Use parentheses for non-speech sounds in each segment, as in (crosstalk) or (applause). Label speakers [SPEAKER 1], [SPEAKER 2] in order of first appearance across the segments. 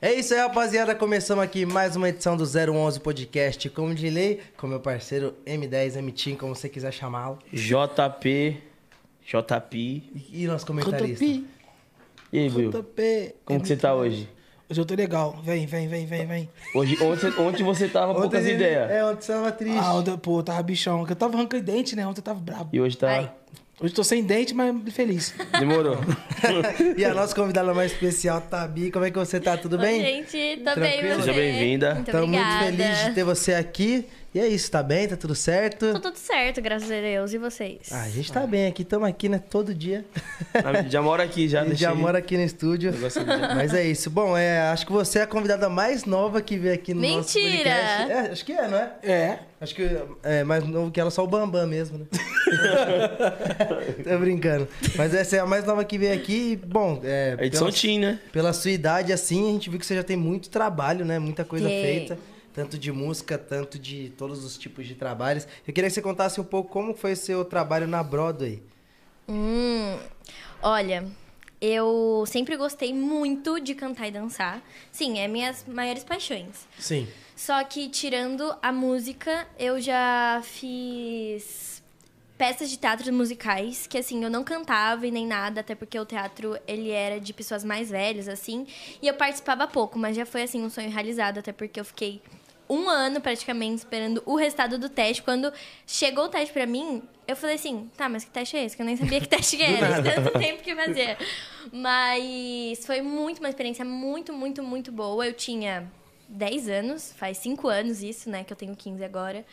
[SPEAKER 1] É isso aí, rapaziada. Começamos aqui mais uma edição do 011 Podcast Como de Lei, com meu parceiro M10, M-Team, como você quiser chamá-lo.
[SPEAKER 2] JP. JP.
[SPEAKER 1] E nosso comentarista.
[SPEAKER 3] Cotopi,
[SPEAKER 2] E aí, Will?
[SPEAKER 3] Cotopi.
[SPEAKER 2] Como que você tá hoje?
[SPEAKER 3] É Hoje eu tô legal. Vem, vem, vem, vem, vem.
[SPEAKER 2] Hoje, ontem, ontem você tava com poucas
[SPEAKER 1] ele-
[SPEAKER 2] ideias.
[SPEAKER 1] É, ontem você tava triste.
[SPEAKER 3] Ah, ontem, pô, eu tava bichão. porque Eu tava arrancando dente, né? Ontem eu tava brabo.
[SPEAKER 2] E hoje tá.
[SPEAKER 4] Ai.
[SPEAKER 3] Hoje eu tô sem dente, mas feliz.
[SPEAKER 1] (laughs)
[SPEAKER 2] Demorou.
[SPEAKER 1] e a nossa convidada mais especial, Tabi. Como é que você tá? Tudo
[SPEAKER 4] Oi,
[SPEAKER 1] bem?
[SPEAKER 4] gente, tô
[SPEAKER 1] Tranquilo?
[SPEAKER 4] bem, e você?
[SPEAKER 2] Seja bem-vinda.
[SPEAKER 4] Muito
[SPEAKER 1] Tamo muito
[SPEAKER 4] obrigada.
[SPEAKER 1] feliz de ter você aqui. E é isso, tá bem? Tá tudo certo?
[SPEAKER 4] Tô tudo certo, graças a Deus. E vocês?
[SPEAKER 1] Ah, a gente tá bem aqui, tamo aqui, né? Todo dia.
[SPEAKER 2] Já mora aqui, já.
[SPEAKER 1] A gente já
[SPEAKER 2] deixei-
[SPEAKER 1] mora aqui no estúdio.
[SPEAKER 2] Negócio de-
[SPEAKER 1] Mas é isso. Bom, é, acho que você é a convidada mais nova que veio aqui no nosso
[SPEAKER 4] Mentira!
[SPEAKER 1] podcast. É, acho que é, não é?
[SPEAKER 3] É.
[SPEAKER 1] Acho que é mais novo que ela, só o Bambam mesmo,
[SPEAKER 2] (laughs)
[SPEAKER 1] né? Tô brincando. Mas essa é a mais nova que veio aqui. e, Bom, é,
[SPEAKER 2] É edição
[SPEAKER 1] pela,
[SPEAKER 2] Tim, né?
[SPEAKER 1] pela sua idade, assim, a gente viu que você já tem muito trabalho, né? Muita coisa
[SPEAKER 4] Tem.
[SPEAKER 1] feita. Tanto de música, tanto de todos os tipos de trabalhos. Eu queria que você contasse um pouco como foi o seu trabalho na Broadway.
[SPEAKER 4] Hum, olha, eu sempre gostei muito de cantar e dançar. Sim, é minhas maiores paixões.
[SPEAKER 1] Sim.
[SPEAKER 4] Só que tirando a música, eu já fiz peças de teatro musicais, que assim, eu não cantava e nem nada, até porque o teatro ele era de pessoas mais velhas assim, e eu participava pouco, mas já foi assim um sonho realizado, até porque eu fiquei um ano praticamente esperando o resultado do teste. Quando chegou o teste pra mim, eu falei assim: "Tá, mas que teste é esse? Que eu nem sabia que teste que era, de tanto tempo que fazia". Mas foi muito uma experiência muito, muito, muito boa. Eu tinha 10 anos, faz 5 anos isso, né? Que eu tenho 15 agora.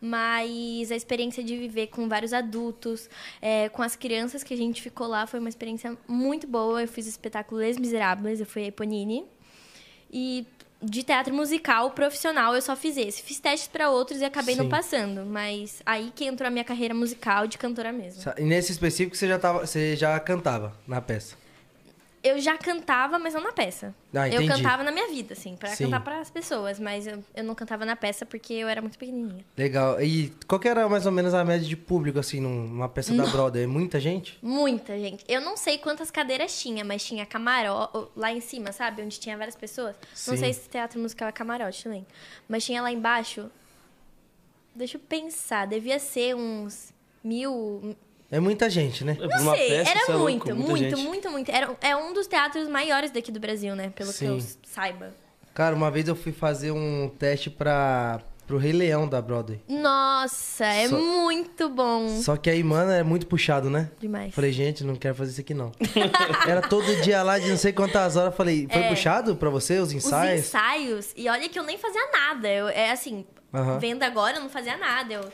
[SPEAKER 4] Mas a experiência de viver com vários adultos, é, com as crianças que a gente ficou lá, foi uma experiência muito boa. Eu fiz o espetáculo Les Miseráveis, eu fui a Eponine. E de teatro musical profissional eu só fiz esse. Fiz testes para outros e acabei não
[SPEAKER 1] Sim.
[SPEAKER 4] passando. Mas aí que entrou a minha carreira musical de cantora mesmo.
[SPEAKER 1] E nesse específico você já, tava, você já cantava na peça.
[SPEAKER 4] Eu já cantava, mas não na peça.
[SPEAKER 1] Ah,
[SPEAKER 4] eu
[SPEAKER 1] entendi.
[SPEAKER 4] cantava na minha vida, assim, pra
[SPEAKER 1] Sim.
[SPEAKER 4] cantar para as pessoas, mas eu, eu não cantava na peça porque eu era muito pequenininha.
[SPEAKER 1] Legal. E qual que era mais ou menos a média de público, assim, num- numa peça da Broadway? É Muita gente?
[SPEAKER 4] Muita gente. Eu não sei quantas cadeiras tinha, mas tinha camaró lá em cima, sabe? Onde tinha várias pessoas.
[SPEAKER 1] Sim.
[SPEAKER 4] Não sei se teatro musical é camarote também. Mas tinha lá embaixo. Deixa eu pensar. Devia ser uns mil.
[SPEAKER 1] É muita gente, né?
[SPEAKER 2] Pra
[SPEAKER 4] Não
[SPEAKER 2] uma
[SPEAKER 4] sei.
[SPEAKER 2] peça,
[SPEAKER 4] era
[SPEAKER 2] isso é
[SPEAKER 4] muito,
[SPEAKER 2] louco, muita
[SPEAKER 4] muito,
[SPEAKER 2] gente.
[SPEAKER 4] muito, muito. Era, é um dos teatros maiores daqui do Brasil, né? Pelo que eu
[SPEAKER 1] Sim.
[SPEAKER 4] saiba.
[SPEAKER 1] Cara, uma vez eu fui fazer um teste pra, pro Rei Leão da Broadway.
[SPEAKER 4] Nossa, é
[SPEAKER 1] Só-
[SPEAKER 4] muito bom.
[SPEAKER 1] Só que aí, mano, é muito puxado, né?
[SPEAKER 4] Uhum. Demais.
[SPEAKER 1] Falei, gente, não quero fazer isso aqui, não. (laughs) era todo dia lá de não sei quantas horas. Falei, foi puxado pra você os
[SPEAKER 4] É. Os
[SPEAKER 1] ensaios?
[SPEAKER 4] ensaios. E olha que eu nem fazia nada. Eu, é assim,
[SPEAKER 1] Aham.
[SPEAKER 4] vendo agora, eu não fazia nada. Eu,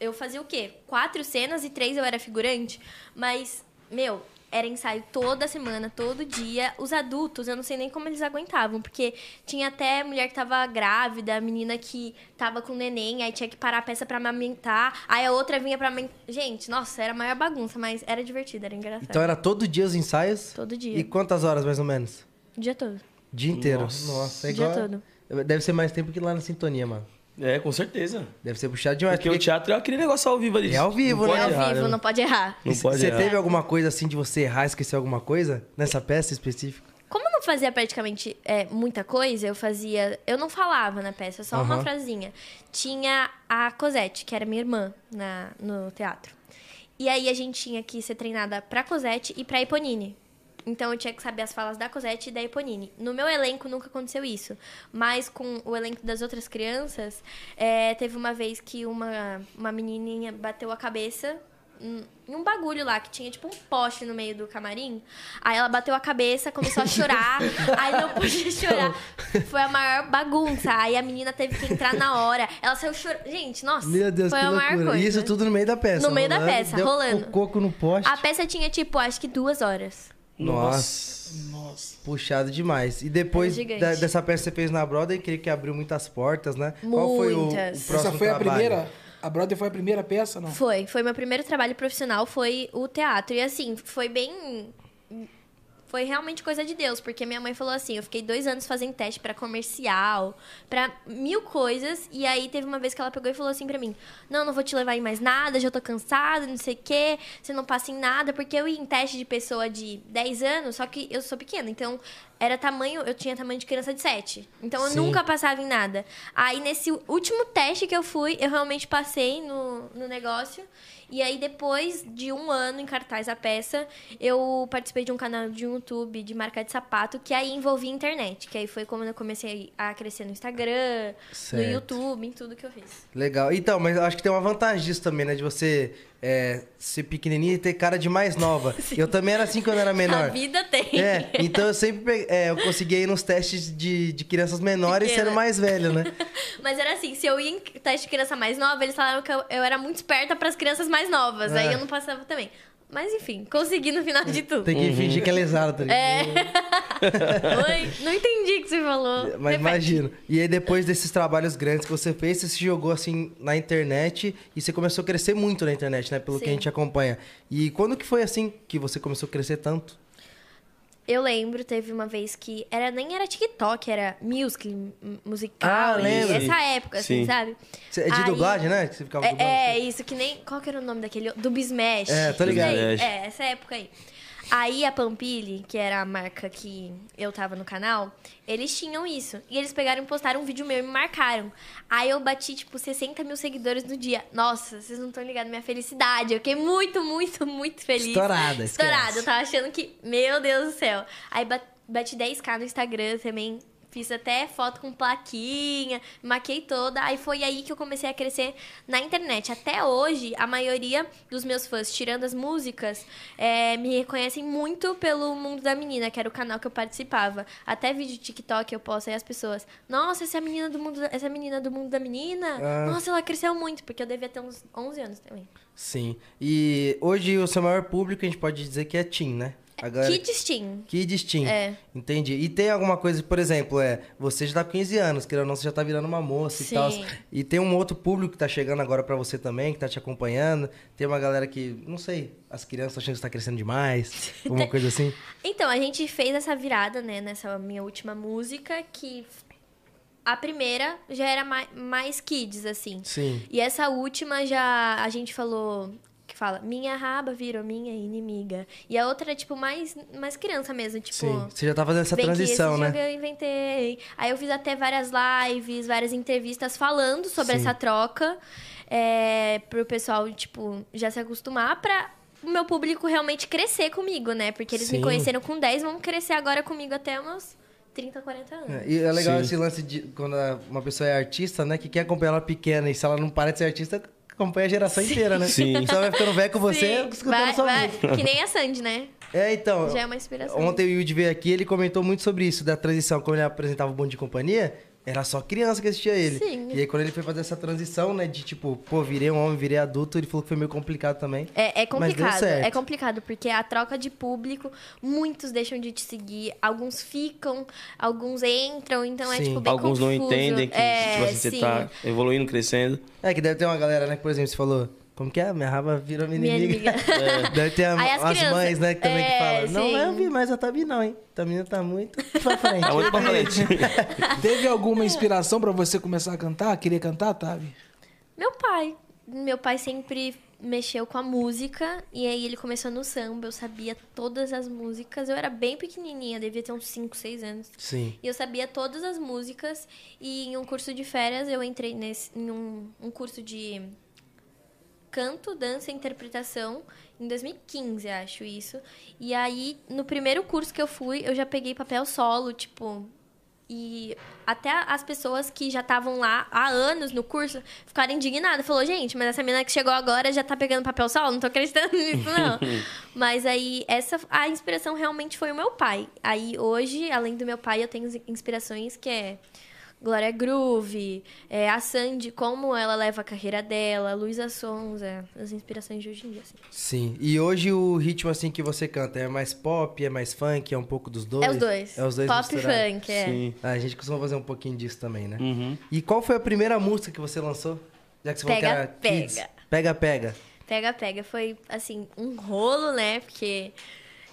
[SPEAKER 4] eu fazia o quê? Quatro cenas e três eu era figurante. Mas, meu, era ensaio toda semana, todo dia. Os adultos, eu não sei nem como eles aguentavam, porque tinha até mulher que tava grávida, menina que tava com neném, aí tinha que parar a peça pra amamentar. Aí a outra vinha pra amamentar. Gente, nossa, era a maior bagunça, mas era divertido, era engraçado.
[SPEAKER 1] Então era todo dia os ensaios?
[SPEAKER 4] Todo dia.
[SPEAKER 1] E quantas horas, mais ou menos?
[SPEAKER 2] é
[SPEAKER 4] O dia todo.
[SPEAKER 1] Dia inteiro. Nossa, é
[SPEAKER 4] Dia
[SPEAKER 1] igual...
[SPEAKER 4] todo.
[SPEAKER 1] Deve ser mais tempo que lá na sintonia, mano.
[SPEAKER 2] É, com certeza.
[SPEAKER 1] Deve ser puxado demais.
[SPEAKER 2] Porque o teatro é aquele negócio ao vivo ali.
[SPEAKER 1] É ao vivo,
[SPEAKER 2] não
[SPEAKER 1] né?
[SPEAKER 4] É ao
[SPEAKER 2] Pode errar,
[SPEAKER 4] vivo,
[SPEAKER 2] né?
[SPEAKER 4] não pode errar.
[SPEAKER 2] Não pode
[SPEAKER 1] Você
[SPEAKER 2] errar.
[SPEAKER 1] teve alguma coisa assim de você errar, esquecer alguma coisa nessa peça específica?
[SPEAKER 4] Como eu não fazia praticamente é, muita coisa, eu fazia. Eu não falava na peça, só uma
[SPEAKER 1] Aham.
[SPEAKER 4] frasinha. Tinha a Cosette, que era minha irmã na, no teatro. E aí a gente tinha que ser treinada pra Cosette e pra Eponine. Então eu tinha que saber as falas da Cosette e da Eponine. No meu elenco nunca aconteceu isso. Mas com o elenco das outras crianças, é, teve uma vez que uma, uma menininha bateu a cabeça em em um bagulho lá que tinha tipo um poste no meio do camarim. Aí ela bateu a cabeça, começou
[SPEAKER 1] (laughs)
[SPEAKER 4] a chorar. aí não podia chorar.
[SPEAKER 1] Então.
[SPEAKER 4] Foi a maior bagunça. Aí a menina teve que entrar na hora. Ela saiu chorando. Gente, nossa,
[SPEAKER 1] Meu Deus,
[SPEAKER 4] foi
[SPEAKER 1] que
[SPEAKER 4] a maior
[SPEAKER 1] loucura.
[SPEAKER 4] coisa.
[SPEAKER 1] Isso tudo no meio da peça.
[SPEAKER 4] No meio da peça,
[SPEAKER 1] deu
[SPEAKER 4] rolando.
[SPEAKER 1] O coco no poste.
[SPEAKER 4] A peça tinha tipo, acho que duas horas.
[SPEAKER 1] Nossa.
[SPEAKER 3] Nossa.
[SPEAKER 1] Puxado demais. E depois
[SPEAKER 4] Era É gigante.
[SPEAKER 1] da- dessa peça que você fez na Broadway, creio que abriu muitas portas, né? Qual foi o, o
[SPEAKER 4] Muitas.
[SPEAKER 1] próximo
[SPEAKER 3] Essa foi a
[SPEAKER 1] trabalho?
[SPEAKER 3] primeira? A Brother foi a primeira peça, não?
[SPEAKER 4] Foi, foi meu primeiro trabalho profissional, foi o teatro. E assim, foi bem. Foi realmente coisa de Deus, porque minha mãe falou assim: eu fiquei dois anos fazendo teste pra comercial, pra mil coisas. E aí teve uma vez que ela pegou e falou assim pra mim: não, não vou te levar em mais nada, já tô cansada, não sei o quê, você não passa em nada. Porque eu ia em teste de pessoa de 10 anos, só que eu sou pequena, então era tamanho, eu tinha tamanho de criança de 7. Então eu nunca passava em nada. Aí nesse último teste que eu fui, eu realmente passei no, no negócio. E aí depois de um ano em cartaz a peça, eu participei de um canal de YouTube de marca de sapato, que aí envolvia internet. Que aí foi como eu comecei a crescer no Instagram,
[SPEAKER 1] Certo.
[SPEAKER 4] no YouTube, em tudo que eu fiz.
[SPEAKER 1] Legal. Então, mas eu acho que tem uma vantagem disso também, né? De você é, ser pequenininha e ter cara de mais
[SPEAKER 4] (laughs)
[SPEAKER 1] nova. Eu também era assim quando eu era menor.
[SPEAKER 4] A vida tem.
[SPEAKER 1] É, então eu sempre pe- é, eu conseguia ir nos testes de, de crianças menores
[SPEAKER 4] Pequena.
[SPEAKER 1] sendo mais velho, né?
[SPEAKER 4] (laughs) Mas era assim, se eu ia em teste de criança mais nova, eles falaram que eu, eu era muito esperta pras crianças mais novas.
[SPEAKER 1] É.
[SPEAKER 4] Aí eu não passava também. Mas enfim, consegui no final de tudo.
[SPEAKER 1] Tem
[SPEAKER 3] Uhum.
[SPEAKER 1] que fingir que é lesado, tá ligado?
[SPEAKER 4] É. Oi, não entendi o que você falou.
[SPEAKER 1] (laughs) Mas
[SPEAKER 4] Repete.
[SPEAKER 1] imagino. E aí, depois desses trabalhos grandes que você fez, você se jogou assim na internet e você começou a crescer muito na internet, né? Pelo que a
[SPEAKER 4] Sim.
[SPEAKER 1] gente acompanha. E quando que foi assim que você começou a crescer tanto?
[SPEAKER 4] Eu lembro, teve uma vez que era nem era TikTok, era music, m- musical.
[SPEAKER 1] Ah,
[SPEAKER 4] e
[SPEAKER 1] lembro.
[SPEAKER 4] Essa época, assim,
[SPEAKER 2] Sim.
[SPEAKER 4] sabe?
[SPEAKER 1] Você- É de
[SPEAKER 4] Aí-
[SPEAKER 1] dublagem, né? Que você ficava dublando.
[SPEAKER 4] É, é, isso, que nem. Qual que era o nome daquele? Do Bismash.
[SPEAKER 1] É, tô ligado.
[SPEAKER 4] Isso aí,
[SPEAKER 2] Bismash.
[SPEAKER 4] É, essa época aí. Aí a Pampili, que era a marca que eu tava no canal, eles tinham isso. E eles pegaram e postaram um vídeo meu e me marcaram. Aí eu bati, tipo, 60 mil seguidores no dia. Nossa, vocês não estão ligados, minha felicidade. Eu fiquei muito, muito, muito feliz.
[SPEAKER 1] Estourada, esquece.
[SPEAKER 4] Estourada. Eu tava achando que, meu Deus do céu. Aí ba- bati 10k no Instagram também. Fiz até foto com plaquinha, maquei toda. Aí foi aí que eu comecei a crescer na internet. Até hoje, a maioria dos meus fãs, tirando as músicas, eh, me reconhecem muito pelo Mundo da Menina, que era o canal que eu participava. Até vídeo de TikTok eu posto aí as pessoas. Nossa, essa é a menina do mundo, da- essa é a menina do Mundo da Menina.
[SPEAKER 1] Ah.
[SPEAKER 4] Nossa, ela cresceu muito, porque eu devia ter uns 11 anos também.
[SPEAKER 1] Sim. E hoje o seu maior público a gente pode dizer que é Tim, né? Agora...
[SPEAKER 4] Kids Teen.
[SPEAKER 1] Kids Teen.
[SPEAKER 4] É.
[SPEAKER 1] Entendi. E tem alguma coisa, por exemplo, é, você já tá com 15 anos, querendo ou não, você já tá virando uma moça e
[SPEAKER 4] Sim.
[SPEAKER 1] tal. E tem um outro público que tá chegando agora pra você também, que tá te acompanhando. Tem uma galera que, não sei, as crianças estão achando que você tá crescendo
[SPEAKER 4] (laughs)
[SPEAKER 1] demais, alguma coisa assim.
[SPEAKER 4] Então, a gente fez essa virada, né, nessa minha última música, que a primeira já era mai- mais, kids, assim.
[SPEAKER 1] Sim.
[SPEAKER 4] E essa última já a gente falou. Que fala, minha raba virou minha inimiga. E a outra é, tipo, mais, mais criança mesmo, tipo.
[SPEAKER 1] Sim. Você já tá fazendo essa
[SPEAKER 4] Vem que
[SPEAKER 1] transição,
[SPEAKER 4] esse
[SPEAKER 1] né?
[SPEAKER 4] jogo é- eu inventei. Aí eu fiz até várias lives, várias entrevistas falando sobre
[SPEAKER 1] Sim.
[SPEAKER 4] essa troca. É, pro pessoal, tipo, já se acostumar pra o meu público realmente crescer comigo, né? Porque eles
[SPEAKER 1] Sim.
[SPEAKER 4] me conheceram com 10, vão crescer agora comigo até meus 30, 40 anos.
[SPEAKER 1] É, E é legal
[SPEAKER 2] Sim.
[SPEAKER 1] esse lance de quando a- uma pessoa é artista, né? Que quer acompanhar ela pequena e se ela não para de ser artista, acompanha a geração inteira, né?
[SPEAKER 2] Sim.
[SPEAKER 1] Só vai ficando velho com você,
[SPEAKER 4] Sim,
[SPEAKER 1] escutando
[SPEAKER 4] vai-
[SPEAKER 1] sua
[SPEAKER 4] vai-
[SPEAKER 1] música.
[SPEAKER 4] Que nem a Sandy, né?
[SPEAKER 1] É, então.
[SPEAKER 4] Já é uma inspiração.
[SPEAKER 1] Ontem o Yudi veio aqui, ele comentou muito sobre isso, da transição. Quando ele apresentava o Bom de Companhia, era só criança que assistia ele.
[SPEAKER 4] Sim.
[SPEAKER 1] E aí, quando ele foi fazer essa transição, né, de tipo, pô, virei um homem, virei adulto, ele falou que foi meio complicado também.
[SPEAKER 4] É, é
[SPEAKER 1] Mas
[SPEAKER 4] complicado,
[SPEAKER 1] deu certo.
[SPEAKER 4] é complicado, porque a troca de público, muitos deixam de te seguir, alguns ficam, alguns entram, então é
[SPEAKER 1] Sim.
[SPEAKER 4] tipo bem
[SPEAKER 2] Alguns não
[SPEAKER 4] confuso.
[SPEAKER 2] entendem que
[SPEAKER 4] é,
[SPEAKER 2] tipo assim, você
[SPEAKER 4] sim.
[SPEAKER 2] tá evoluindo, crescendo.
[SPEAKER 1] É que deve ter uma galera, né, que, por exemplo, você falou, como que é? Minha raba virou minha
[SPEAKER 4] Minha
[SPEAKER 1] inimiga. (laughs) Deve ter a-
[SPEAKER 4] Aí as
[SPEAKER 1] as
[SPEAKER 4] crianças-
[SPEAKER 1] mães, né, que também que
[SPEAKER 4] é,
[SPEAKER 1] falam, não
[SPEAKER 4] sim.
[SPEAKER 1] vai ouvir mais a Tabi não, hein? A menina tá muito pra frente.
[SPEAKER 4] Ah,
[SPEAKER 2] Tá muito pra frente.
[SPEAKER 4] (laughs)
[SPEAKER 3] Teve alguma inspiração pra você começar a cantar, querer cantar, Tavi?
[SPEAKER 4] Meu pai. Meu pai sempre mexeu com a música e aí ele começou no samba, eu sabia todas as músicas. Eu era bem pequenininha, devia ter uns 5, 6 anos.
[SPEAKER 1] Sim.
[SPEAKER 4] E eu sabia todas as músicas e em um curso de férias eu entrei nesse, em um, um curso de canto, dança e interpretação em 2015, acho isso. E aí, no primeiro curso que eu fui, eu já peguei papel solo, tipo. E até as pessoas que já estavam lá há anos no curso ficaram indignadas. Falou, gente, mas essa menina que chegou agora já tá pegando papel solo? Não tô acreditando (laughs) nisso, não. mas aí, essa a inspiração realmente foi o meu pai. Aí, hoje, além do meu pai, eu tenho inspirações que é Glória Groove, é, a Sandy, como ela leva a carreira dela, Luísa Sonza, as inspirações de hoje em dia. assim.
[SPEAKER 1] Sim. E hoje o ritmo, assim, que você canta, é mais pop, é mais funk, é um pouco dos dois?
[SPEAKER 4] É os dois.
[SPEAKER 1] É os dois
[SPEAKER 4] Pop
[SPEAKER 1] misturados.
[SPEAKER 4] e funk, é.
[SPEAKER 2] Sim.
[SPEAKER 1] Ah, a gente costuma fazer um pouquinho disso também, né?
[SPEAKER 2] Uhum.
[SPEAKER 1] E qual foi a primeira música que você lançou? Já que você falou
[SPEAKER 4] Pega,
[SPEAKER 1] que era Kids.
[SPEAKER 4] pega.
[SPEAKER 1] Pega, pega.
[SPEAKER 4] Pega, pega. Foi, assim, um rolo, né? Porque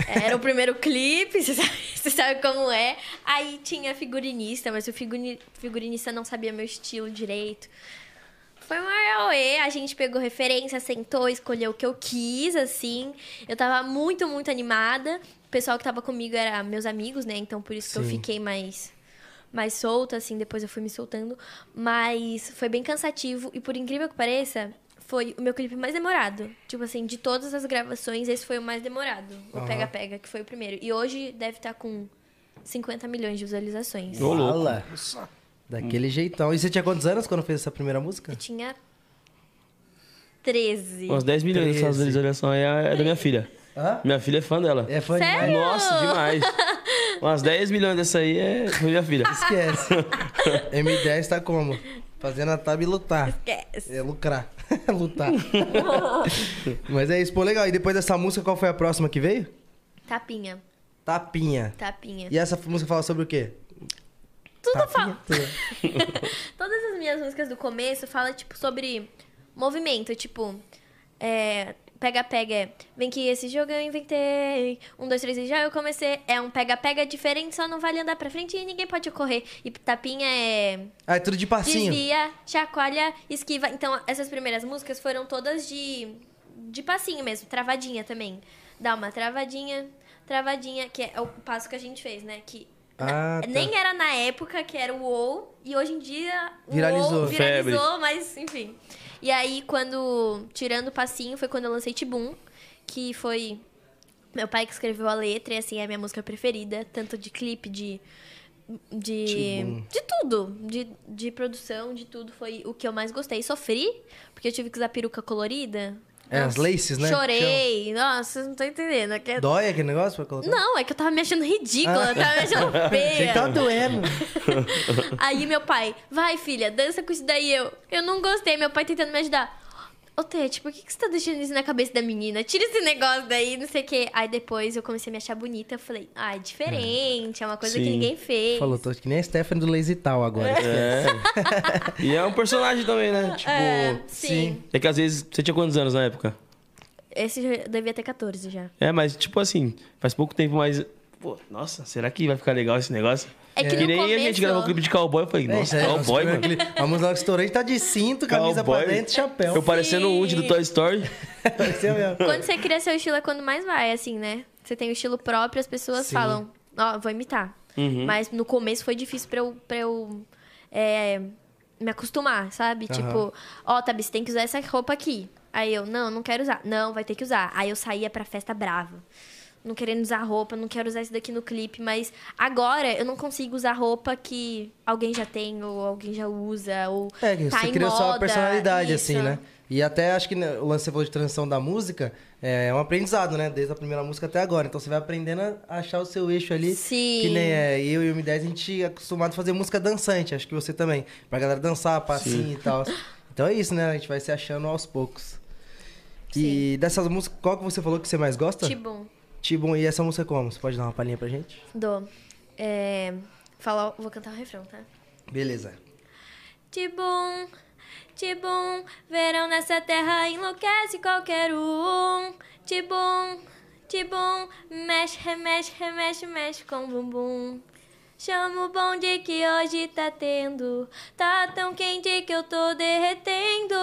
[SPEAKER 4] era o primeiro (laughs) clipe, você sabe, (laughs) você sabe como é. Aí tinha figurinista, mas o figuni- figurinista não sabia meu estilo direito. Foi uma AOE, a gente pegou referência, sentou, escolheu o que eu quis, assim. Eu tava muito, muito animada. pessoal que tava comigo era meus amigos, né? Então por isso que eu
[SPEAKER 1] Sim.
[SPEAKER 4] fiquei mais mais solta assim, depois eu fui me soltando, mas foi bem cansativo e por incrível que pareça, foi o meu clipe mais demorado. Tipo assim, de todas as gravações, esse foi o mais demorado. O
[SPEAKER 1] Aham.
[SPEAKER 4] Pega Pega, que foi o primeiro. E hoje deve estar com 50 milhões de visualizações.
[SPEAKER 2] Ô, louco. Hum.
[SPEAKER 1] Fala. Daquele jeitão. E você tinha quantos anos quando fez essa primeira música?
[SPEAKER 4] Eu tinha 13.
[SPEAKER 2] Uns 10 milhões dessas
[SPEAKER 1] Treze.
[SPEAKER 2] visualizações é, é da minha filha.
[SPEAKER 1] Hã?
[SPEAKER 2] Minha filha é fã dela.
[SPEAKER 1] É fã demais.
[SPEAKER 4] Sério?
[SPEAKER 2] Nossa,
[SPEAKER 4] (laughs)
[SPEAKER 2] demais. Umas 10 milhões dessa aí é foi minha filha.
[SPEAKER 4] (laughs)
[SPEAKER 1] Esquece. M10 tá como? Fazendo a tab e lutar.
[SPEAKER 4] Esquece.
[SPEAKER 1] É lucrar. (laughs) lutar. Mas é isso, pô, legal. E depois dessa música, qual foi a próxima que veio?
[SPEAKER 4] Tapinha.
[SPEAKER 1] Tapinha.
[SPEAKER 4] Tapinha.
[SPEAKER 1] E essa música fala sobre o quê?
[SPEAKER 4] Tudo
[SPEAKER 1] Tapinha?
[SPEAKER 4] fala. Todas as minhas músicas do começo fala, tipo, sobre movimento, tipo. É, pega, pega, é, vem que esse jogo eu inventei. Um, dois, três e já eu comecei. É um pega, pega diferente, só não vale andar pra frente e ninguém pode correr. E tapinha é.
[SPEAKER 1] Ah, é tudo de passinho.
[SPEAKER 4] Desvia, chacoalha, esquiva. Então, essas primeiras músicas foram todas de, de passinho mesmo, travadinha também. Dá uma travadinha, travadinha, que é o passo que a gente fez, né? Que
[SPEAKER 1] Ah, tá.
[SPEAKER 4] nem é era na época que era o WoW, e hoje em dia o
[SPEAKER 1] Viralizou.
[SPEAKER 4] WoW viralizou, mas enfim. E aí, quando, tirando o passinho, foi quando eu lancei Tibum, que foi meu pai que escreveu a letra, e assim, é a minha música preferida, tanto de clipe, de... De, de tudo, de, de produção, de tudo, foi o que eu mais gostei. Sofri, porque eu tive que usar peruca colorida.
[SPEAKER 1] É, as
[SPEAKER 4] Nossa,
[SPEAKER 1] laces, né?
[SPEAKER 4] Chorei, nossa, vocês não tô entendendo. é que-
[SPEAKER 1] Dói aquele negócio pra colocar?
[SPEAKER 4] Não, é que eu tava me achando ridícula,
[SPEAKER 1] Ah.
[SPEAKER 4] eu tava me achando
[SPEAKER 1] (laughs) Achei
[SPEAKER 4] feia.
[SPEAKER 1] que tava doendo.
[SPEAKER 4] (laughs) Aí meu pai, vai filha, dança com isso daí. Eu, eu não gostei, meu pai tentando me ajudar. Ô Tete, por que, que você tá deixando isso na cabeça da menina? Tira esse negócio daí, não sei o quê. Aí depois eu comecei a me achar bonita. Eu falei, ah, é diferente, é uma coisa que
[SPEAKER 2] Sim.
[SPEAKER 4] ninguém fez.
[SPEAKER 1] Falou, tô que nem a Stephanie do Lazy Tal agora.
[SPEAKER 2] É. E é um personagem também, né? Tipo.
[SPEAKER 4] É,
[SPEAKER 2] É,
[SPEAKER 4] sim.
[SPEAKER 1] sim.
[SPEAKER 2] que às vezes. Você tinha quantos anos na época?
[SPEAKER 4] Esse eu devia ter 14 já.
[SPEAKER 2] É, mas tipo assim, faz pouco tempo, mas. Pô, nossa, será que vai ficar legal esse negócio?
[SPEAKER 4] É que no
[SPEAKER 2] nem a
[SPEAKER 4] começo-
[SPEAKER 2] gente gravou o clipe de cowboy, eu falei,
[SPEAKER 1] É isso
[SPEAKER 2] nossa,
[SPEAKER 1] aí, nosso (laughs)
[SPEAKER 2] cowboy,
[SPEAKER 1] primeiro
[SPEAKER 2] mano.
[SPEAKER 1] clipe. Vamos lá, o estourante tá de cinto, camisa
[SPEAKER 2] Cowboy.
[SPEAKER 1] pra dentro e (laughs)
[SPEAKER 2] Eu
[SPEAKER 1] chapéu.
[SPEAKER 2] parecendo o Woody do Toy Story.
[SPEAKER 1] Pareceu mesmo.
[SPEAKER 4] Quando você cria seu estilo é quando mais vai, assim, né? Você tem o estilo próprio, as pessoas
[SPEAKER 1] Sim. Uhum.
[SPEAKER 4] falam, ó, vou imitar. Mas no começo foi difícil pra eu, pra eu é, me acostumar, sabe?
[SPEAKER 1] Aham.
[SPEAKER 4] Tipo, ó, Tabi, você tem que usar essa roupa aqui. Aí eu, não, não quero usar. Não, vai ter que usar. Aí eu saía pra festa brava. Não querendo usar roupa, não quero usar isso daqui no clipe, mas agora eu não consigo usar roupa que alguém já tem, ou alguém já usa, ou.
[SPEAKER 1] É, que
[SPEAKER 4] tá
[SPEAKER 1] você
[SPEAKER 4] em
[SPEAKER 1] criou sua
[SPEAKER 4] moda,
[SPEAKER 1] personalidade, assim,
[SPEAKER 4] isso.
[SPEAKER 1] né? E até acho que né, o lance que você falou de transição da música é um aprendizado, né? Desde a primeira música até agora. Então você vai aprendendo a achar o seu eixo ali.
[SPEAKER 4] Sim.
[SPEAKER 1] Que nem é, eu e o M10, a gente é acostumado a fazer música dançante, acho que você também. Pra galera dançar, passinho e tal. Então é isso, né? A gente vai se achando aos poucos. E dessas músicas, qual que você falou que você mais gosta?
[SPEAKER 4] Tibum.
[SPEAKER 1] Tibum. E essa música é como? Você pode dar uma palhinha pra gente?
[SPEAKER 4] Dou. É, falar, vou cantar o refrão, tá?
[SPEAKER 1] Beleza.
[SPEAKER 4] Tibum, tibum, verão nessa terra enlouquece qualquer um. Tibum, tibum, mexe, remexe, remexe, mexe com o bumbum. Chama o bonde que hoje tá tendo. Tá tão quente que eu tô derretendo.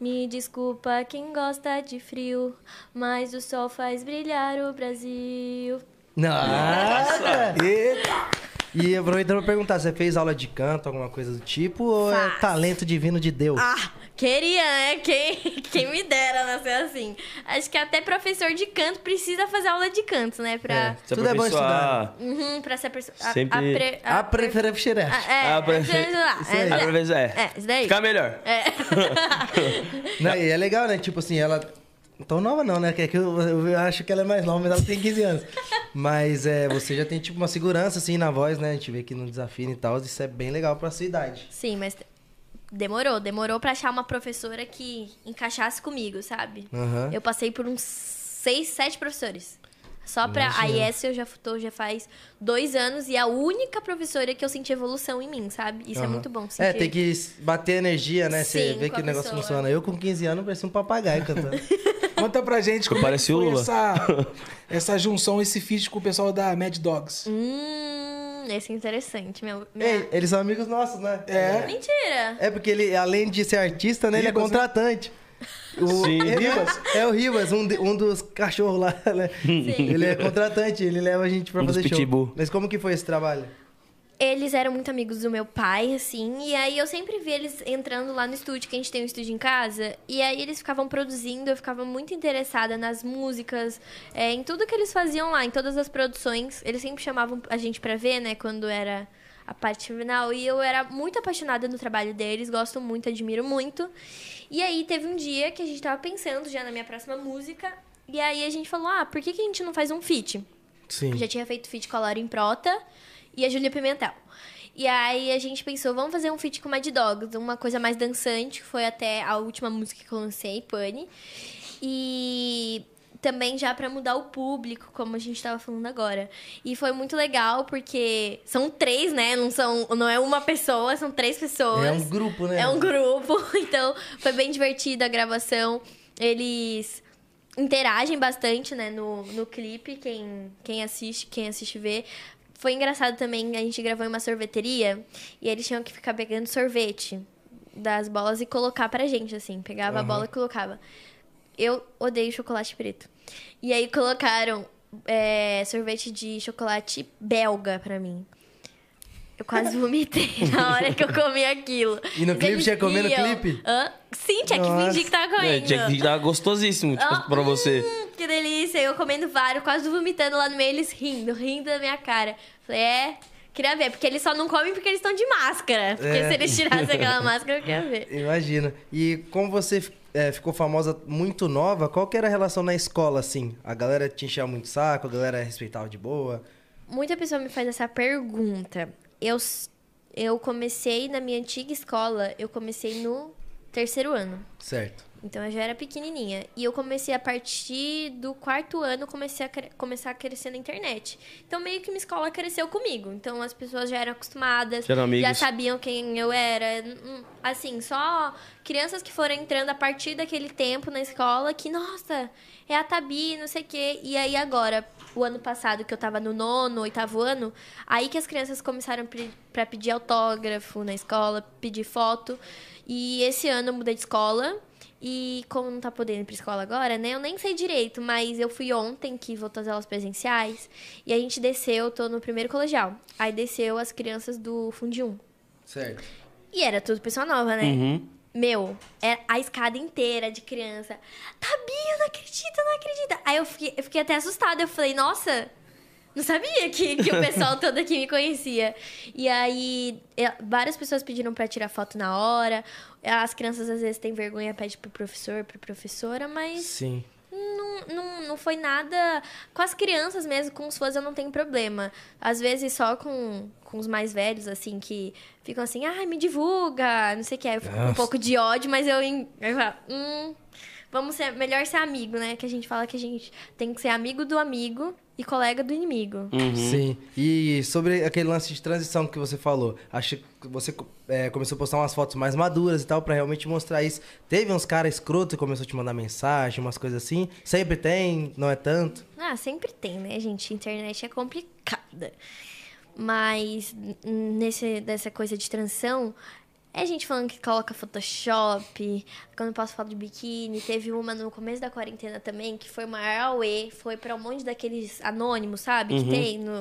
[SPEAKER 4] Me desculpa quem gosta de frio, mas o sol faz brilhar o Brasil.
[SPEAKER 1] Nossa!
[SPEAKER 3] Eita!
[SPEAKER 1] E aproveitando pra perguntar, você fez aula de canto, alguma coisa do tipo, ou é
[SPEAKER 4] Faz.
[SPEAKER 1] talento divino de Deus?
[SPEAKER 4] Ah, queria, né? Quem, (laughs) quem me dera nascer assim. Acho que até professor de canto precisa fazer aula de canto, né? Pra,
[SPEAKER 2] Se
[SPEAKER 1] Tudo é bom
[SPEAKER 2] aperfeiçoar.
[SPEAKER 4] uhum, pra se aperso- a-
[SPEAKER 2] Sempre-
[SPEAKER 4] apre- a-
[SPEAKER 1] A preferência xeré.
[SPEAKER 4] a- É,
[SPEAKER 2] Ah, pra-
[SPEAKER 4] precisa ajudar,
[SPEAKER 1] Isso aí.
[SPEAKER 4] é,
[SPEAKER 2] Ah, pra ver se é.
[SPEAKER 4] É, isso daí.
[SPEAKER 2] Ficar melhor.
[SPEAKER 1] Não, e é legal, né? Tipo assim, ela. não Tão nova não, né? Que- que Eu, eu acho que ela é mais nova, mas ela tem 15 anos. Mas é, você já tem tipo uma segurança assim na voz, né? A gente vê que não desafina e tal. Isso é bem legal pra sua idade.
[SPEAKER 4] Sim, mas demorou. Demorou pra achar uma professora que encaixasse comigo, sabe?
[SPEAKER 1] Aham.
[SPEAKER 4] Eu passei por uns seis, sete professores. Só pra a IS eu já tô já faz dois anos e é a única professora que eu senti evolução em mim, sabe? Isso é
[SPEAKER 1] Aham.
[SPEAKER 4] muito bom.
[SPEAKER 1] É,
[SPEAKER 4] sentir-
[SPEAKER 1] tem que s- bater energia, né? Você
[SPEAKER 4] Sim,
[SPEAKER 1] vê
[SPEAKER 4] com
[SPEAKER 1] que
[SPEAKER 4] a
[SPEAKER 1] o negócio
[SPEAKER 4] pessoa. É.
[SPEAKER 1] funciona. Eu com 15 anos parecia um papagaio
[SPEAKER 4] (laughs)
[SPEAKER 1] cantando.
[SPEAKER 3] Conta pra gente como é que
[SPEAKER 2] Parece o
[SPEAKER 3] foi
[SPEAKER 2] Lula.
[SPEAKER 3] essa,
[SPEAKER 2] (laughs)
[SPEAKER 3] essa junção, esse feat com o pessoal da Mad Dogs.
[SPEAKER 4] Hum, esse é interessante. Meu, minha-
[SPEAKER 1] Ei, eles são amigos nossos, né?
[SPEAKER 3] É.
[SPEAKER 4] Mentira!
[SPEAKER 1] É porque ele, além de ser artista, né? Ele é
[SPEAKER 3] Amigos, né?
[SPEAKER 1] contratante. O-
[SPEAKER 2] Sim.
[SPEAKER 1] ele- É o Rivas, um, de- um dos cachorros lá, (laughs) né? Ele é contratante, ele leva a gente pra
[SPEAKER 2] Um dos
[SPEAKER 1] fazer show.
[SPEAKER 2] pitbull.
[SPEAKER 1] Mas como que foi esse trabalho?
[SPEAKER 4] Eles eram muito amigos do meu pai, assim, e aí eu sempre vi eles entrando lá no estúdio, que a gente tem um estúdio em casa, e aí eles ficavam produzindo, eu ficava muito interessada nas músicas, é, em tudo que eles faziam lá, em todas as produções. Eles sempre chamavam a gente pra ver, né, quando era a parte final, e eu era muito apaixonada no trabalho deles, gosto muito, admiro muito. E aí teve um dia que a gente tava pensando já na minha próxima música, e aí a gente falou: ah, por que, que a gente não faz um feat?
[SPEAKER 1] Sim.
[SPEAKER 4] Já tinha feito feat com a Lauren Prota e a Julia Pimentel. E aí a gente pensou, vamos fazer um feat com Mad Dogs, uma coisa mais dançante, que foi até a última música que eu lancei, Pane. E também já pra mudar o público, como a gente tava falando agora. E foi muito legal porque são três, né? Não são, não é uma pessoa, são três pessoas.
[SPEAKER 1] É um grupo, né?
[SPEAKER 4] É um grupo, (laughs) então foi bem divertido a gravação. Eles interagem bastante, né, no, no clipe, quem, quem assiste, quem assiste vê. Foi engraçado também, a gente gravou em uma sorveteria e eles tinham que ficar pegando sorvete das bolas e colocar pra gente, assim. Pegava a bola e colocava. Eu odeio chocolate preto. E aí colocaram é, sorvete de chocolate belga pra mim. Eu quase vomitei (laughs) na hora que eu comi aquilo.
[SPEAKER 1] E no
[SPEAKER 4] Mas
[SPEAKER 1] clipe,
[SPEAKER 4] eles
[SPEAKER 1] tinha que comer no
[SPEAKER 4] iam.
[SPEAKER 1] clipe?
[SPEAKER 4] Hã? Sim, tinha que
[SPEAKER 1] Nossa.
[SPEAKER 4] fingir que tava comendo.
[SPEAKER 2] É, tinha que dar gostosíssimo, tipo,
[SPEAKER 4] Ah,
[SPEAKER 2] pra você.
[SPEAKER 4] hum, que delícia. Eu comendo vários, quase vomitando lá no meio, eles rindo, rindo da minha cara. Falei, é, queria ver. Porque eles só não comem porque eles estão de máscara. Porque
[SPEAKER 1] É.
[SPEAKER 4] se eles tirassem aquela máscara, eu queria ver.
[SPEAKER 1] Imagina. E como você é, ficou famosa muito nova, qual que era a relação na escola, assim? A galera te enchia muito o saco, a galera respeitava de boa.
[SPEAKER 4] Muita pessoa me faz essa pergunta. Eu, s- eu comecei na minha antiga escola, eu comecei no terceiro ano.
[SPEAKER 1] Certo.
[SPEAKER 4] Então eu já era pequenininha. E eu comecei a partir do quarto ano, comecei a cre- começar a crescer na internet. Então meio que minha escola cresceu comigo. Então as pessoas já eram acostumadas,
[SPEAKER 2] Já eram amigos.
[SPEAKER 4] já sabiam quem eu era. Hum, Assim, só crianças que foram entrando a partir daquele tempo na escola que, nossa, é a Tabi, não sei o quê. E aí agora, o ano passado que eu tava no nono, oitavo ano, aí que as crianças começaram pe- pra pedir autógrafo na escola, pedir foto. E esse ano eu mudei de escola. E como não tá podendo ir pra escola agora, né? Eu nem sei direito, mas eu fui ontem que voltou às aulas presenciais. E a gente desceu, tô no primeiro colegial. Aí desceu as crianças do Fundi 1.
[SPEAKER 1] Certo.
[SPEAKER 4] E era tudo pessoa nova, né?
[SPEAKER 2] Uhum.
[SPEAKER 4] Meu, é a escada inteira de criança. Tabi, eu não acredito, eu não acredito. Aí eu fiquei, eu fiquei até assustada. Eu falei, nossa, não sabia que, que o pessoal todo aqui me conhecia. E aí, eu- várias pessoas pediram pra tirar foto na hora. As crianças às vezes têm vergonha, pede pro professor, pra professora, mas
[SPEAKER 1] Sim.
[SPEAKER 4] não, não, não foi nada. Com as crianças mesmo, com os fãs eu não tenho problema. Às vezes só com, com os mais velhos, assim, que ficam assim, ai, me divulga, não sei o que. Eu fico com um
[SPEAKER 1] Nossa.
[SPEAKER 4] pouco de ódio, mas eu, en- eu falo, hum, vamos ser. Melhor ser amigo, né? Que a gente fala que a gente tem que ser amigo do amigo e colega do inimigo.
[SPEAKER 1] Sim. E sobre aquele lance de transição que você falou, acho que você é, começou a postar umas fotos mais maduras e tal pra realmente mostrar isso. Teve uns caras escroto que começou a te mandar mensagem, umas coisas assim. Sempre tem, não é tanto.
[SPEAKER 4] Ah, sempre tem, né, gente? Internet é complicada. Mas n- nesse, dessa coisa de transição, é gente falando que coloca Photoshop, quando eu posso falar de biquíni. Teve uma no começo da quarentena também, que foi uma Aue, foi pra um monte daqueles anônimos, sabe? Que tem no,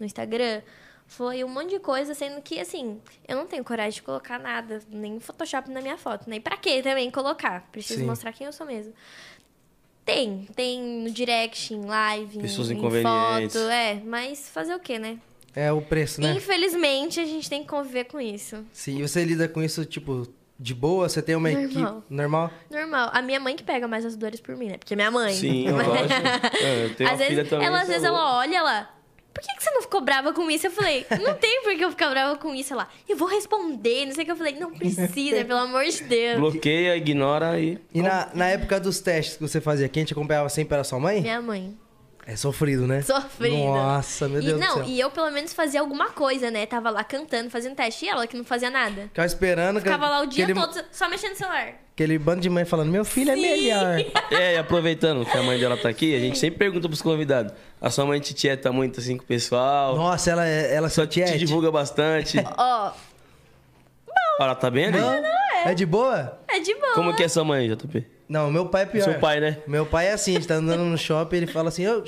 [SPEAKER 4] no Instagram. Foi um monte de coisa, sendo que, assim, eu não tenho coragem de colocar nada, nem Photoshop na minha foto, nem pra que também colocar. Preciso
[SPEAKER 1] Sim.
[SPEAKER 4] mostrar quem eu sou mesmo. Tem, tem no direct, em live, em-
[SPEAKER 2] Pessoas
[SPEAKER 4] em
[SPEAKER 2] inconvenientes.
[SPEAKER 4] foto, é, mas fazer o quê, né?
[SPEAKER 1] É o preço, né?
[SPEAKER 4] Infelizmente, a gente tem que conviver com isso.
[SPEAKER 1] Sim, e você lida com isso, tipo, de boa? Você tem uma
[SPEAKER 4] Normal.
[SPEAKER 1] equipe normal?
[SPEAKER 4] Normal. A minha mãe que pega mais as dores por mim, né? Porque é minha mãe. (laughs)
[SPEAKER 2] Sim, eu acho. É, eu tenho
[SPEAKER 4] às
[SPEAKER 2] uma filha
[SPEAKER 4] vezes,
[SPEAKER 2] também.
[SPEAKER 4] ela, às
[SPEAKER 2] você é
[SPEAKER 4] vezes
[SPEAKER 2] louco.
[SPEAKER 4] ela olha ela. Por que, que você não ficou brava com isso? Eu falei, não tem por que eu ficar brava com isso. Ela, eu vou responder, não sei o que. Eu falei, não precisa, pelo amor de Deus.
[SPEAKER 2] Bloqueia, ignora e.
[SPEAKER 1] E na, na época dos testes que você fazia, quem te acompanhava sempre era sua mãe?
[SPEAKER 4] Minha mãe.
[SPEAKER 1] É sofrido, né?
[SPEAKER 4] Sofrido.
[SPEAKER 1] Nossa, meu
[SPEAKER 4] E
[SPEAKER 1] Deus
[SPEAKER 4] não,
[SPEAKER 1] do céu.
[SPEAKER 4] e eu pelo menos fazia alguma coisa, né? Tava lá cantando, fazendo teste. E ela que não fazia nada.
[SPEAKER 1] Ficava esperando que-
[SPEAKER 4] Ficava lá o dia
[SPEAKER 1] aquele,
[SPEAKER 4] todo só mexendo no celular.
[SPEAKER 1] aquele bando de mãe falando, meu filho é
[SPEAKER 4] Sim.
[SPEAKER 1] melhor.
[SPEAKER 2] É, e aproveitando que a mãe dela tá aqui, a gente sempre pergunta pros convidados. A sua mãe te tieta muito assim com o pessoal.
[SPEAKER 1] Nossa, ela, é- ela
[SPEAKER 2] Só te,
[SPEAKER 1] tiete.
[SPEAKER 2] divulga bastante.
[SPEAKER 4] Ó,
[SPEAKER 2] Ela tá bem ali?
[SPEAKER 1] Não? É de boa?
[SPEAKER 4] é de boa.
[SPEAKER 2] Como que é sua mãe, JP?
[SPEAKER 1] Não, meu pai é pior.
[SPEAKER 2] Seu pai, né?
[SPEAKER 1] Meu pai é assim, a gente tá andando no shopping, ele fala assim, ô,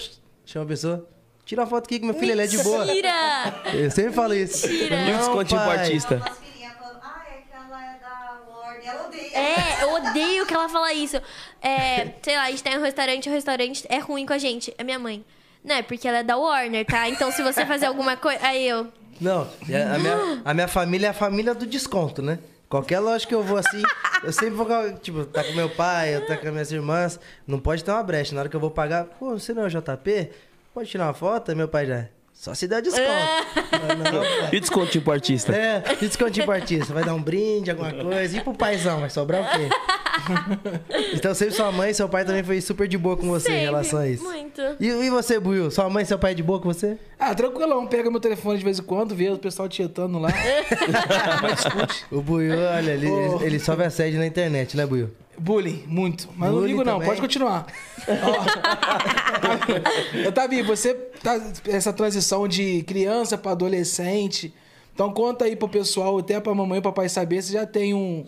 [SPEAKER 1] chama a pessoa, tira uma foto aqui que meu filho ele é de boa.
[SPEAKER 4] Tira!
[SPEAKER 1] Eu sempre falo isso.
[SPEAKER 4] Mentira.
[SPEAKER 2] E o descontinho pro
[SPEAKER 1] pai.
[SPEAKER 2] artista?
[SPEAKER 5] As filhinhas falando, ah, é que ela é da Lorde, ela odeia.
[SPEAKER 4] É, eu odeio que ela fala isso. É, sei lá, a gente tá em um restaurante, o restaurante é ruim com a gente. É minha mãe. Não, é porque ela é da Warner, tá? Então se você fazer alguma coisa. Aí eu.
[SPEAKER 1] Não, e a a minha, a minha família é a família do desconto, né? Qualquer loja que eu vou assim, eu sempre vou, com a- tipo, tá com meu pai, eu tá com as minhas irmãs, não pode ter uma brecha. Na hora que eu vou pagar, pô, você não é o JP? Pode tirar uma foto? Aí Meu pai já, só se der desconto. Não, não, pai.
[SPEAKER 2] E o descontinho pro artista?
[SPEAKER 1] É, descontinho pro artista. Vai dar um brinde, alguma coisa. E pro paizão, vai sobrar o
[SPEAKER 2] (laughs)
[SPEAKER 1] quê? Então sempre sua mãe e seu pai também foi super de boa com você em
[SPEAKER 4] Sempre,
[SPEAKER 1] relação a isso.
[SPEAKER 4] Muito.
[SPEAKER 1] E, e você, Buiu? Sua mãe e seu pai é de boa com você?
[SPEAKER 3] Ah, tranquilão, pega meu telefone de vez em quando, vê o pessoal
[SPEAKER 2] (laughs)
[SPEAKER 3] tietando lá.
[SPEAKER 1] O Buiu, olha, ele,
[SPEAKER 3] Oh.
[SPEAKER 1] ele sobe a sede na internet, né, Buiu?
[SPEAKER 3] Bullying, muito. Mas não
[SPEAKER 1] Bullying
[SPEAKER 3] ligo, não,
[SPEAKER 1] também.
[SPEAKER 3] pode continuar. (laughs) Ó. Tavi, você tá essa transição de criança pra adolescente. Então conta aí pro pessoal, até pra mamãe e papai saber, você já tem um. um-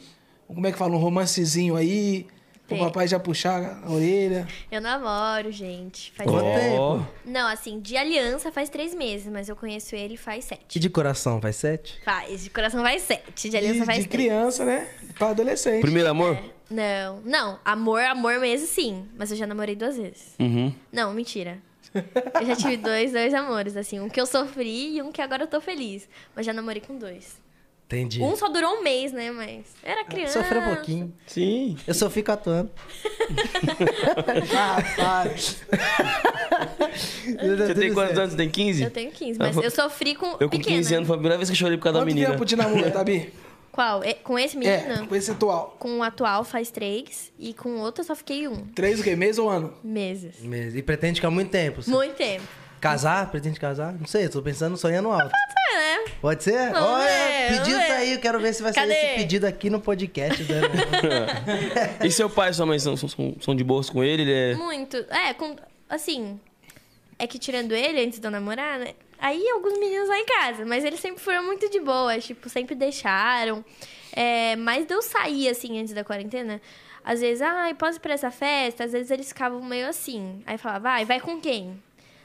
[SPEAKER 3] Como é que fala? Um romancezinho aí. Pro
[SPEAKER 4] Tem.
[SPEAKER 3] papai já puxar a orelha.
[SPEAKER 4] Eu namoro, gente. Faz
[SPEAKER 1] Quanto
[SPEAKER 2] Ó.
[SPEAKER 1] tempo?
[SPEAKER 4] Não, assim, de aliança faz três meses, mas eu conheço ele faz
[SPEAKER 1] E
[SPEAKER 4] sete.
[SPEAKER 1] de coração, faz sete?
[SPEAKER 4] Faz, de coração faz sete, de
[SPEAKER 3] E
[SPEAKER 4] aliança
[SPEAKER 3] de
[SPEAKER 4] faz três.
[SPEAKER 3] criança, né? Pra adolescente.
[SPEAKER 2] Primeiro amor?
[SPEAKER 4] Não, não, amor, amor mesmo sim, mas eu já namorei duas vezes.
[SPEAKER 2] Uhum.
[SPEAKER 4] Não, mentira. Eu já tive dois, dois amores, assim, um que eu sofri e um que agora eu tô feliz. Mas já namorei com dois.
[SPEAKER 1] Entendi.
[SPEAKER 4] Um só durou um mês, né, mas era criança.
[SPEAKER 1] Sofreu um pouquinho.
[SPEAKER 2] Sim.
[SPEAKER 1] Eu só fico atuando.
[SPEAKER 3] Ah, Rapaz.
[SPEAKER 2] Você tem quantos anos? Você tem 15?
[SPEAKER 4] Eu tenho 15, mas eu sofri com
[SPEAKER 2] Eu com
[SPEAKER 4] pequena.
[SPEAKER 2] 15 anos foi a primeira vez que eu chorei por causa
[SPEAKER 3] Quanto
[SPEAKER 2] da menina.
[SPEAKER 3] tempo de namoro, Tabi?
[SPEAKER 4] Qual? É, Com esse
[SPEAKER 3] É,
[SPEAKER 4] menino?
[SPEAKER 3] com esse atual.
[SPEAKER 4] Com o atual faz três e com o outro eu só fiquei um.
[SPEAKER 3] Três o quê? Mês ou ano?
[SPEAKER 4] Meses.
[SPEAKER 1] Mesmo. E pretende ficar muito tempo. Você-
[SPEAKER 4] Muito tempo.
[SPEAKER 1] Casar? Pretende casar? Não sei, tô pensando, sonhando alto.
[SPEAKER 4] É, né?
[SPEAKER 1] Pode ser?
[SPEAKER 4] Vamos
[SPEAKER 1] Olha,
[SPEAKER 4] ver, vamos
[SPEAKER 1] pedido
[SPEAKER 4] ver.
[SPEAKER 1] tá aí, eu quero ver se vai
[SPEAKER 4] é, Cadê?
[SPEAKER 1] sair esse pedido aqui no podcast. Né?
[SPEAKER 4] (laughs)
[SPEAKER 2] E seu pai e sua mãe são, são, são de boas com ele? Ele é...
[SPEAKER 4] (laughs) Muito. É, com, assim. É que tirando ele antes de eu namorar, né? Aí alguns meninos lá em casa, mas eles sempre foram muito de boa, tipo, sempre deixaram. É, mas de eu sair, assim, antes da quarentena, às vezes, ai, posso ir pra essa festa? Às vezes eles ficavam meio assim. Aí falava, vai, vai com quem?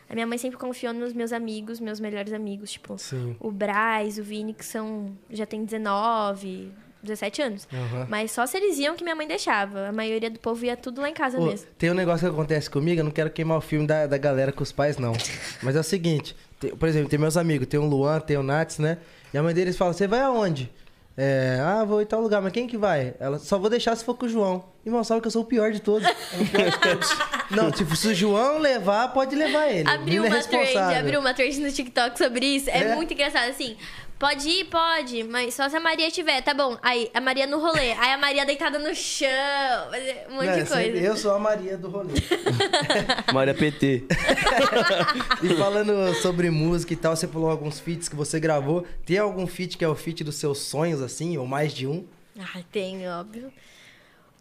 [SPEAKER 4] A minha mãe sempre confiou nos meus amigos, meus melhores amigos, tipo,
[SPEAKER 1] Sim.
[SPEAKER 4] o Braz, o Vini, que são. já tem 19, 17 anos.
[SPEAKER 1] Aham.
[SPEAKER 4] Mas só se eles iam que minha mãe deixava. A maioria do povo ia tudo lá em casa
[SPEAKER 1] Ô,
[SPEAKER 4] É mesmo.
[SPEAKER 1] tem um negócio que acontece comigo, eu não quero queimar o filme da, da galera com os pais, não. Mas é o seguinte, tem- por exemplo, tem meus amigos, tem o Luan, tem o Nats, né? E a mãe deles fala, você vai aonde? É, ah, vou em tal lugar, mas quem que vai? Ela, só vou deixar se for com o João. Irmão, sabe que eu sou o pior de
[SPEAKER 4] (laughs) É
[SPEAKER 1] todos. não, tipo, se o João levar, pode levar ele.
[SPEAKER 4] Abriu
[SPEAKER 1] Menino é
[SPEAKER 4] uma trend,
[SPEAKER 1] responsável.
[SPEAKER 4] abriu um uma trend no TikTok sobre isso. É,
[SPEAKER 1] É?
[SPEAKER 4] muito engraçado, assim. Pode ir, pode, mas só se a Maria tiver, tá bom. Aí, a Maria
[SPEAKER 1] (laughs)
[SPEAKER 4] no rolê. Aí a Maria deitada no chão. Um monte
[SPEAKER 1] Não, é,
[SPEAKER 4] de coisa.
[SPEAKER 1] Eu sou a Maria do rolê.
[SPEAKER 2] Maria PT.
[SPEAKER 1] E falando sobre música e tal, você falou alguns feats que você gravou. Tem algum feat que é o feat dos seus sonhos, assim, ou mais de um?
[SPEAKER 4] Ah, tem, óbvio.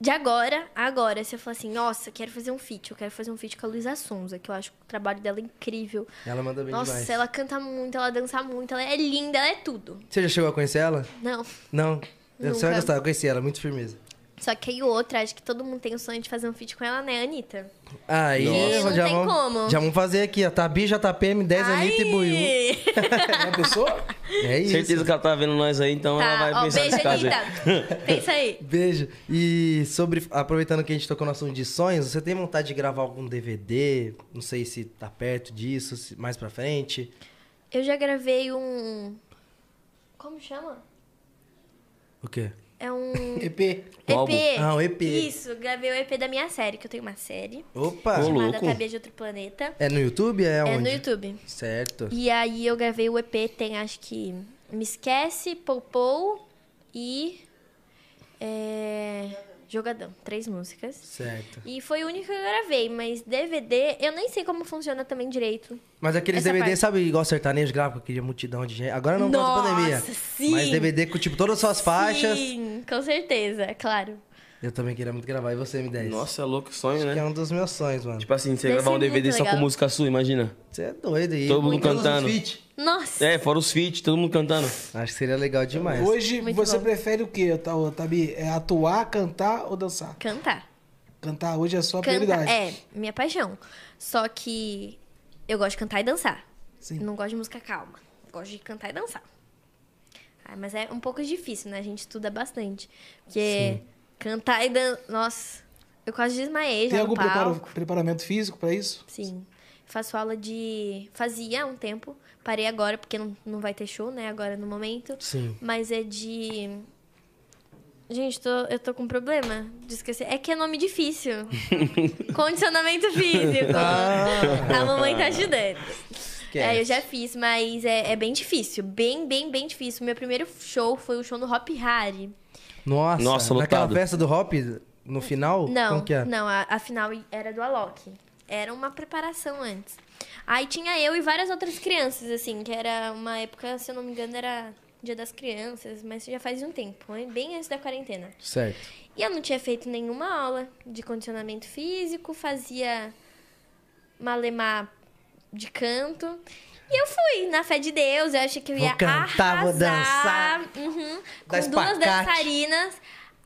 [SPEAKER 4] De agora, agora, se eu falar assim, nossa, quero fazer um feat, eu quero fazer um feat com a Luísa Sonza, que eu acho o trabalho dela incrível.
[SPEAKER 1] Ela manda bem
[SPEAKER 4] nossa,
[SPEAKER 1] demais.
[SPEAKER 4] ela canta muito, ela dança muito, ela é linda, ela é tudo.
[SPEAKER 1] Você já chegou a conhecer ela?
[SPEAKER 4] Não.
[SPEAKER 1] Não. Eu Você vai
[SPEAKER 4] Nunca.
[SPEAKER 1] gostar, eu conheci ela, muito firmeza.
[SPEAKER 4] Só que aí outra, acho que todo mundo tem o sonho de fazer um feat com ela, né, Anitta?
[SPEAKER 1] Aí,
[SPEAKER 4] Nossa. Não
[SPEAKER 1] já
[SPEAKER 4] tem
[SPEAKER 1] vamos,
[SPEAKER 4] como.
[SPEAKER 1] Já vamos fazer aqui, ó. Tabi, JPM, 10 é Anitta e Buiu.
[SPEAKER 4] Ai!
[SPEAKER 3] Uma pessoa?
[SPEAKER 1] É isso.
[SPEAKER 2] Certeza que ela tá vendo nós aí, então ela vai
[SPEAKER 4] Tá, ó,
[SPEAKER 2] pensar
[SPEAKER 4] beijo,
[SPEAKER 2] nesse caso aí. (laughs)
[SPEAKER 4] Anitta. Pensa aí.
[SPEAKER 1] Beijo. E sobre. Aproveitando que a gente tocou no assunto de sonhos, você tem vontade de gravar algum DVD? Não sei se tá perto disso, se- mais pra frente.
[SPEAKER 4] Eu já gravei um. Como chama?
[SPEAKER 1] O quê?
[SPEAKER 4] É um.
[SPEAKER 3] EP.
[SPEAKER 2] Um álbum?
[SPEAKER 4] EP.
[SPEAKER 1] Ah, um EP.
[SPEAKER 4] Isso, gravei o EP da minha série, que eu tenho uma série.
[SPEAKER 1] Opa!
[SPEAKER 2] Ô,
[SPEAKER 4] chamada
[SPEAKER 2] louco.
[SPEAKER 4] Tabia de Outro Planeta.
[SPEAKER 1] É no YouTube? É,
[SPEAKER 4] é
[SPEAKER 1] onde?
[SPEAKER 4] no YouTube.
[SPEAKER 1] Certo.
[SPEAKER 4] E aí eu gravei o EP, tem acho que Me Esquece, Poupou e. é, Jogadão. Três músicas.
[SPEAKER 1] Certo.
[SPEAKER 4] E foi o único que eu gravei, mas DVD, eu nem sei como funciona também direito.
[SPEAKER 1] Mas aqueles
[SPEAKER 4] Essa
[SPEAKER 1] DVD,
[SPEAKER 4] parte.
[SPEAKER 1] sabe, igual sertanejo grava com aquele multidão de gente. Agora não, por causa da
[SPEAKER 4] Nossa,
[SPEAKER 1] pandemia.
[SPEAKER 4] sim!
[SPEAKER 1] Mas DVD com, tipo, todas as suas faixas.
[SPEAKER 4] Sim, com certeza, claro.
[SPEAKER 1] Eu também queria muito gravar. E você, M10?
[SPEAKER 2] Nossa, é louco sonho,
[SPEAKER 1] Acho que é
[SPEAKER 2] né?
[SPEAKER 1] um dos meus sonhos, mano.
[SPEAKER 2] Tipo assim, você
[SPEAKER 4] Deve
[SPEAKER 2] gravar
[SPEAKER 4] ser
[SPEAKER 2] um DVD
[SPEAKER 4] muito
[SPEAKER 2] só com
[SPEAKER 4] legal.
[SPEAKER 2] música sua, imagina.
[SPEAKER 1] Você é doido. E
[SPEAKER 2] Todo mundo
[SPEAKER 1] com todos os
[SPEAKER 2] cantando.
[SPEAKER 1] feat.
[SPEAKER 4] Nossa!
[SPEAKER 2] É, fora os feats, todo mundo cantando.
[SPEAKER 1] Acho que seria legal demais.
[SPEAKER 3] Hoje
[SPEAKER 4] Muito
[SPEAKER 3] você
[SPEAKER 4] bom.
[SPEAKER 3] prefere o quê, Tabi? É atuar, cantar ou dançar?
[SPEAKER 4] Cantar.
[SPEAKER 3] Cantar hoje é só a
[SPEAKER 4] Canta
[SPEAKER 3] prioridade.
[SPEAKER 4] é minha paixão. Só que eu gosto de cantar e dançar.
[SPEAKER 3] Sim.
[SPEAKER 4] Não gosto de música calma. Gosto de cantar e dançar. Ah, mas é um pouco difícil, né? A gente estuda bastante. Porque cantar e dançar. Nossa, eu quase desmaiei já
[SPEAKER 3] Tem
[SPEAKER 4] no
[SPEAKER 3] algum preparo-
[SPEAKER 4] palco.
[SPEAKER 3] preparamento físico pra isso?
[SPEAKER 4] Sim. Faço aula de. Fazia um tempo. Parei agora, porque não, não vai ter show, né? Agora no momento.
[SPEAKER 1] Sim.
[SPEAKER 4] Mas é de. Gente, tô, eu tô com um problema de esquecer. É que é
[SPEAKER 1] (laughs)
[SPEAKER 4] nome difícil. Condicionamento físico.
[SPEAKER 1] Ah.
[SPEAKER 4] A mamãe tá ajudando. É, eu já fiz, mas é, é bem difícil. Bem, bem, bem difícil. Meu primeiro show foi o show no Hop Hari.
[SPEAKER 1] Nossa,
[SPEAKER 2] Nossa,
[SPEAKER 1] naquela
[SPEAKER 2] lotado.
[SPEAKER 1] festa do Hop, no final?
[SPEAKER 4] Não,
[SPEAKER 1] Como que é?
[SPEAKER 4] não, a, a final era do Alok. Era uma preparação antes. Aí tinha eu e várias outras crianças, assim, que era uma época, se eu não me engano, era Dia das Crianças, mas já faz um tempo, hein? bem antes da quarentena.
[SPEAKER 1] Certo.
[SPEAKER 4] E eu não tinha feito nenhuma aula de condicionamento físico, fazia malemar de canto. E eu fui, na fé de Deus, eu achei que eu
[SPEAKER 1] Vou
[SPEAKER 4] ia
[SPEAKER 1] cantar, vou
[SPEAKER 4] arrasar. Uhum.
[SPEAKER 1] Dar
[SPEAKER 4] Com duas
[SPEAKER 1] espacate.
[SPEAKER 4] dançarinas.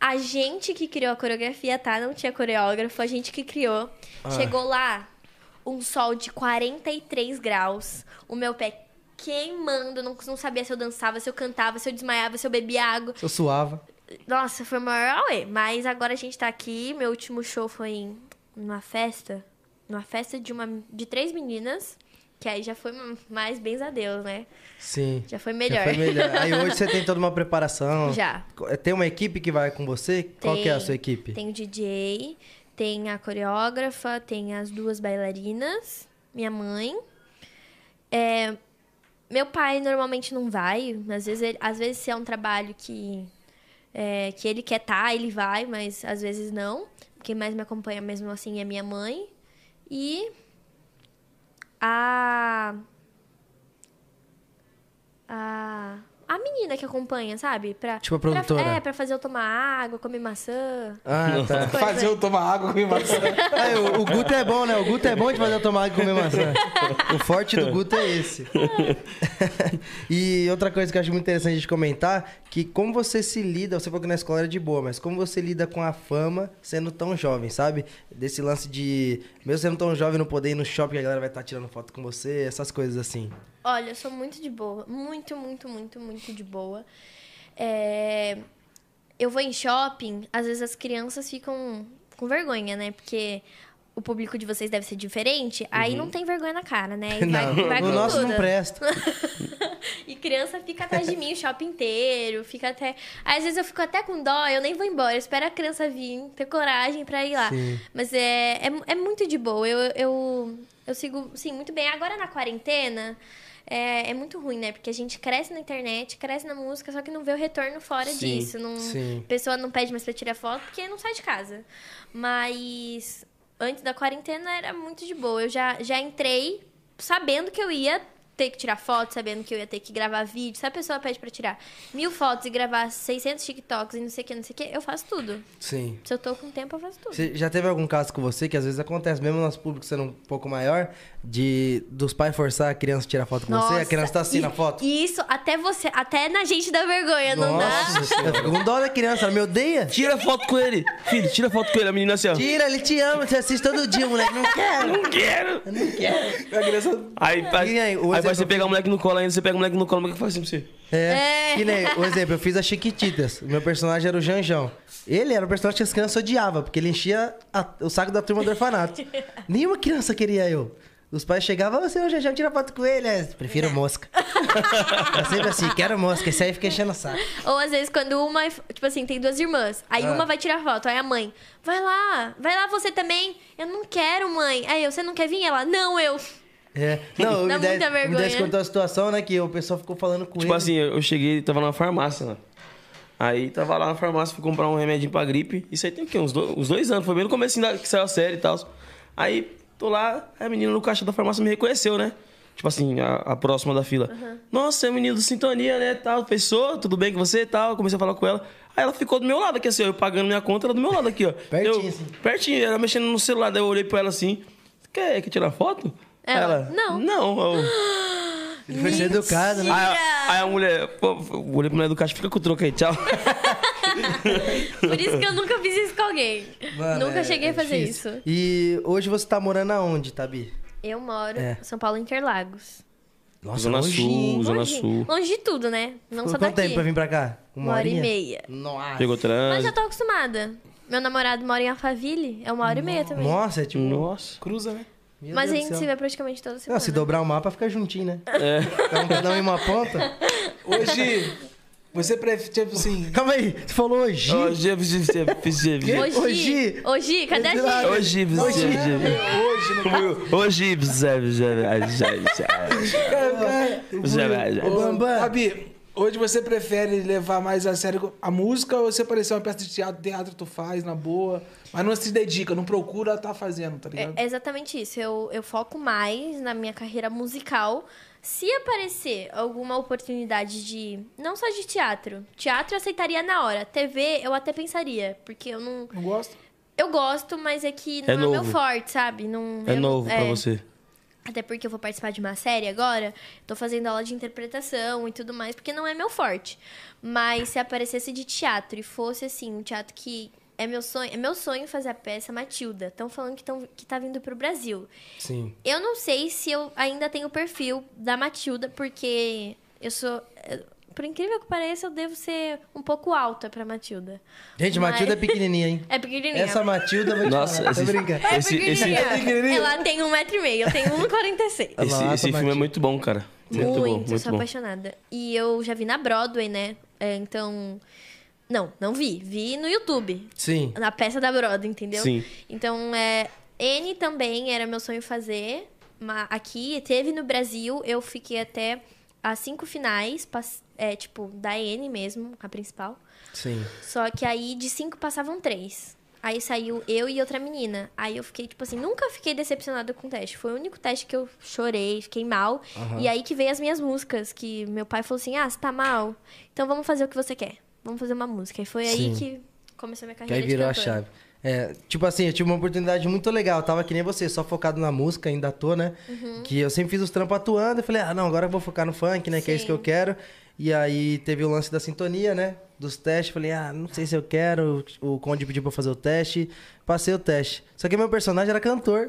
[SPEAKER 4] A gente que criou a coreografia, tá? Não tinha coreógrafo, a gente que criou.
[SPEAKER 1] Ah.
[SPEAKER 4] Chegou lá, um sol de 43 graus, o meu pé queimando, eu não, não sabia se eu dançava, se eu cantava, se eu desmaiava, se eu bebia água.
[SPEAKER 1] Eu suava.
[SPEAKER 4] Nossa, foi o maior auê. Mas agora a gente tá aqui. Meu último show foi em uma festa. Numa festa de uma de três meninas. Que aí já foi mais bens a Deus, né?
[SPEAKER 1] Sim.
[SPEAKER 4] Já foi melhor.
[SPEAKER 1] Já foi melhor. Aí
[SPEAKER 4] (laughs)
[SPEAKER 1] hoje você tem toda uma preparação. É,
[SPEAKER 4] Já.
[SPEAKER 1] Tem uma equipe que vai com você? Qual que é a sua equipe?
[SPEAKER 4] Tem o DJ, tem a coreógrafa, tem as duas bailarinas, minha mãe. É, meu pai normalmente não vai. Às vezes, ele- às vezes se é um trabalho que, é, que ele quer estar, ele vai, mas às vezes não. Quem mais me acompanha mesmo assim é minha mãe. E a. A. A menina que acompanha, sabe? Pra,
[SPEAKER 1] Tipo a
[SPEAKER 4] pra-
[SPEAKER 1] produtora.
[SPEAKER 4] é, pra fazer eu tomar água, comer maçã.
[SPEAKER 1] Ah, tá.
[SPEAKER 4] Pois
[SPEAKER 3] Fazer
[SPEAKER 4] é.
[SPEAKER 3] eu tomar água com maçã. (laughs)
[SPEAKER 1] Ah, o, o Guto é bom, né? O Guto é bom de fazer eu tomar água e comer maçã. O forte do Guto é esse. e outra coisa que eu acho muito interessante de comentar, que como você se lida, você falou que na escola era de boa, mas como você lida com a fama sendo tão jovem, sabe? Desse lance de, mesmo sendo tão jovem, não poder ir no shopping, a galera vai estar tirando foto com você, essas coisas assim.
[SPEAKER 4] Olha, eu sou muito de boa. Muito, muito, muito, muito de boa. É, Eu vou em shopping, às vezes as crianças ficam com vergonha, né? Porque o público de vocês deve ser diferente. Aí não tem vergonha na
[SPEAKER 1] (laughs)
[SPEAKER 4] cara, né? E vai,
[SPEAKER 1] Uhum. Não,
[SPEAKER 4] vai
[SPEAKER 1] no
[SPEAKER 4] com
[SPEAKER 1] nosso
[SPEAKER 4] tudo.
[SPEAKER 1] não presta.
[SPEAKER 4] (laughs) E criança fica atrás de mim o shopping inteiro, fica até. Às vezes eu fico até com dó, eu nem vou embora, eu espero a criança vir, ter coragem pra ir lá.
[SPEAKER 1] Sim.
[SPEAKER 4] Mas é, é, é muito de boa, eu, eu, eu sigo, sim, muito bem. Agora na quarentena. É, é muito ruim, né? Porque a gente cresce na internet, cresce na música, só que não vê o retorno fora
[SPEAKER 2] Sim,
[SPEAKER 4] disso. Não,
[SPEAKER 1] sim.
[SPEAKER 4] A pessoa não pede mais pra tirar foto porque não sai de casa. Mas antes da quarentena era muito de boa. Eu já, já entrei sabendo que eu ia ter que tirar foto, sabendo que eu ia ter que gravar vídeo. Se a pessoa pede pra tirar mil fotos e gravar 600 TikToks e não sei o que, não sei o que, eu faço tudo.
[SPEAKER 1] Sim.
[SPEAKER 4] Se eu tô com tempo, eu faço tudo.
[SPEAKER 1] Você já teve algum caso com você que às vezes acontece, mesmo nosso público sendo um pouco maior, de dos pais forçar a criança a tirar foto com você, a criança tá assim
[SPEAKER 4] e-
[SPEAKER 1] na foto?
[SPEAKER 4] E isso, até você, até na gente dá vergonha, não dá?
[SPEAKER 1] Nossa, senhora, eu fico com dó da criança, ela me odeia.
[SPEAKER 2] Tira foto com ele. Filho, tira foto com ele. A menina assim, ó.
[SPEAKER 1] Tira, ele te ama, você assiste todo dia, moleque, não quero.
[SPEAKER 2] Não quero.
[SPEAKER 3] A criança
[SPEAKER 2] Aí, aí,
[SPEAKER 1] E aí,
[SPEAKER 2] aí,
[SPEAKER 1] o exemplo-
[SPEAKER 2] vai você pegar o moleque no colo ainda, você pega o moleque no colo, o moleque faz assim pra você.
[SPEAKER 1] É,
[SPEAKER 4] É.
[SPEAKER 1] que nem, por exemplo, eu fiz a Chiquititas, o meu personagem era o Janjão. Ele era o personagem que as crianças odiavam, porque ele enchia a- o saco da turma do
[SPEAKER 4] (laughs)
[SPEAKER 1] orfanato. Nenhuma criança queria eu. Os pais chegavam, você, o Janjão, tira foto com ele. É, Prefiro mosca. Era sempre assim, quero mosca, esse aí fica enchendo o saco.
[SPEAKER 4] Ou às vezes quando uma, tipo assim, tem duas irmãs, aí
[SPEAKER 1] Ah.
[SPEAKER 4] uma vai tirar foto, aí a mãe, vai lá, vai lá você também. Eu não quero, mãe. Aí eu, você não quer vir? Ela, não, eu.
[SPEAKER 1] É. Não,
[SPEAKER 4] Dá
[SPEAKER 1] o Midas-
[SPEAKER 4] muita
[SPEAKER 1] o Midas
[SPEAKER 4] vergonha.
[SPEAKER 1] contou a situação, né? Que o pessoal ficou falando com
[SPEAKER 2] Tipo
[SPEAKER 1] ele.
[SPEAKER 2] assim, eu eu cheguei, tava na farmácia lá. Aí tava lá na farmácia, fui comprar um remedinho pra gripe. Isso aí tem o quê? Uns dois, uns dois anos. Foi bem no começo que saiu a série e tal. Aí tô lá, aí a menina no caixa da farmácia me reconheceu, né? Tipo assim, a, a próxima da fila. Nossa, é o menino do Sintonia, né? Tal, pessoa, tudo bem com você e tal. Comecei a falar com ela. Aí ela ficou do meu lado aqui, assim, ó, eu pagando minha conta, ela do meu lado aqui, ó.
[SPEAKER 1] Pertinho,
[SPEAKER 2] Eu-
[SPEAKER 1] assim.
[SPEAKER 2] Pertinho, ela mexendo no celular. Daí eu olhei pra ela assim: quer, quer tirar foto?
[SPEAKER 4] Ela, É, "Não."
[SPEAKER 2] Não, eu.
[SPEAKER 1] Ele foi ser educado, né?
[SPEAKER 2] (laughs) Aí, a- aí a mulher, pô, eu olhei pra mulher do caixa, fica com o troco aí, tchau.
[SPEAKER 4] Por isso que eu nunca fiz isso com alguém.
[SPEAKER 1] Mano,
[SPEAKER 4] nunca
[SPEAKER 1] é-
[SPEAKER 4] cheguei
[SPEAKER 1] é
[SPEAKER 4] a fazer
[SPEAKER 1] difícil.
[SPEAKER 4] isso.
[SPEAKER 1] E hoje você tá morando aonde, Tabi?
[SPEAKER 4] Eu moro
[SPEAKER 1] É.
[SPEAKER 4] em São Paulo Interlagos.
[SPEAKER 1] Nossa,
[SPEAKER 2] Zona
[SPEAKER 1] longe,
[SPEAKER 2] Sul,
[SPEAKER 1] hein?
[SPEAKER 2] Zona
[SPEAKER 4] longe,
[SPEAKER 2] Sul.
[SPEAKER 4] Longe de tudo, né? Não
[SPEAKER 1] Ficou
[SPEAKER 4] só
[SPEAKER 1] Quanto
[SPEAKER 4] daqui.
[SPEAKER 1] tempo pra vir pra cá?
[SPEAKER 4] Uma hora e
[SPEAKER 1] horinha?
[SPEAKER 4] meia.
[SPEAKER 1] Nossa.
[SPEAKER 2] Pegou
[SPEAKER 4] Mas eu
[SPEAKER 2] trânsito.
[SPEAKER 4] tô acostumada. Meu namorado mora em Alphaville, é uma hora e meia também.
[SPEAKER 1] Nossa, é tipo...
[SPEAKER 2] Nossa.
[SPEAKER 3] Cruza, né?
[SPEAKER 1] meu
[SPEAKER 4] Mas
[SPEAKER 1] Deus
[SPEAKER 4] a
[SPEAKER 1] do
[SPEAKER 4] gente
[SPEAKER 1] céu.
[SPEAKER 4] se vê praticamente toda semana.
[SPEAKER 1] Não, se dobrar o mapa, fica juntinho, né? É. Dá um pedal em uma ponta.
[SPEAKER 3] Hoje, você prefere, tipo assim...
[SPEAKER 1] Calma aí, você falou hoje?
[SPEAKER 2] (laughs) Hoje, hoje, hoje,
[SPEAKER 4] Hoje,
[SPEAKER 1] Hoje-
[SPEAKER 4] hoje, cadê a
[SPEAKER 1] Sei lá,
[SPEAKER 4] gente?
[SPEAKER 2] hoje,
[SPEAKER 3] Hoje, né?
[SPEAKER 2] hoje,
[SPEAKER 3] (laughs) Ô,
[SPEAKER 1] Bambam.
[SPEAKER 3] Fabi, hoje você prefere levar mais a sério a música ou você parecer uma peça de teatro, teatro tu faz na boa, mas não se dedica, não procura tá fazendo, tá ligado?
[SPEAKER 4] É exatamente isso. Eu, eu foco mais na minha carreira musical. Se aparecer alguma oportunidade de. Não só de teatro. Teatro eu aceitaria na hora. TV eu até pensaria. Porque eu não.
[SPEAKER 3] Não gosta?
[SPEAKER 4] Eu gosto, mas é que não
[SPEAKER 2] É
[SPEAKER 4] é, o meu
[SPEAKER 2] novo.
[SPEAKER 4] forte, sabe? Não,
[SPEAKER 2] É
[SPEAKER 4] eu-
[SPEAKER 2] novo pra
[SPEAKER 4] é.
[SPEAKER 2] você.
[SPEAKER 4] Até porque eu vou participar de uma série agora. Tô fazendo aula de interpretação e tudo mais, porque não é meu forte. Mas se aparecesse de teatro e fosse assim, um teatro que. É meu sonho, é meu sonho fazer a peça Matilda. Estão falando que, tão, que tá vindo pro Brasil.
[SPEAKER 1] Sim.
[SPEAKER 4] Eu não sei se eu ainda tenho o perfil da Matilda, porque eu sou. eu- Por incrível que pareça, eu devo ser um pouco alta pra Matilda.
[SPEAKER 1] Gente,
[SPEAKER 4] Mas-
[SPEAKER 1] Matilda é pequenininha, hein?
[SPEAKER 4] (laughs) É pequenininha.
[SPEAKER 1] Essa Matilda, eu vou te
[SPEAKER 2] Nossa,
[SPEAKER 1] falar, tô
[SPEAKER 2] esse-
[SPEAKER 4] (laughs)
[SPEAKER 1] brincando.
[SPEAKER 4] É
[SPEAKER 2] esse- esse-
[SPEAKER 4] pequenininha.
[SPEAKER 2] É
[SPEAKER 3] pequenininha?
[SPEAKER 4] Ela tem um metro e meio, eu tenho 1,46.
[SPEAKER 2] Esse,
[SPEAKER 1] Nossa,
[SPEAKER 2] esse filme é
[SPEAKER 1] Matilda.
[SPEAKER 2] muito bom, cara. Muito,
[SPEAKER 4] Muito, é
[SPEAKER 2] bom,
[SPEAKER 4] eu
[SPEAKER 2] muito
[SPEAKER 4] sou
[SPEAKER 2] bom.
[SPEAKER 4] apaixonada. E eu já vi na Broadway, né? É, então. Não, não vi. Vi no YouTube.
[SPEAKER 1] Sim.
[SPEAKER 4] Na peça da Broadway, entendeu?
[SPEAKER 2] Sim.
[SPEAKER 4] Então, é. N também era meu sonho fazer. ma- Aqui, teve no Brasil, eu fiquei até as cinco finais, pass- é, tipo, da N mesmo, a principal.
[SPEAKER 1] Sim.
[SPEAKER 4] Só que aí de cinco passavam três. Aí saiu eu e outra menina. Aí eu fiquei, tipo assim, nunca fiquei decepcionada com o teste. Foi o único teste que eu chorei, fiquei mal. E aí que veio as minhas músicas, que meu pai falou assim: ah, você tá mal? Então vamos fazer o que você quer. Vamos fazer uma música. E foi
[SPEAKER 1] Sim.
[SPEAKER 4] aí que começou minha
[SPEAKER 1] Que
[SPEAKER 4] carreira
[SPEAKER 1] aí virou a
[SPEAKER 4] de cantora.
[SPEAKER 1] chave. É, tipo assim, eu tive uma oportunidade muito legal. Eu tava que nem você, só focado na música, ainda tô, né? Que eu sempre fiz os trampos atuando. Eu falei, ah, não, agora eu vou focar no funk, né? Que é isso que eu
[SPEAKER 4] Sim.
[SPEAKER 1] quero. E aí teve o lance da sintonia, né? Dos testes. Falei, ah, não sei se eu quero. O Conde pediu pra fazer o teste. Passei o teste. Só que meu personagem era cantor.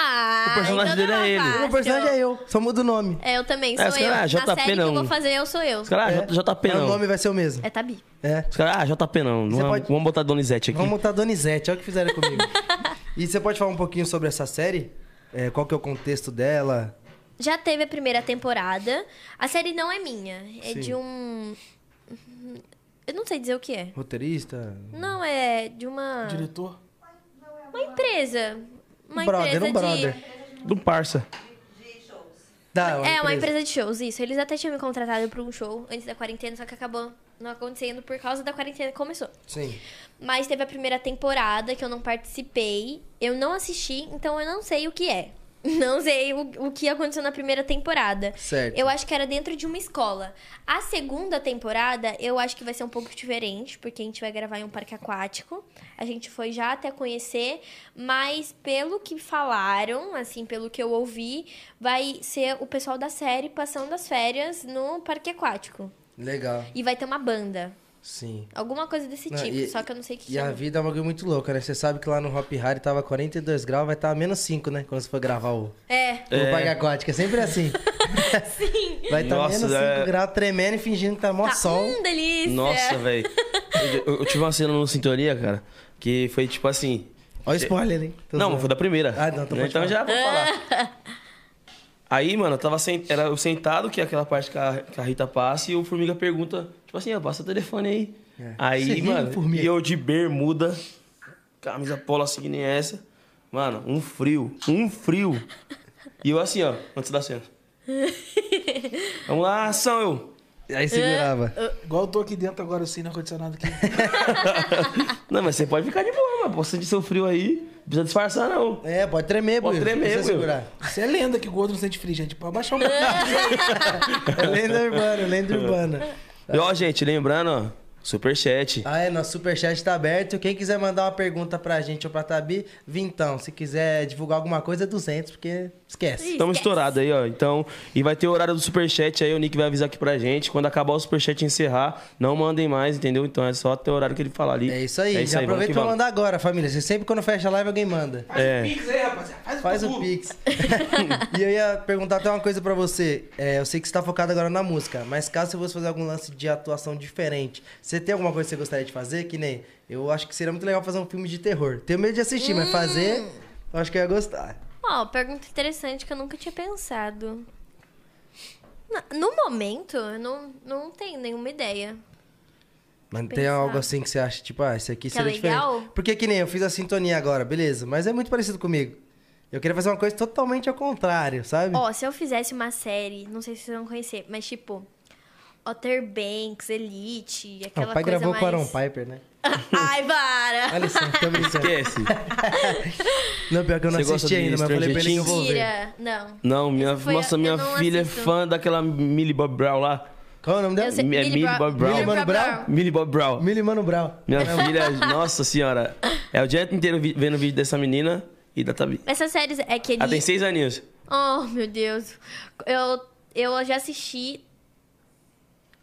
[SPEAKER 4] Ah,
[SPEAKER 2] O personagem
[SPEAKER 4] então não
[SPEAKER 2] dele é ele.
[SPEAKER 4] fácil.
[SPEAKER 1] meu personagem é eu, só muda o nome.
[SPEAKER 4] É, eu também,
[SPEAKER 2] É,
[SPEAKER 4] sou
[SPEAKER 2] os
[SPEAKER 4] eu.
[SPEAKER 2] caras,
[SPEAKER 4] Na
[SPEAKER 2] JP
[SPEAKER 4] série que
[SPEAKER 2] não.
[SPEAKER 4] eu vou fazer, é eu sou eu.
[SPEAKER 2] um. Os caras, ah, J- JP
[SPEAKER 1] Mas É. O nome
[SPEAKER 2] não.
[SPEAKER 1] vai ser o mesmo.
[SPEAKER 4] É Tabi.
[SPEAKER 1] É.
[SPEAKER 2] Os caras, ah, JP não. não
[SPEAKER 1] Você
[SPEAKER 2] é-
[SPEAKER 1] pode-
[SPEAKER 2] Vamos botar Donizete aqui.
[SPEAKER 1] Vamos montar Donizete, olha o que fizeram comigo. e você pode falar um pouquinho sobre essa série? É, qual que é o contexto dela?
[SPEAKER 4] Já teve a primeira temporada. A série não é minha. É
[SPEAKER 1] Sim.
[SPEAKER 4] de um. Eu não sei dizer o que é.
[SPEAKER 1] Roteirista?
[SPEAKER 4] Não, é de uma.
[SPEAKER 3] Diretor?
[SPEAKER 4] Uma empresa. Uma
[SPEAKER 1] Um brother,
[SPEAKER 4] empresa
[SPEAKER 1] um brother.
[SPEAKER 4] de.
[SPEAKER 2] Do Parça.
[SPEAKER 1] Tá,
[SPEAKER 4] é, uma empresa de shows, isso. Eles até tinham me contratado pra um show antes da quarentena, só que acabou não acontecendo por causa da quarentena que começou.
[SPEAKER 1] Sim.
[SPEAKER 4] Mas teve a primeira temporada que eu não participei, eu não assisti, então eu não sei o que é. (laughs) Não sei o, o que aconteceu na primeira temporada.
[SPEAKER 1] Certo.
[SPEAKER 4] Eu acho que era dentro de uma escola. A segunda temporada, eu acho que vai ser um pouco diferente, porque a gente vai gravar em um parque aquático. A gente foi já até conhecer, mas pelo que falaram, assim, pelo que eu ouvi, vai ser o pessoal da série passando as férias no parque aquático.
[SPEAKER 1] Legal.
[SPEAKER 4] E vai ter uma banda.
[SPEAKER 1] Sim.
[SPEAKER 4] Alguma coisa desse
[SPEAKER 1] Não,
[SPEAKER 4] tipo,
[SPEAKER 1] e-
[SPEAKER 4] só que eu não sei o que
[SPEAKER 1] E a
[SPEAKER 4] chama.
[SPEAKER 1] vida é um bagulho muito louca, né? Você sabe que lá no Hop Hard tava 42 graus, vai estar menos 5, né? Quando você for gravar o,
[SPEAKER 4] É,
[SPEAKER 1] o Paga Aquática. É sempre assim.
[SPEAKER 4] (laughs) sim.
[SPEAKER 1] Vai estar
[SPEAKER 2] Nossa,
[SPEAKER 1] menos 5
[SPEAKER 2] é-
[SPEAKER 1] graus, tremendo e fingindo que tá mó
[SPEAKER 4] Tá,
[SPEAKER 1] sol.
[SPEAKER 4] hum, delícia.
[SPEAKER 2] Nossa, velho. Eu, eu tive uma cena no Sintonia, cara, que foi tipo assim.
[SPEAKER 1] Olha o spoiler, hein? Tô
[SPEAKER 2] não,
[SPEAKER 1] zoando.
[SPEAKER 2] mas foi da primeira.
[SPEAKER 1] Ah, não, então pode
[SPEAKER 2] Então
[SPEAKER 1] falar.
[SPEAKER 2] já vou falar. Aí, mano, eu tava sen- era eu sentado, que é aquela parte que a, que a Rita passa, e o Formiga pergunta, tipo assim, ó, passa o telefone aí.
[SPEAKER 1] É. Você
[SPEAKER 2] Aí,
[SPEAKER 1] viu,
[SPEAKER 2] mano,
[SPEAKER 1] Formiga?
[SPEAKER 2] e eu de bermuda, camisa polo assim que nem essa. Mano, um frio, um frio. E eu assim, ó, antes da cena. Vamos lá, ação, eu.
[SPEAKER 1] Aí segurava.
[SPEAKER 4] É,
[SPEAKER 3] Igual eu tô aqui dentro agora, assim, no ar-condicionado aqui.
[SPEAKER 2] Não, mas você pode ficar de boa, mano. Você de seu frio aí, não precisa disfarçar, não.
[SPEAKER 1] É, pode tremer,
[SPEAKER 2] Pode
[SPEAKER 1] Buiu,
[SPEAKER 2] tremer,
[SPEAKER 1] precisa
[SPEAKER 2] Buiu.
[SPEAKER 1] segurar.
[SPEAKER 3] Isso é lenda que o gordo não sente frio, gente. Pode abaixar um pouquinho.
[SPEAKER 1] É lenda urbana, lenda
[SPEAKER 2] (laughs)
[SPEAKER 1] urbana.
[SPEAKER 2] E ó, gente, lembrando, ó, superchat.
[SPEAKER 1] Ah, é, nosso superchat tá aberto. Quem quiser mandar uma pergunta pra gente ou pra Tabi, vintão. Se quiser divulgar alguma coisa, é 200, porque Esquece.
[SPEAKER 4] Ih.
[SPEAKER 2] Estamos
[SPEAKER 4] Esquece.
[SPEAKER 2] estourados aí, ó. Então, e vai ter o horário do superchat aí, o Nick vai avisar aqui pra gente. Quando acabar o superchat e encerrar, não mandem mais, entendeu? Então é só até o horário que ele falar ali.
[SPEAKER 1] É isso aí. Já
[SPEAKER 2] vamos
[SPEAKER 1] aproveita
[SPEAKER 2] que
[SPEAKER 1] pra
[SPEAKER 2] vamos.
[SPEAKER 1] mandar agora, família. Você sempre quando fecha a live, alguém manda.
[SPEAKER 2] É.
[SPEAKER 3] Pix aí, rapaziada.
[SPEAKER 1] Faz o Pix. e eu ia perguntar até uma coisa pra você. É, eu sei que você tá focado agora na música, mas caso você fosse fazer algum lance de atuação diferente, você tem alguma coisa que você gostaria de fazer? Que nem. Eu acho que seria muito legal fazer um filme de terror. Tenho medo de assistir, mas fazer, eu acho que eu ia gostar.
[SPEAKER 4] Ó, pergunta interessante que eu nunca tinha pensado. Na- No momento, eu não, não tenho nenhuma ideia.
[SPEAKER 1] Mas tem
[SPEAKER 4] Pensar.
[SPEAKER 1] algo assim que você acha, tipo, ah, isso aqui
[SPEAKER 4] Que é
[SPEAKER 1] seria
[SPEAKER 4] legal?
[SPEAKER 1] diferente. Porque que nem eu fiz a sintonia agora, beleza, mas é muito parecido comigo. Eu queria fazer uma coisa totalmente ao contrário, sabe? Ah,
[SPEAKER 4] Ó, se eu fizesse uma série, não sei se vocês vão conhecer, mas tipo, Otter Banks, Elite,
[SPEAKER 1] Ah,
[SPEAKER 4] aquela
[SPEAKER 1] o pai
[SPEAKER 4] coisa
[SPEAKER 1] gravou
[SPEAKER 4] mais...
[SPEAKER 1] com o Aaron Piper, né?
[SPEAKER 4] (laughs) Ai, para!
[SPEAKER 1] Olha só, tô
[SPEAKER 2] (laughs)
[SPEAKER 1] brincando.
[SPEAKER 2] Esquece.
[SPEAKER 1] Não, pior que eu não
[SPEAKER 2] Você gosta
[SPEAKER 1] assisti
[SPEAKER 2] de
[SPEAKER 1] ainda, mas eu falei pra ele que eu
[SPEAKER 2] Stranger
[SPEAKER 1] vou ver.
[SPEAKER 4] Mentira! Não.
[SPEAKER 2] Não, minha,
[SPEAKER 4] Esse foi a-
[SPEAKER 2] nossa,
[SPEAKER 4] eu
[SPEAKER 2] minha
[SPEAKER 4] não
[SPEAKER 2] filha
[SPEAKER 4] assisto.
[SPEAKER 2] é fã daquela Millie Bob Brown lá.
[SPEAKER 1] Qual é o nome dela?
[SPEAKER 4] Eu sei-
[SPEAKER 2] Mi- é Millie Bob Brown.
[SPEAKER 4] Millie
[SPEAKER 1] Mano Brown?
[SPEAKER 2] Millie Bob Brown.
[SPEAKER 1] Millie Mano Brown.
[SPEAKER 2] Minha filha, nossa senhora. É o dia inteiro vi- vendo vídeo dessa menina e da Tabi.
[SPEAKER 4] Essas séries é que ele...
[SPEAKER 2] Ela tem seis aninhos.
[SPEAKER 4] Oh, meu Deus. Eu, eu já assisti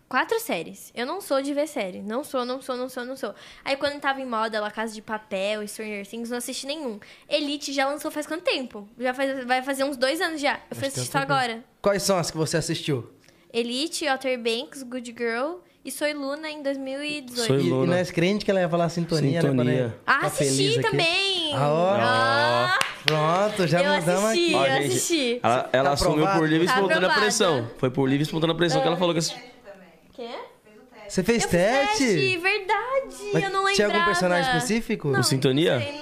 [SPEAKER 4] quatro séries. Eu não sou de ver série. Não sou, não sou, não sou, não sou. Aí quando tava em moda lá, Casa de Papel, Stranger Things, não assisti nenhum. Elite já lançou faz quanto tempo? Já faz, vai fazer uns dois anos já. Eu fui assistir só agora.
[SPEAKER 1] Quais são as que você assistiu?
[SPEAKER 4] Elite, Outer Banks, Good Girl e Soy Luna em 2018.
[SPEAKER 2] Soy
[SPEAKER 1] E, e
[SPEAKER 2] Luna.
[SPEAKER 1] nós crente que ela ia falar sintonia, né?
[SPEAKER 2] Sintonia.
[SPEAKER 1] quando ela
[SPEAKER 4] Ah,
[SPEAKER 1] tá feliz
[SPEAKER 4] assisti
[SPEAKER 1] aqui.
[SPEAKER 4] também!
[SPEAKER 1] Ah, ó.
[SPEAKER 4] Ah,
[SPEAKER 1] Pronto, já
[SPEAKER 4] Eu
[SPEAKER 1] mudamos
[SPEAKER 4] assisti.
[SPEAKER 1] aqui.
[SPEAKER 4] eu assisti.
[SPEAKER 2] Ela, ela
[SPEAKER 1] Tá
[SPEAKER 2] assumiu
[SPEAKER 1] aprovado?
[SPEAKER 2] por livre e
[SPEAKER 4] Tá
[SPEAKER 2] espontânea
[SPEAKER 4] aprovado.
[SPEAKER 2] pressão. Foi por livre e espontânea pressão que ela falou que assi-
[SPEAKER 4] Quê?
[SPEAKER 1] Você fez
[SPEAKER 4] Eu fiz
[SPEAKER 1] teste?
[SPEAKER 4] teste, verdade!
[SPEAKER 1] Mas
[SPEAKER 4] eu não lembrava.
[SPEAKER 1] Tinha algum personagem específico?
[SPEAKER 4] Não.
[SPEAKER 2] O Sintonia?
[SPEAKER 4] Não
[SPEAKER 5] Era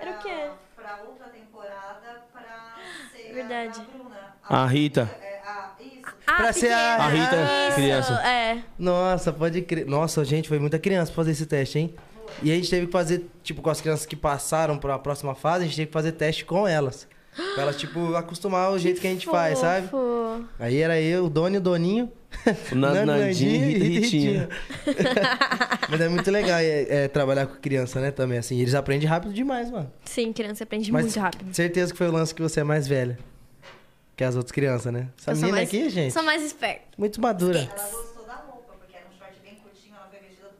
[SPEAKER 4] Era o quê?
[SPEAKER 5] Pra outra temporada, pra ser
[SPEAKER 4] Verdade.
[SPEAKER 5] a Bruna.
[SPEAKER 2] A Rita.
[SPEAKER 5] É, a- isso.
[SPEAKER 4] Ah,
[SPEAKER 1] Pra ser a-
[SPEAKER 4] pequena.
[SPEAKER 1] A
[SPEAKER 2] Rita,
[SPEAKER 4] Isso,
[SPEAKER 2] criança.
[SPEAKER 4] É.
[SPEAKER 1] Nossa, pode crer. Nossa, gente, foi muita criança pra fazer esse teste, hein? E a gente teve que fazer, tipo, com as crianças que passaram pra próxima fase, a gente teve que fazer teste com elas. Pra elas, tipo,
[SPEAKER 4] (gasps)
[SPEAKER 1] acostumar o jeito que, a gente faz, sabe?
[SPEAKER 4] Fofo.
[SPEAKER 1] Aí era eu, o Doni, o Doninho,
[SPEAKER 2] O
[SPEAKER 1] (laughs)
[SPEAKER 2] Nan-
[SPEAKER 1] Nando,
[SPEAKER 2] Nandinho e (laughs) Ritinha.
[SPEAKER 1] Mas é muito legal é, é, trabalhar com criança, né, também, assim. Eles aprendem rápido demais, mano.
[SPEAKER 4] Sim, criança aprende
[SPEAKER 1] Mas
[SPEAKER 4] muito rápido.
[SPEAKER 1] certeza que foi o lance que você é mais velha que as outras crianças, né? Essa
[SPEAKER 4] Eu sou
[SPEAKER 1] menina
[SPEAKER 4] mais-
[SPEAKER 1] aqui, gente,
[SPEAKER 4] Sou mais esperta.
[SPEAKER 1] muito madura.
[SPEAKER 5] Ela gostou da roupa, porque era um short bem curtinho, ela foi vestida do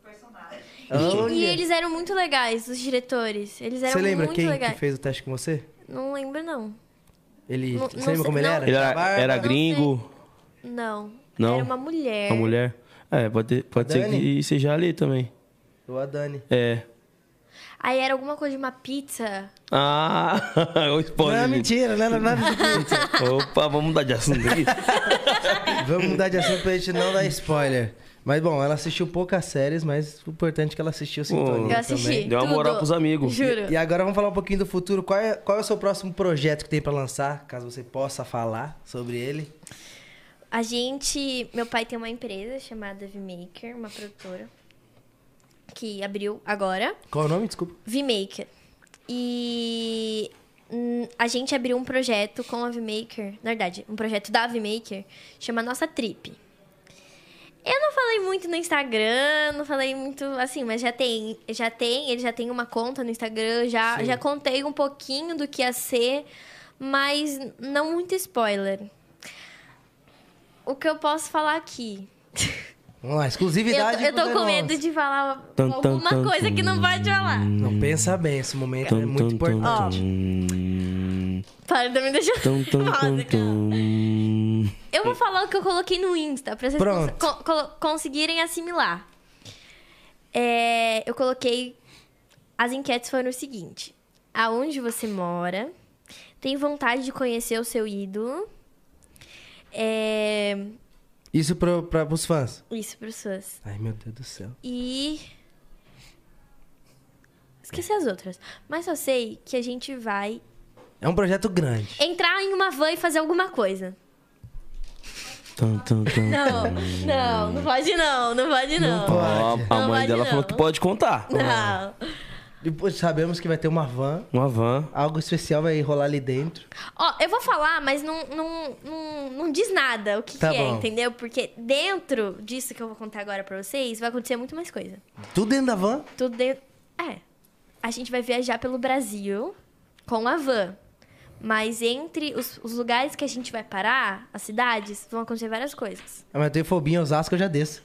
[SPEAKER 5] personagem.
[SPEAKER 1] Olha.
[SPEAKER 4] E, e eles eram muito legais, os diretores. Eles eram
[SPEAKER 1] Você lembra
[SPEAKER 4] muito
[SPEAKER 1] quem
[SPEAKER 4] legais.
[SPEAKER 1] que fez o teste com você?
[SPEAKER 4] Não lembro, não.
[SPEAKER 1] Ele.
[SPEAKER 4] Não-
[SPEAKER 1] você
[SPEAKER 4] não
[SPEAKER 1] lembra
[SPEAKER 4] sei-
[SPEAKER 1] como ele
[SPEAKER 4] não.
[SPEAKER 1] era?
[SPEAKER 2] Ele era,
[SPEAKER 1] Barba,
[SPEAKER 2] era
[SPEAKER 4] sei.
[SPEAKER 2] gringo,
[SPEAKER 4] Não.
[SPEAKER 2] Não?
[SPEAKER 4] Era uma mulher.
[SPEAKER 2] uma mulher. É, pode, ter- pode ser
[SPEAKER 1] Dani?
[SPEAKER 2] que seja ali também.
[SPEAKER 1] O Adani.
[SPEAKER 2] É.
[SPEAKER 4] Aí era alguma coisa de uma pizza.
[SPEAKER 2] Ah, (laughs) o
[SPEAKER 1] Não,
[SPEAKER 2] spoiler. gente.
[SPEAKER 1] mentira, não era nada disso.
[SPEAKER 2] Opa, vamos mudar de assunto
[SPEAKER 1] (laughs)
[SPEAKER 2] aqui.
[SPEAKER 1] Vamos mudar de assunto pra gente não dar spoiler. Mas bom, ela assistiu poucas séries, mas o importante é que ela assistiu Sintonia.
[SPEAKER 2] Eu
[SPEAKER 4] Eu
[SPEAKER 1] Hum,
[SPEAKER 4] assisti.
[SPEAKER 1] também.
[SPEAKER 2] Deu uma
[SPEAKER 4] tudo.
[SPEAKER 2] moral pros amigos.
[SPEAKER 4] Juro.
[SPEAKER 1] E agora vamos falar um pouquinho do futuro. Qual é, qual é o seu próximo projeto que tem pra lançar? Caso você possa falar sobre ele.
[SPEAKER 4] A gente. Meu pai tem uma empresa chamada VMaker, uma produtora. Que abriu agora.
[SPEAKER 1] Qual é o nome? Desculpa.
[SPEAKER 4] VMaker. E hum, a gente abriu um projeto com a VMaker, na verdade, um projeto da VMaker, chama Nossa Trip. Eu não falei muito no Instagram, não falei muito assim, mas já tem, já tem, ele já tem uma conta no Instagram, já, já contei um pouquinho do que ia ser, mas não muito spoiler. O que eu posso falar aqui? (laughs)
[SPEAKER 1] Vamos lá,
[SPEAKER 4] Eu,
[SPEAKER 1] exclusividade.
[SPEAKER 4] tô- eu tô
[SPEAKER 1] pros
[SPEAKER 4] com
[SPEAKER 1] irmãos.
[SPEAKER 4] medo de falar
[SPEAKER 2] Tum, tum,
[SPEAKER 4] alguma
[SPEAKER 2] tum,
[SPEAKER 4] coisa que não pode falar.
[SPEAKER 1] Não pensa bem, esse momento é
[SPEAKER 2] Tum,
[SPEAKER 1] muito
[SPEAKER 2] tum,
[SPEAKER 1] importante.
[SPEAKER 2] tum,
[SPEAKER 4] Para de me deixar
[SPEAKER 2] tum, tum, tum,
[SPEAKER 4] nervosa, cara.
[SPEAKER 2] tum.
[SPEAKER 4] Eu vou falar o que eu coloquei no Insta pra vocês
[SPEAKER 1] Pronto.
[SPEAKER 4] cons- co- colo- conseguirem assimilar. É, eu coloquei. As enquetes foram o seguinte: aonde você mora? Tem vontade de conhecer o seu ídolo? É,
[SPEAKER 1] Isso pro, pra, pros fãs.
[SPEAKER 4] isso para os fãs.
[SPEAKER 1] Ai, meu Deus do céu.
[SPEAKER 4] E. Esqueci as outras. Mas eu sei que a gente vai
[SPEAKER 1] É um projeto grande.
[SPEAKER 4] entrar em uma van e fazer alguma coisa.
[SPEAKER 2] Tum, tum, tum.
[SPEAKER 4] Não, não, não pode não, não pode não.
[SPEAKER 1] pode.
[SPEAKER 2] Ó, a
[SPEAKER 4] Não
[SPEAKER 2] mãe
[SPEAKER 4] pode
[SPEAKER 2] dela
[SPEAKER 4] não.
[SPEAKER 2] falou que pode contar.
[SPEAKER 4] Não.
[SPEAKER 1] Depois sabemos que vai ter uma van.
[SPEAKER 2] Uma van.
[SPEAKER 1] Algo especial vai rolar ali dentro.
[SPEAKER 4] Ó, eu vou falar, mas não, não, não, não diz nada o que,
[SPEAKER 1] Tá
[SPEAKER 4] que é,
[SPEAKER 1] bom.
[SPEAKER 4] entendeu? Porque dentro disso que eu vou contar agora pra vocês, vai acontecer muito mais coisa.
[SPEAKER 1] Tudo dentro da van.
[SPEAKER 4] Tudo dentro. É. A gente vai viajar pelo Brasil com a van. Mas entre os, os lugares que a gente vai parar, as cidades, vão acontecer várias coisas.
[SPEAKER 1] Ah, Mas eu tenho fobia em Osasco, eu já
[SPEAKER 2] (laughs)
[SPEAKER 1] desço.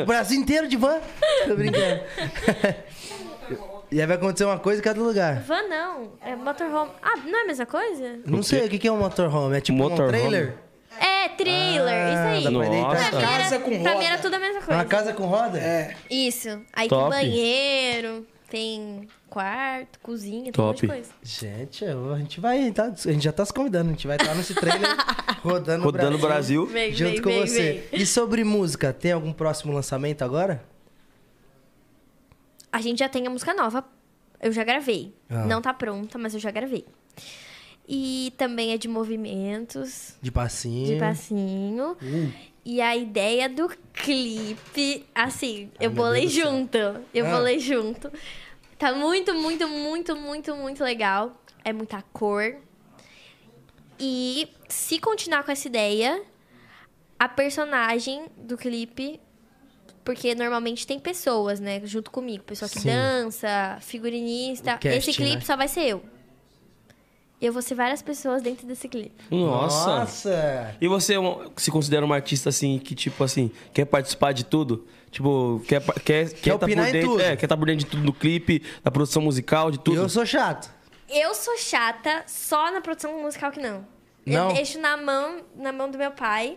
[SPEAKER 1] o Brasil inteiro de van. Tô brincando. (laughs) e aí vai acontecer uma coisa em cada lugar.
[SPEAKER 4] Van não, é motorhome. Ah, não é a mesma coisa?
[SPEAKER 1] Não
[SPEAKER 2] O
[SPEAKER 1] sei,
[SPEAKER 2] quê?
[SPEAKER 1] o que que é um motorhome? É tipo um
[SPEAKER 2] Motorhome?
[SPEAKER 1] trailer?
[SPEAKER 4] É, trailer, isso aí.
[SPEAKER 2] dá pra
[SPEAKER 1] deitar.
[SPEAKER 2] Nossa.
[SPEAKER 4] Pra mim era-
[SPEAKER 3] Casa é com
[SPEAKER 4] pra mim
[SPEAKER 3] roda.
[SPEAKER 4] era tudo a mesma
[SPEAKER 1] É
[SPEAKER 4] coisa.
[SPEAKER 1] Uma casa com roda?
[SPEAKER 3] É.
[SPEAKER 4] Isso. Aí
[SPEAKER 2] Top.
[SPEAKER 4] tem banheiro, tem quarto, cozinha, tem um monte
[SPEAKER 2] Top.
[SPEAKER 4] de coisa.
[SPEAKER 1] Gente, eu- a gente vai, tá, a gente já tá se convidando, a gente vai estar nesse
[SPEAKER 2] (laughs)
[SPEAKER 1] trailer rodando, o
[SPEAKER 2] Rodando o Brasil.
[SPEAKER 4] Vem,
[SPEAKER 1] junto
[SPEAKER 4] vem,
[SPEAKER 1] com
[SPEAKER 4] vem,
[SPEAKER 1] você.
[SPEAKER 4] vem.
[SPEAKER 1] E sobre música, tem algum próximo lançamento agora?
[SPEAKER 4] A gente já tem a música nova. Eu já gravei.
[SPEAKER 1] Ah.
[SPEAKER 4] Não tá pronta, mas eu já gravei. E também é de movimentos,
[SPEAKER 1] De passinho. Uh.
[SPEAKER 4] de passinho. E a ideia do clipe, assim, eu
[SPEAKER 1] meu
[SPEAKER 4] bolei
[SPEAKER 1] Deus do céu.
[SPEAKER 4] junto. Eu
[SPEAKER 1] Ah.
[SPEAKER 4] bolei junto. Tá muito, muito, muito, muito, muito legal. É muita cor. E se continuar com essa ideia, a personagem do clipe. Porque normalmente tem pessoas, né, junto comigo. Pessoa que
[SPEAKER 1] Sim.
[SPEAKER 4] dança, figurinista.
[SPEAKER 1] O casting,
[SPEAKER 4] Esse clipe
[SPEAKER 1] né?
[SPEAKER 4] só vai ser eu. Eu vou ser várias pessoas dentro desse clipe.
[SPEAKER 2] Nossa.
[SPEAKER 1] Nossa.
[SPEAKER 2] E você é um- se considera uma artista assim que tipo assim quer participar de tudo? Tipo, quer pa- quer quer, tá por
[SPEAKER 1] opinar em
[SPEAKER 2] dentro,
[SPEAKER 1] tudo.
[SPEAKER 2] é, quer tá por dentro de tudo do clipe, da produção musical, de tudo.
[SPEAKER 1] Eu sou chato.
[SPEAKER 4] Eu sou chata só na produção musical que não.
[SPEAKER 1] Não?
[SPEAKER 4] Eu deixo na mão, na mão do meu pai.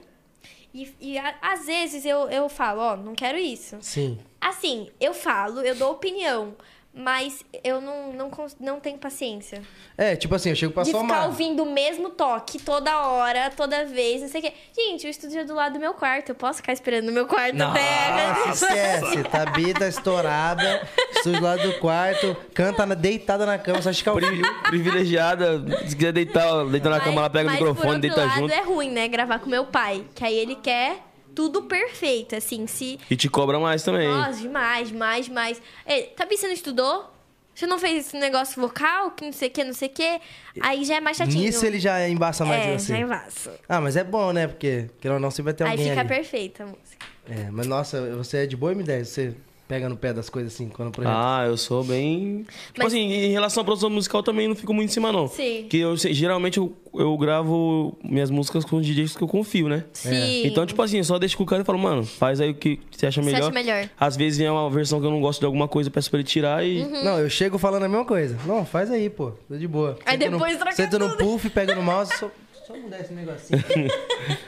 [SPEAKER 4] E, e a- às vezes eu, eu falo, ó, não quero isso.
[SPEAKER 1] Sim.
[SPEAKER 4] Assim, eu falo, eu dou opinião. Mas eu não, não, cons- não tenho paciência.
[SPEAKER 1] É, tipo assim, eu chego pra
[SPEAKER 4] de ficar
[SPEAKER 1] somar.
[SPEAKER 4] ouvindo o mesmo toque toda hora, toda vez, não sei o quê. Gente, o estúdio é do lado do meu quarto. Eu posso ficar esperando no meu quarto até.
[SPEAKER 1] Nossa,
[SPEAKER 4] (laughs)
[SPEAKER 1] esquece. Tabita estourada, estúdio lá do quarto, canta na- deitada na cama, só esticar o
[SPEAKER 2] Pri- privilegiada, se quiser deitar, deitar na cama lá, pega o
[SPEAKER 4] mas por
[SPEAKER 2] microfone,
[SPEAKER 4] outro
[SPEAKER 2] deita
[SPEAKER 4] lado,
[SPEAKER 2] junto
[SPEAKER 4] é ruim, né? Gravar com meu pai. Que aí ele quer tudo perfeito, assim. Se.
[SPEAKER 2] e te cobra mais também.
[SPEAKER 4] Nossa, demais, demais, demais. Ei, Tabi, você não estudou? Você não fez esse negócio vocal, que não sei o que, não sei o que. Aí já é mais chatinho.
[SPEAKER 1] Nisso ele já embaça mais assim.
[SPEAKER 4] é,
[SPEAKER 1] você.
[SPEAKER 4] já embaça.
[SPEAKER 1] Ah, mas é bom, né? Porque, querendo ou não, sempre vai ter
[SPEAKER 4] Aí
[SPEAKER 1] alguém
[SPEAKER 4] fica
[SPEAKER 1] ali.
[SPEAKER 4] perfeita a música.
[SPEAKER 1] É, mas nossa, você é de boa M10, você pega no pé das coisas assim, quando o projeto.
[SPEAKER 2] Ah, eu sou bem. Tipo
[SPEAKER 4] Mas-
[SPEAKER 2] assim, em relação à produção musical também não fico muito em cima, não.
[SPEAKER 4] Sim.
[SPEAKER 2] Que eu sei- geralmente eu, eu gravo minhas músicas com os DJs que eu confio, né?
[SPEAKER 4] Sim.
[SPEAKER 2] Então, tipo assim, eu só deixo com o cara e falo, mano, faz aí o que você acha
[SPEAKER 4] Você
[SPEAKER 2] melhor.
[SPEAKER 4] acha melhor.
[SPEAKER 2] Às vezes vem uma versão que eu não gosto de alguma coisa, eu peço pra ele tirar e.
[SPEAKER 4] Uhum.
[SPEAKER 1] Não, eu chego falando a mesma coisa. Não, faz aí, pô. Tô de boa.
[SPEAKER 4] Aí depois
[SPEAKER 1] no,
[SPEAKER 4] troca
[SPEAKER 1] Senta no
[SPEAKER 4] tudo.
[SPEAKER 1] puff, pega no mouse, só, só mudar esse negocinho.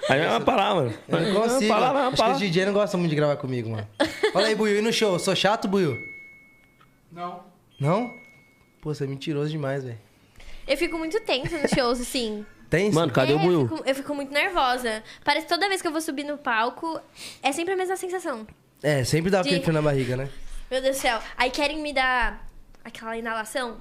[SPEAKER 2] Aí é uma palavra.
[SPEAKER 1] Eu
[SPEAKER 2] É
[SPEAKER 1] não
[SPEAKER 2] uma
[SPEAKER 1] consigo.
[SPEAKER 2] palavra, é uma
[SPEAKER 1] Acho que os
[SPEAKER 2] palavra.
[SPEAKER 1] DJ não gostam muito de gravar comigo,
[SPEAKER 2] (laughs)
[SPEAKER 1] mano. Fala aí, Buiu, e no show? Sou chato, Buiu?
[SPEAKER 3] Não.
[SPEAKER 1] Não? Pô, você é mentiroso demais, velho.
[SPEAKER 4] Eu fico muito tensa nos shows, assim.
[SPEAKER 1] Tem isso?
[SPEAKER 2] Mano, cadê
[SPEAKER 4] É,
[SPEAKER 2] o Buiu?
[SPEAKER 4] Eu fico, eu fico muito nervosa. Parece que toda vez que eu vou subir no palco, é sempre a mesma sensação.
[SPEAKER 1] É, sempre dá aquele
[SPEAKER 4] De-
[SPEAKER 1] frio na barriga, né?
[SPEAKER 4] Meu Deus do céu. Aí querem me dar aquela inalação.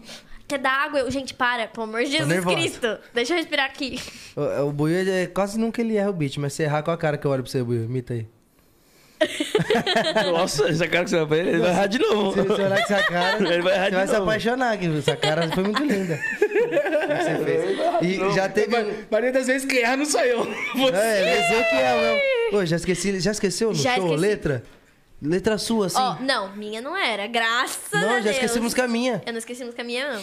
[SPEAKER 4] Quer dar água? Eu, gente, para, pelo amor de Jesus
[SPEAKER 1] nervosa.
[SPEAKER 4] Cristo. Deixa eu respirar aqui.
[SPEAKER 1] O, o Buiu, ele é- quase nunca ele erra o beat, mas se errar, qual a cara que eu olho pra você, Buiu? Imita aí.
[SPEAKER 2] Nossa, essa cara que você vai fazer, ele vai errar de novo.
[SPEAKER 1] Se você olhar com essa cara,
[SPEAKER 2] (laughs) Ele vai errar
[SPEAKER 1] você
[SPEAKER 2] Tá de
[SPEAKER 1] vai se
[SPEAKER 2] novo.
[SPEAKER 1] apaixonar. Que essa cara foi muito
[SPEAKER 2] (laughs)
[SPEAKER 1] linda. Você fez. E já teve. É,
[SPEAKER 3] Maria das vezes quem erra não sou eu. Você.
[SPEAKER 1] mas eu que é, não. Ô, já esqueci, já esqueceu no
[SPEAKER 4] Já
[SPEAKER 1] show
[SPEAKER 4] esqueci.
[SPEAKER 1] letra? Letra sua, assim.
[SPEAKER 4] Ó, não, minha não era. Graças a
[SPEAKER 1] não,
[SPEAKER 4] Deus.
[SPEAKER 1] já esqueci a música minha.
[SPEAKER 4] Eu não esqueci música minha, não.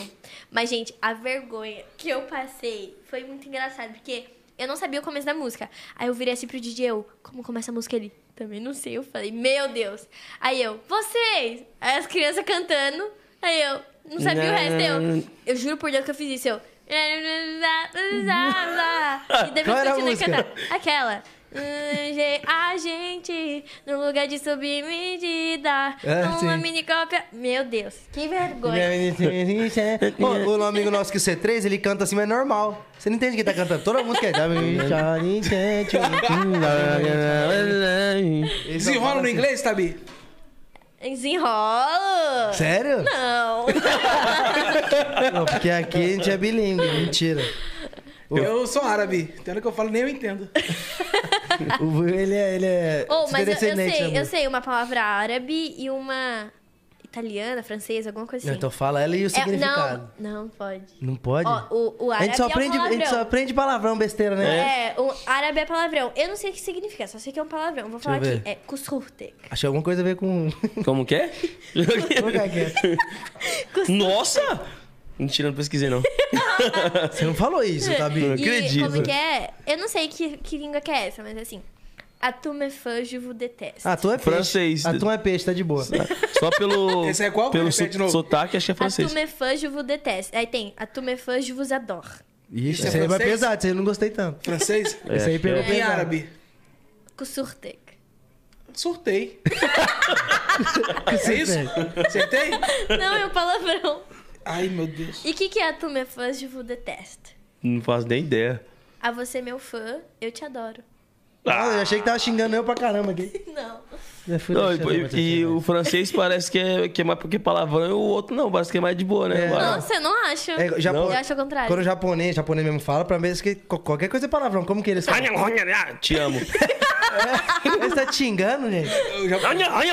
[SPEAKER 4] Mas, gente, a vergonha que eu passei foi muito engraçado, porque eu não sabia o começo da música. Aí eu virei assim pro DJ, eu, como começa a música ele Também não sei. Eu falei, meu Deus. Aí eu, vocês! Aí as crianças cantando. Aí eu, não sabia o resto. Eu, eu juro por Deus que eu fiz
[SPEAKER 1] (laughs)
[SPEAKER 4] isso. Eu. E depois
[SPEAKER 1] Qual era a
[SPEAKER 4] continuei
[SPEAKER 1] música?
[SPEAKER 4] cantando. Aquela. Hum, ge- A gente, no lugar de subir medida,
[SPEAKER 1] É,
[SPEAKER 4] uma
[SPEAKER 1] sim.
[SPEAKER 4] minicópia. Meu Deus, que vergonha.
[SPEAKER 1] Ô, o amigo nosso que o C3, ele canta assim, mas é normal. Você não entende quem tá cantando. Toda música é. Ele só fala
[SPEAKER 3] (laughs) Desenrola no
[SPEAKER 1] assim.
[SPEAKER 3] inglês, Tabi?
[SPEAKER 4] Desenrolo!
[SPEAKER 1] Sério? (laughs)
[SPEAKER 4] Não!
[SPEAKER 1] Não, porque aqui a gente é bilíngue, mentira.
[SPEAKER 3] Eu, sou árabe. Tem hora que eu falo nem eu entendo.
[SPEAKER 1] O Buiu, ele é. Ele é
[SPEAKER 4] oh, mas eu- eu,
[SPEAKER 1] descendente, né,
[SPEAKER 4] sei,
[SPEAKER 1] Buiu?
[SPEAKER 4] eu sei uma palavra árabe e uma italiana, francesa, alguma coisa assim.
[SPEAKER 1] Então fala ela e o
[SPEAKER 4] É,
[SPEAKER 1] significado.
[SPEAKER 4] não, não pode.
[SPEAKER 1] Não pode?
[SPEAKER 4] Ó, o, o
[SPEAKER 1] a,
[SPEAKER 4] árabe
[SPEAKER 1] gente só
[SPEAKER 4] é um
[SPEAKER 1] aprende, a gente só
[SPEAKER 4] palavrão.
[SPEAKER 1] aprende palavrão, besteira, né?
[SPEAKER 4] É, o árabe é palavrão. Eu não sei o que significa, só sei que é um palavrão. Vou
[SPEAKER 1] Deixa
[SPEAKER 4] falar
[SPEAKER 1] eu
[SPEAKER 4] aqui.
[SPEAKER 1] ver.
[SPEAKER 4] É kusurtek.
[SPEAKER 1] Achei alguma coisa a ver com. um. (laughs)
[SPEAKER 2] Como que é?
[SPEAKER 1] Como que é que é?
[SPEAKER 2] Nossa! Mentira, não pesquisei, não.
[SPEAKER 1] Você não falou isso, tá,
[SPEAKER 2] Não
[SPEAKER 1] Bi?
[SPEAKER 2] acredito.
[SPEAKER 4] E como que é? Eu não sei que, que língua que é essa, mas assim. A tu me fãs, vou detesto.
[SPEAKER 1] Ah, tu é peixe.
[SPEAKER 2] Francês.
[SPEAKER 1] Ah, tu é peixe, tá de boa.
[SPEAKER 2] Só pelo.
[SPEAKER 3] Esse é qual?
[SPEAKER 2] Pelo
[SPEAKER 3] Repete
[SPEAKER 2] so-
[SPEAKER 3] de novo.
[SPEAKER 2] sotaque, acho que é
[SPEAKER 4] A tu
[SPEAKER 2] francês.
[SPEAKER 4] me fãs, vou detesto. Aí tem, a tu me fãs, vos adoro.
[SPEAKER 1] Ixi,
[SPEAKER 3] é
[SPEAKER 1] esse aí vai
[SPEAKER 3] francês?
[SPEAKER 1] pesado, esse aí eu não gostei tanto.
[SPEAKER 3] Francês?
[SPEAKER 2] É,
[SPEAKER 1] Esse aí pegou
[SPEAKER 3] Em
[SPEAKER 1] pesado.
[SPEAKER 3] árabe.
[SPEAKER 4] Kusurtek.
[SPEAKER 1] (laughs)
[SPEAKER 3] Surtei.
[SPEAKER 1] Esse
[SPEAKER 3] É
[SPEAKER 1] aí
[SPEAKER 3] isso?
[SPEAKER 1] pega.
[SPEAKER 3] Acertei?
[SPEAKER 4] (laughs) Não, é um palavrão.
[SPEAKER 3] Ai, meu Deus.
[SPEAKER 4] E o que, que é a tu me fãs, vou detesto?
[SPEAKER 2] Não faço nem ideia.
[SPEAKER 4] A você, meu fã, eu te adoro.
[SPEAKER 1] Ah, eu achei que tava xingando eu pra caramba aqui.
[SPEAKER 4] Não.
[SPEAKER 1] Já fui
[SPEAKER 2] Não, e,
[SPEAKER 1] deixando, mas eu
[SPEAKER 2] e- e
[SPEAKER 1] tinha-
[SPEAKER 2] o francês parece que é, que é mais porque palavrão e o outro não, parece que é mais de boa, né?
[SPEAKER 1] É.
[SPEAKER 2] Vai.
[SPEAKER 4] Não, você não acha.
[SPEAKER 1] É,
[SPEAKER 4] eu
[SPEAKER 1] Japão-
[SPEAKER 4] acho o contrário.
[SPEAKER 1] Quando o japonês, japonês mesmo fala, pra mim, isso que co- qualquer coisa é palavrão. Como que eles
[SPEAKER 2] (laughs)
[SPEAKER 1] falam?
[SPEAKER 2] né? Te amo.
[SPEAKER 1] eles tá te xingando, gente?
[SPEAKER 3] Eu já- Ai, negócio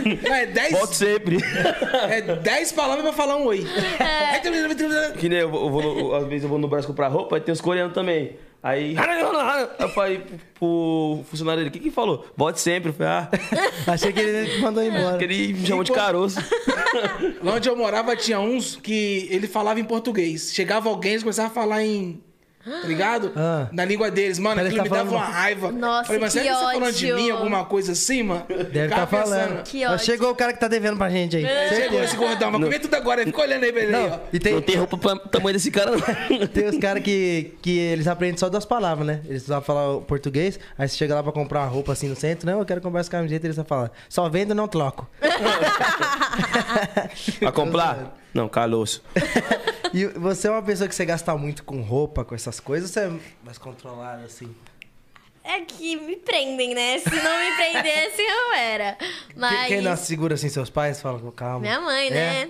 [SPEAKER 3] de- Não, é
[SPEAKER 2] Volto
[SPEAKER 3] 10
[SPEAKER 2] sempre. (laughs)
[SPEAKER 3] é dez palavras pra falar um oi. Ai, tem- tem- tem- tem-
[SPEAKER 2] que nem eu vou, eu vou no- às vezes eu vou no Brasil comprar roupa, aí tem os coreanos também. Aí eu falei pro funcionário dele, o que que falou? Volte sempre. Eu falei, ah,
[SPEAKER 1] Achei que ele me mandou embora.
[SPEAKER 2] porque ele me chamou de caroço.
[SPEAKER 3] Lá onde eu morava tinha uns que ele falava em português. Chegava alguém, eles começavam a falar em. Tá ligado?
[SPEAKER 1] Ah.
[SPEAKER 3] Na língua deles. Mano,
[SPEAKER 1] Parece
[SPEAKER 3] aquilo me
[SPEAKER 1] que tá
[SPEAKER 3] dava uma
[SPEAKER 1] falando-
[SPEAKER 3] raiva.
[SPEAKER 4] Nossa,
[SPEAKER 3] Falei, mas será
[SPEAKER 4] que
[SPEAKER 3] que tá falando de
[SPEAKER 4] ódio.
[SPEAKER 3] mim, alguma coisa assim, mano?
[SPEAKER 1] Deve estar tá
[SPEAKER 3] Ficava
[SPEAKER 1] falando.
[SPEAKER 3] pensando.
[SPEAKER 4] Que
[SPEAKER 1] Mas
[SPEAKER 4] ódio.
[SPEAKER 1] chegou o cara que tá devendo pra gente aí.
[SPEAKER 3] Chegou esse gordão, mas comer tudo agora. Fica olhando aí pra ele. aí, ó.
[SPEAKER 1] E tem,
[SPEAKER 2] Não tem roupa pra tamanho desse cara,
[SPEAKER 1] (laughs)
[SPEAKER 2] não.
[SPEAKER 1] tem os caras que, que eles aprendem só duas palavras, né? Eles sabem falar o português, aí você chega lá pra comprar uma roupa assim no centro, não, eu quero comprar essa camiseta, eles só falam, só vendo não troco.
[SPEAKER 2] Pra comprar? Não, caroço.
[SPEAKER 1] (laughs) e você é uma pessoa que você gasta muito com roupa, com essas coisas, ou você é mais controlado assim?
[SPEAKER 4] É que me prendem, né? Se não me prendesse, eu era. Mas.
[SPEAKER 1] Quem, quem não segura assim seus pais, fala, com calma.
[SPEAKER 4] Minha mãe,
[SPEAKER 1] É.
[SPEAKER 4] né?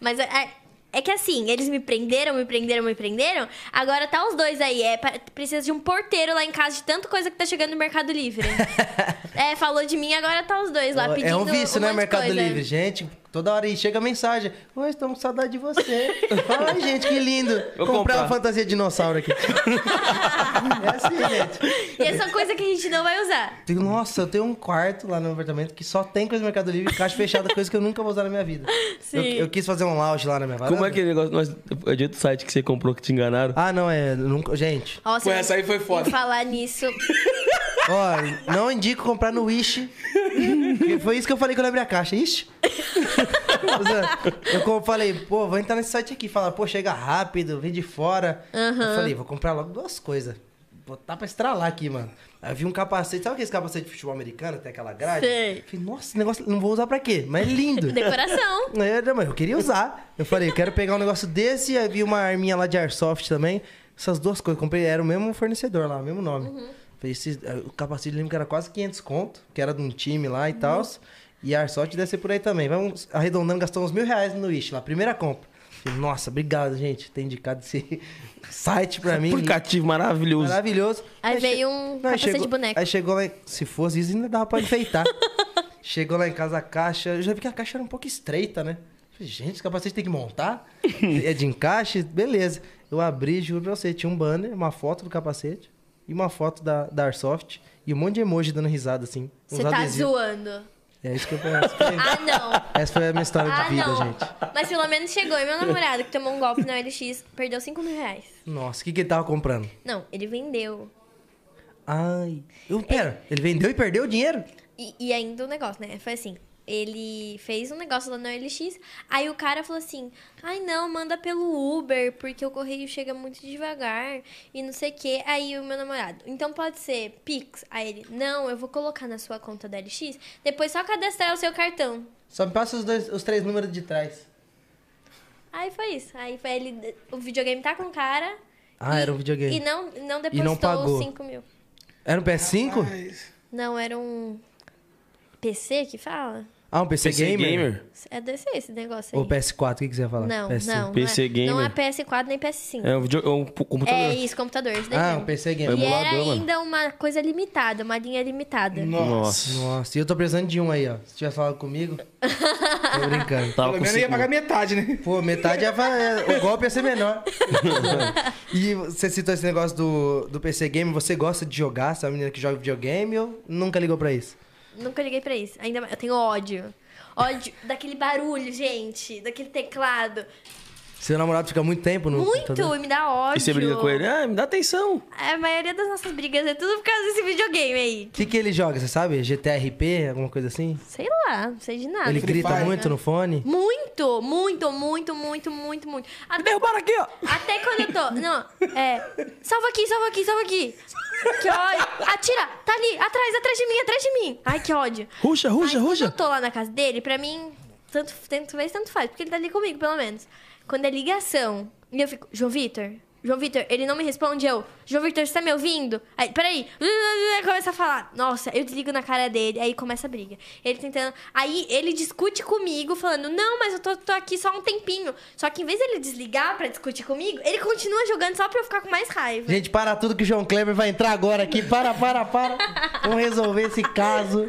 [SPEAKER 4] Mas é, é- é que assim, eles me prenderam, me prenderam, me prenderam. Agora tá os dois aí. É, pa- precisa de um porteiro lá em casa de tanta coisa que tá chegando no
[SPEAKER 1] (laughs)
[SPEAKER 4] Mercado Livre. é, falou de mim, agora tá os dois lá pedindo.
[SPEAKER 1] É um vício, né,
[SPEAKER 4] monte de
[SPEAKER 1] Mercado
[SPEAKER 4] coisa.
[SPEAKER 1] Livr, Livre. Gente, toda hora aí chega mensagem. Oi, estamos com saudade de
[SPEAKER 4] (laughs)
[SPEAKER 1] você. Ai, gente, que lindo.
[SPEAKER 2] Vou
[SPEAKER 1] comprar,
[SPEAKER 2] comprar.
[SPEAKER 1] uma fantasia de dinossauro
[SPEAKER 4] (laughs)
[SPEAKER 1] aqui. é assim, gente.
[SPEAKER 4] E é só coisa que a gente não vai usar.
[SPEAKER 1] Digo, Nossa, eu tenho um quarto lá no meu apartamento que só tem coisa do Mercado Livre, caixa fechada, coisa que eu nunca vou usar na minha vida.
[SPEAKER 4] Sim.
[SPEAKER 1] Eu, eu quis fazer um lounge lá na minha varanda.
[SPEAKER 2] Como é aquele negócio? Nós, é de outro site que você comprou que te enganaram.
[SPEAKER 1] Ah, não, é. Nunca... Gente,
[SPEAKER 4] Nossa,
[SPEAKER 3] Pô, essa aí foi foda.
[SPEAKER 4] em Falar nisso.
[SPEAKER 1] ó, não indico comprar no Wish. Porque Foi isso que eu falei que eu lembrei a caixa. Ixi. eu co- falei, pô, vou entrar nesse site aqui. Fala, pô, chega rápido, vem de fora. Eu falei, vou comprar logo duas coisas. Botar pra estralar aqui, mano. Aí eu vi um capacete, sabe aquele capacete de futebol americano, que tem aquela grade?
[SPEAKER 4] Sei.
[SPEAKER 1] Falei, nossa, esse negócio não vou usar pra quê? Mas é lindo.
[SPEAKER 4] Decoração.
[SPEAKER 1] Aí Eu, não, mas eu queria usar. Eu falei, eu quero pegar um negócio desse. Aí vi uma arminha lá de Airsoft também. Essas duas coisas. Comprei, era o mesmo fornecedor lá, o mesmo nome. Falei, esse, eh, o capacete eu lembro que era quase 500 conto, que era de um time lá e tal. E a Airsoft deve ser por aí também. Vamos arredondando, gastou uns mil reais no Wish lá, primeira compra. Falei, nossa, obrigado, gente, ter indicado esse (laughs) site pra mim.
[SPEAKER 2] Aplicativo maravilhoso.
[SPEAKER 1] Maravilhoso.
[SPEAKER 4] Aí veio
[SPEAKER 1] che-
[SPEAKER 4] um capacete
[SPEAKER 1] chegou-
[SPEAKER 4] de boneca.
[SPEAKER 1] Aí chegou lá. em- Se fosse isso, ainda dava pra
[SPEAKER 4] (laughs)
[SPEAKER 1] enfeitar. chegou lá em casa a caixa. Eu já vi que a caixa era um pouco estreita, né? Falei, Gente, esse capacete tem que
[SPEAKER 4] (laughs)
[SPEAKER 1] montar? é de encaixe? Beleza. Eu abri, juro pra você, tinha um banner, uma foto do capacete e uma foto da, da Airsoft e um monte de emoji dando risada, assim. uns
[SPEAKER 4] Você tá
[SPEAKER 1] adesivos.
[SPEAKER 4] zoando.
[SPEAKER 1] É isso que eu penso.
[SPEAKER 4] Ah, não.
[SPEAKER 1] Essa foi a minha história
[SPEAKER 4] Ah,
[SPEAKER 1] de vida,
[SPEAKER 4] não.
[SPEAKER 1] gente.
[SPEAKER 4] Mas pelo menos chegou. E meu namorado, que tomou um golpe na LX, perdeu 5 mil reais.
[SPEAKER 1] Nossa, o que, que ele tava comprando?
[SPEAKER 4] Não, ele vendeu.
[SPEAKER 1] Ai. Eu, pera, ele vendeu e perdeu o dinheiro?
[SPEAKER 4] E, e ainda o negócio, né? Foi assim. Ele fez um negócio lá na OLX, aí o cara falou assim: ai não, manda pelo Uber, porque o correio chega muito devagar e não sei o que. Aí o meu namorado, então pode ser Pix? Aí ele, não, eu vou colocar na sua conta da LX, depois só cadastrar o seu cartão.
[SPEAKER 1] Só me passa os, dois, os três números de trás.
[SPEAKER 4] Aí foi isso. Aí foi ele, o videogame tá com o cara.
[SPEAKER 1] Ah,
[SPEAKER 4] e-
[SPEAKER 1] era um videogame.
[SPEAKER 4] E não, não
[SPEAKER 1] E não
[SPEAKER 4] depositou
[SPEAKER 1] pagou.
[SPEAKER 4] os 5 mil.
[SPEAKER 1] Era um PS5?
[SPEAKER 3] Mas-
[SPEAKER 4] Não, era um PC que fala?
[SPEAKER 1] Ah, um PC,
[SPEAKER 2] PC
[SPEAKER 1] Gamer?
[SPEAKER 2] Gamer.
[SPEAKER 4] É desse esse negócio aí.
[SPEAKER 1] Ou PS4, o que, é que você ia falar?
[SPEAKER 4] Não,
[SPEAKER 1] PS5.
[SPEAKER 4] não.
[SPEAKER 2] PC
[SPEAKER 4] não é, Não é
[SPEAKER 2] gamer.
[SPEAKER 4] PS4 nem PS5.
[SPEAKER 2] É um, video, é um pu- computador.
[SPEAKER 4] É isso, computador. Isso daí
[SPEAKER 1] Ah,
[SPEAKER 4] mesmo.
[SPEAKER 1] um PC
[SPEAKER 2] É
[SPEAKER 4] E
[SPEAKER 1] Gamer.
[SPEAKER 4] era
[SPEAKER 2] emulador, mano.
[SPEAKER 4] ainda uma coisa limitada, uma linha limitada.
[SPEAKER 2] Nossa.
[SPEAKER 1] Nossa, e eu tô precisando de um aí, ó. Se tivesse falado
[SPEAKER 4] (laughs)
[SPEAKER 1] comigo, tô brincando.
[SPEAKER 2] Tava
[SPEAKER 3] Pelo menos eu ia
[SPEAKER 2] conseguindo.
[SPEAKER 3] pagar metade, né?
[SPEAKER 1] Pô, metade ia fa- é, O golpe ia ser
[SPEAKER 4] (laughs)
[SPEAKER 1] menor. e você citou esse negócio do, do PC Gamer. Você gosta de jogar? Você é uma menina que joga videogame ou nunca ligou pra isso?
[SPEAKER 4] Nunca liguei pra isso. (laughs) Ainda mais- eu tenho ódio. Ódio daquele barulho, gente. Daquele teclado.
[SPEAKER 1] Seu namorado fica muito tempo no
[SPEAKER 4] Muito,
[SPEAKER 1] computador?
[SPEAKER 4] e me dá ódio. É,
[SPEAKER 2] E você briga com ele, ah, me dá atenção.
[SPEAKER 4] A maioria das nossas brigas é tudo por causa desse videogame aí.
[SPEAKER 1] O que, que ele joga, você sabe? GTRP, alguma coisa assim?
[SPEAKER 4] Sei lá, não sei de nada.
[SPEAKER 1] ele
[SPEAKER 3] Free
[SPEAKER 1] grita
[SPEAKER 3] Fire,
[SPEAKER 4] né?
[SPEAKER 1] muito no fone?
[SPEAKER 4] Muito, muito, muito, muito, muito, muito.
[SPEAKER 2] Me
[SPEAKER 1] é
[SPEAKER 4] Até,
[SPEAKER 2] derrubaram aqui, ó.
[SPEAKER 4] até quando eu tô. Não, é. Salva aqui, salva aqui, salva aqui. Que ódio. Atira, tá ali, atrás, atrás de mim, atrás de mim. Ai, que ódio.
[SPEAKER 2] Ruxa, ruxa,
[SPEAKER 4] Aí,
[SPEAKER 2] ruxa.
[SPEAKER 4] Quando eu tô lá na casa dele, pra mim, tanto, tanto fez, tanto faz, porque ele tá ali comigo, pelo menos. Quando é ligação, e eu fico, João Vitor, João Vitor, ele não me responde, eu, João Vitor, você tá me ouvindo? Aí, peraí, (laughs) começa a falar, nossa, eu desligo na cara dele, aí começa a briga. Ele tentando, aí ele discute comigo, falando, não, mas eu tô, tô aqui só um tempinho. Só que em vez dele desligar pra discutir comigo, ele continua jogando só pra eu ficar com mais raiva.
[SPEAKER 1] Gente, para tudo que o João Kleber vai entrar agora aqui. Para, para, para. Vamos resolver esse caso.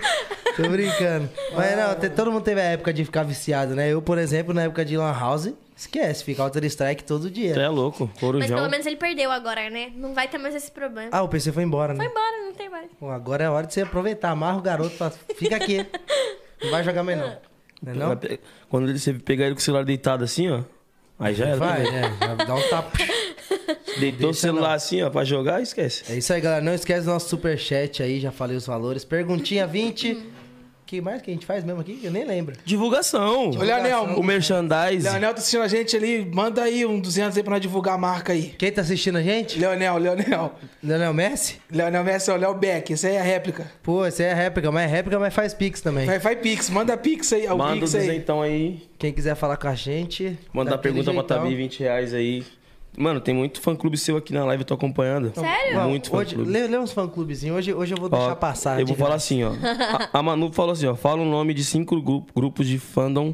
[SPEAKER 1] Tô brincando. Mas não, te- todo mundo teve a época de ficar viciado, né? Eu, por exemplo, na época de Lan House, esquece, fica Counter Strike todo
[SPEAKER 2] Tu
[SPEAKER 1] dia.
[SPEAKER 2] é louco,
[SPEAKER 4] Mas
[SPEAKER 2] corujão.
[SPEAKER 4] pelo menos ele perdeu agora, né? Não vai ter mais esse problema.
[SPEAKER 1] Ah, o PC foi embora,
[SPEAKER 4] Foi
[SPEAKER 1] né?
[SPEAKER 4] embora, não tem mais.
[SPEAKER 1] Pô, agora é hora de você aproveitar. Amarra o garoto, fala, fica aqui. Não vai jogar mais não. Não é
[SPEAKER 2] Vai
[SPEAKER 1] não?
[SPEAKER 2] pe- Quando ele, você pegar ele com o celular deitado assim, ó. Aí já era.
[SPEAKER 1] Vai,
[SPEAKER 2] também.
[SPEAKER 1] é, vai dar um tapa.
[SPEAKER 2] Deitou o celular assim, ó, pra jogar, esquece.
[SPEAKER 1] É isso aí, galera. Não esquece do nosso superchat aí, já falei os valores. Perguntinha 20. que mais que a gente faz mesmo aqui? Eu nem lembro.
[SPEAKER 2] Divulgação.
[SPEAKER 3] Ô, Leonel,
[SPEAKER 2] O merchandise.
[SPEAKER 3] Leonel tá assistindo a gente ali, manda aí um 200 aí pra nós divulgar a marca aí.
[SPEAKER 1] Quem tá assistindo a gente?
[SPEAKER 3] Leonel, Leonel.
[SPEAKER 1] Leonel Messi?
[SPEAKER 3] Leonel Messi, ó, Léo Beck, essa aí é a réplica.
[SPEAKER 1] Pô, essa é a réplica, mas é réplica, mas faz pix também.
[SPEAKER 3] Vai, vai Pix, manda Pix aí, ó, o
[SPEAKER 2] Manda o
[SPEAKER 3] Pix aí.
[SPEAKER 2] duzentão aí.
[SPEAKER 1] Quem quiser falar com a gente.
[SPEAKER 2] Manda a
[SPEAKER 1] daquele
[SPEAKER 2] pergunta pra
[SPEAKER 1] jeitão.
[SPEAKER 2] Tabi, 20 reais aí. Mano, tem muito fã-clube seu aqui na live, eu tô acompanhando.
[SPEAKER 4] Sério?
[SPEAKER 2] Muito
[SPEAKER 1] Hoje,
[SPEAKER 2] fã-clube.
[SPEAKER 1] lê, lê uns fã-clubezinhos. Hoje, hoje eu vou
[SPEAKER 2] Ó,
[SPEAKER 1] deixar passar.
[SPEAKER 2] Eu vou
[SPEAKER 1] diga.
[SPEAKER 2] falar assim,
[SPEAKER 1] (laughs)
[SPEAKER 2] ó. A, a Manu falou assim, ó. Fala o nome de cinco gru- grupos de fandom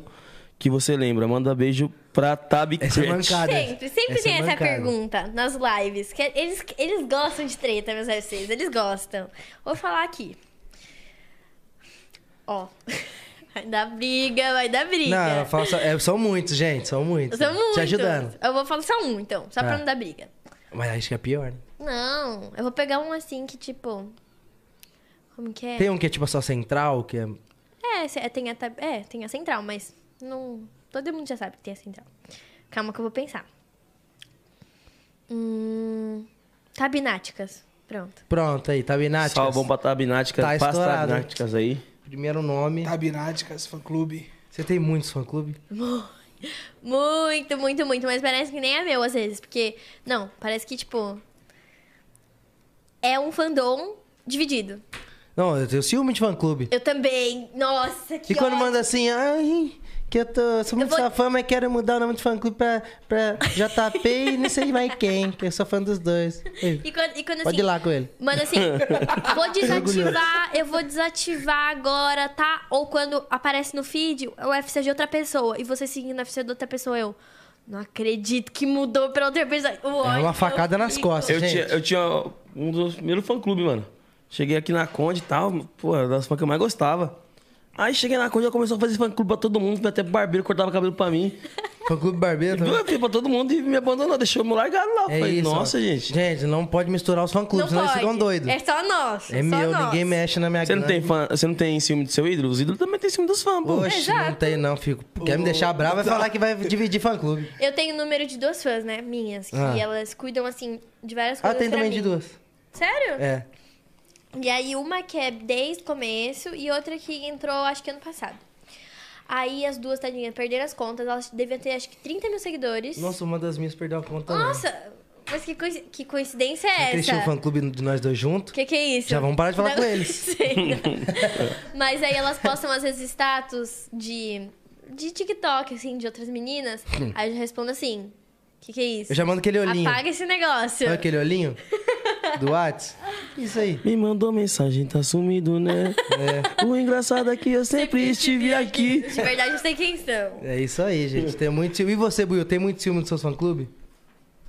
[SPEAKER 2] que você lembra. Manda beijo pra Tabi
[SPEAKER 1] Essa é
[SPEAKER 2] Cret.
[SPEAKER 1] mancada.
[SPEAKER 4] Sempre, sempre
[SPEAKER 1] Essa é
[SPEAKER 4] tem essa
[SPEAKER 1] mancada.
[SPEAKER 4] pergunta nas lives. que é- eles, eles gostam de treta, meus RCs, eles gostam. Vou falar aqui. Ó. (laughs) Vai dar briga, vai dar briga.
[SPEAKER 1] Não, eu falo só- é, são muitos, gente. São muitos.
[SPEAKER 4] São muitos.
[SPEAKER 1] Te ajudando.
[SPEAKER 4] Eu vou falar só um, então, só
[SPEAKER 1] Ah.
[SPEAKER 4] pra não dar briga.
[SPEAKER 1] Mas acho que é pior, né?
[SPEAKER 4] Não, eu vou pegar um assim que, tipo. Como que é?
[SPEAKER 1] Tem um que é tipo só central, que é.
[SPEAKER 4] É, se- é, tem a, tab- é, tem a central, mas não. Todo mundo já sabe que tem a central. Calma que eu vou pensar. Hum, tabináticas. Pronto.
[SPEAKER 1] Pronto aí, Tabináticas.
[SPEAKER 2] Salvão pra Tabináticas.
[SPEAKER 1] Tá
[SPEAKER 2] pras
[SPEAKER 1] estourado.
[SPEAKER 2] Tabináticas aí.
[SPEAKER 1] Primeiro nome.
[SPEAKER 3] Tabináticas, fã clube.
[SPEAKER 1] Você tem muitos fã-clube?
[SPEAKER 4] Muito, muito, muito. Mas parece que nem é meu às vezes. Porque. Não, parece que, tipo. É um fandom dividido.
[SPEAKER 1] Não, eu tenho ciúme de fã-clube.
[SPEAKER 4] Eu também. Nossa, que.
[SPEAKER 1] E quando
[SPEAKER 4] ódio.
[SPEAKER 1] manda assim, ai, que eu tô, sou muito
[SPEAKER 4] Eu vou-
[SPEAKER 1] sua fã, mas quero mudar o nome do fã-clube pra, pra JP e não sei mais quem, que eu sou fã dos dois. Ei,
[SPEAKER 4] E quando, e quando,
[SPEAKER 1] Pode
[SPEAKER 4] assim,
[SPEAKER 1] ir lá com ele. (laughs)
[SPEAKER 4] Mano, assim, vou desativar, eu vou desativar agora, tá? Ou quando aparece no feed o UFC de outra pessoa e você seguindo o UFC de outra pessoa, eu não acredito que mudou pra outra pessoa.
[SPEAKER 1] É uma facada nas costas,
[SPEAKER 2] Eu
[SPEAKER 1] gente.
[SPEAKER 2] tinha, eu tinha um dos primeiros fã-clube, mano. Cheguei aqui na Conde e tal, pô, era das fãs que eu mais gostava. Aí cheguei na Conde, já começou a fazer fã-clube pra todo mundo, até pro barbeiro cortava o cabelo pra mim.
[SPEAKER 1] (laughs) Fã-clube barbeiro também.
[SPEAKER 2] Eu fiz pra todo mundo e me abandonou, deixou eu largado lá.
[SPEAKER 1] É
[SPEAKER 2] Falei,
[SPEAKER 1] isso. ó.
[SPEAKER 2] nossa, gente.
[SPEAKER 1] Gente, não pode misturar os fã-clubes,
[SPEAKER 4] Não
[SPEAKER 1] senão eles
[SPEAKER 4] pode.
[SPEAKER 1] ficam doidos.
[SPEAKER 4] É só nós.
[SPEAKER 1] É
[SPEAKER 4] só
[SPEAKER 1] meu,
[SPEAKER 4] nós.
[SPEAKER 1] ninguém mexe na minha
[SPEAKER 2] Você não, tem
[SPEAKER 1] grana.
[SPEAKER 2] fã, você não tem ciúme do seu ídolo? Os ídolos também têm ciúme dos fãs, pô.
[SPEAKER 1] Oxe, não
[SPEAKER 4] Exato.
[SPEAKER 1] tem não, fico. Quer me deixar bravo, vai falar que vai dividir fã-clube.
[SPEAKER 4] Eu tenho o número de duas fãs, né? Minhas. Que
[SPEAKER 1] Ah.
[SPEAKER 4] elas cuidam, assim, de várias
[SPEAKER 1] Ah,
[SPEAKER 4] coisas.
[SPEAKER 1] tem
[SPEAKER 4] pra
[SPEAKER 1] também
[SPEAKER 4] mim.
[SPEAKER 1] de duas.
[SPEAKER 4] Sério?
[SPEAKER 1] É.
[SPEAKER 4] E aí, uma que é desde o começo e outra que entrou, acho que ano passado. Aí, as duas, tadinhas, perderam as contas. Elas deviam ter, acho que, 30 mil seguidores.
[SPEAKER 1] Nossa, uma das minhas perdeu a conta. né?
[SPEAKER 4] Nossa, mas que, coinci- que coincidência
[SPEAKER 1] Será que
[SPEAKER 4] é
[SPEAKER 1] Eles tinham um
[SPEAKER 4] essa?
[SPEAKER 1] fã-clube de nós dois juntos.
[SPEAKER 4] Que que é isso?
[SPEAKER 1] Já vamos parar de falar
[SPEAKER 4] Não
[SPEAKER 1] com
[SPEAKER 4] (laughs)
[SPEAKER 1] eles.
[SPEAKER 4] sei,
[SPEAKER 1] (laughs)
[SPEAKER 4] não. Mas aí elas postam às vezes status de, de TikTok, assim, de outras meninas. Aí eu já respondo assim, que que é isso?
[SPEAKER 1] Hum. Eu já mando aquele olhinho.
[SPEAKER 4] Apaga esse negócio.
[SPEAKER 1] Sabe aquele
[SPEAKER 4] (laughs)
[SPEAKER 1] olhinho? Do Whats? Isso aí.
[SPEAKER 2] Me mandou mensagem, tá sumido, né? O engraçado é que eu sempre estive aqui.
[SPEAKER 4] De verdade, eu sei quem são.
[SPEAKER 1] É isso aí, gente. Tem muito ciúme. E você, Buiu, tem muito ciúme do seu fã-clube?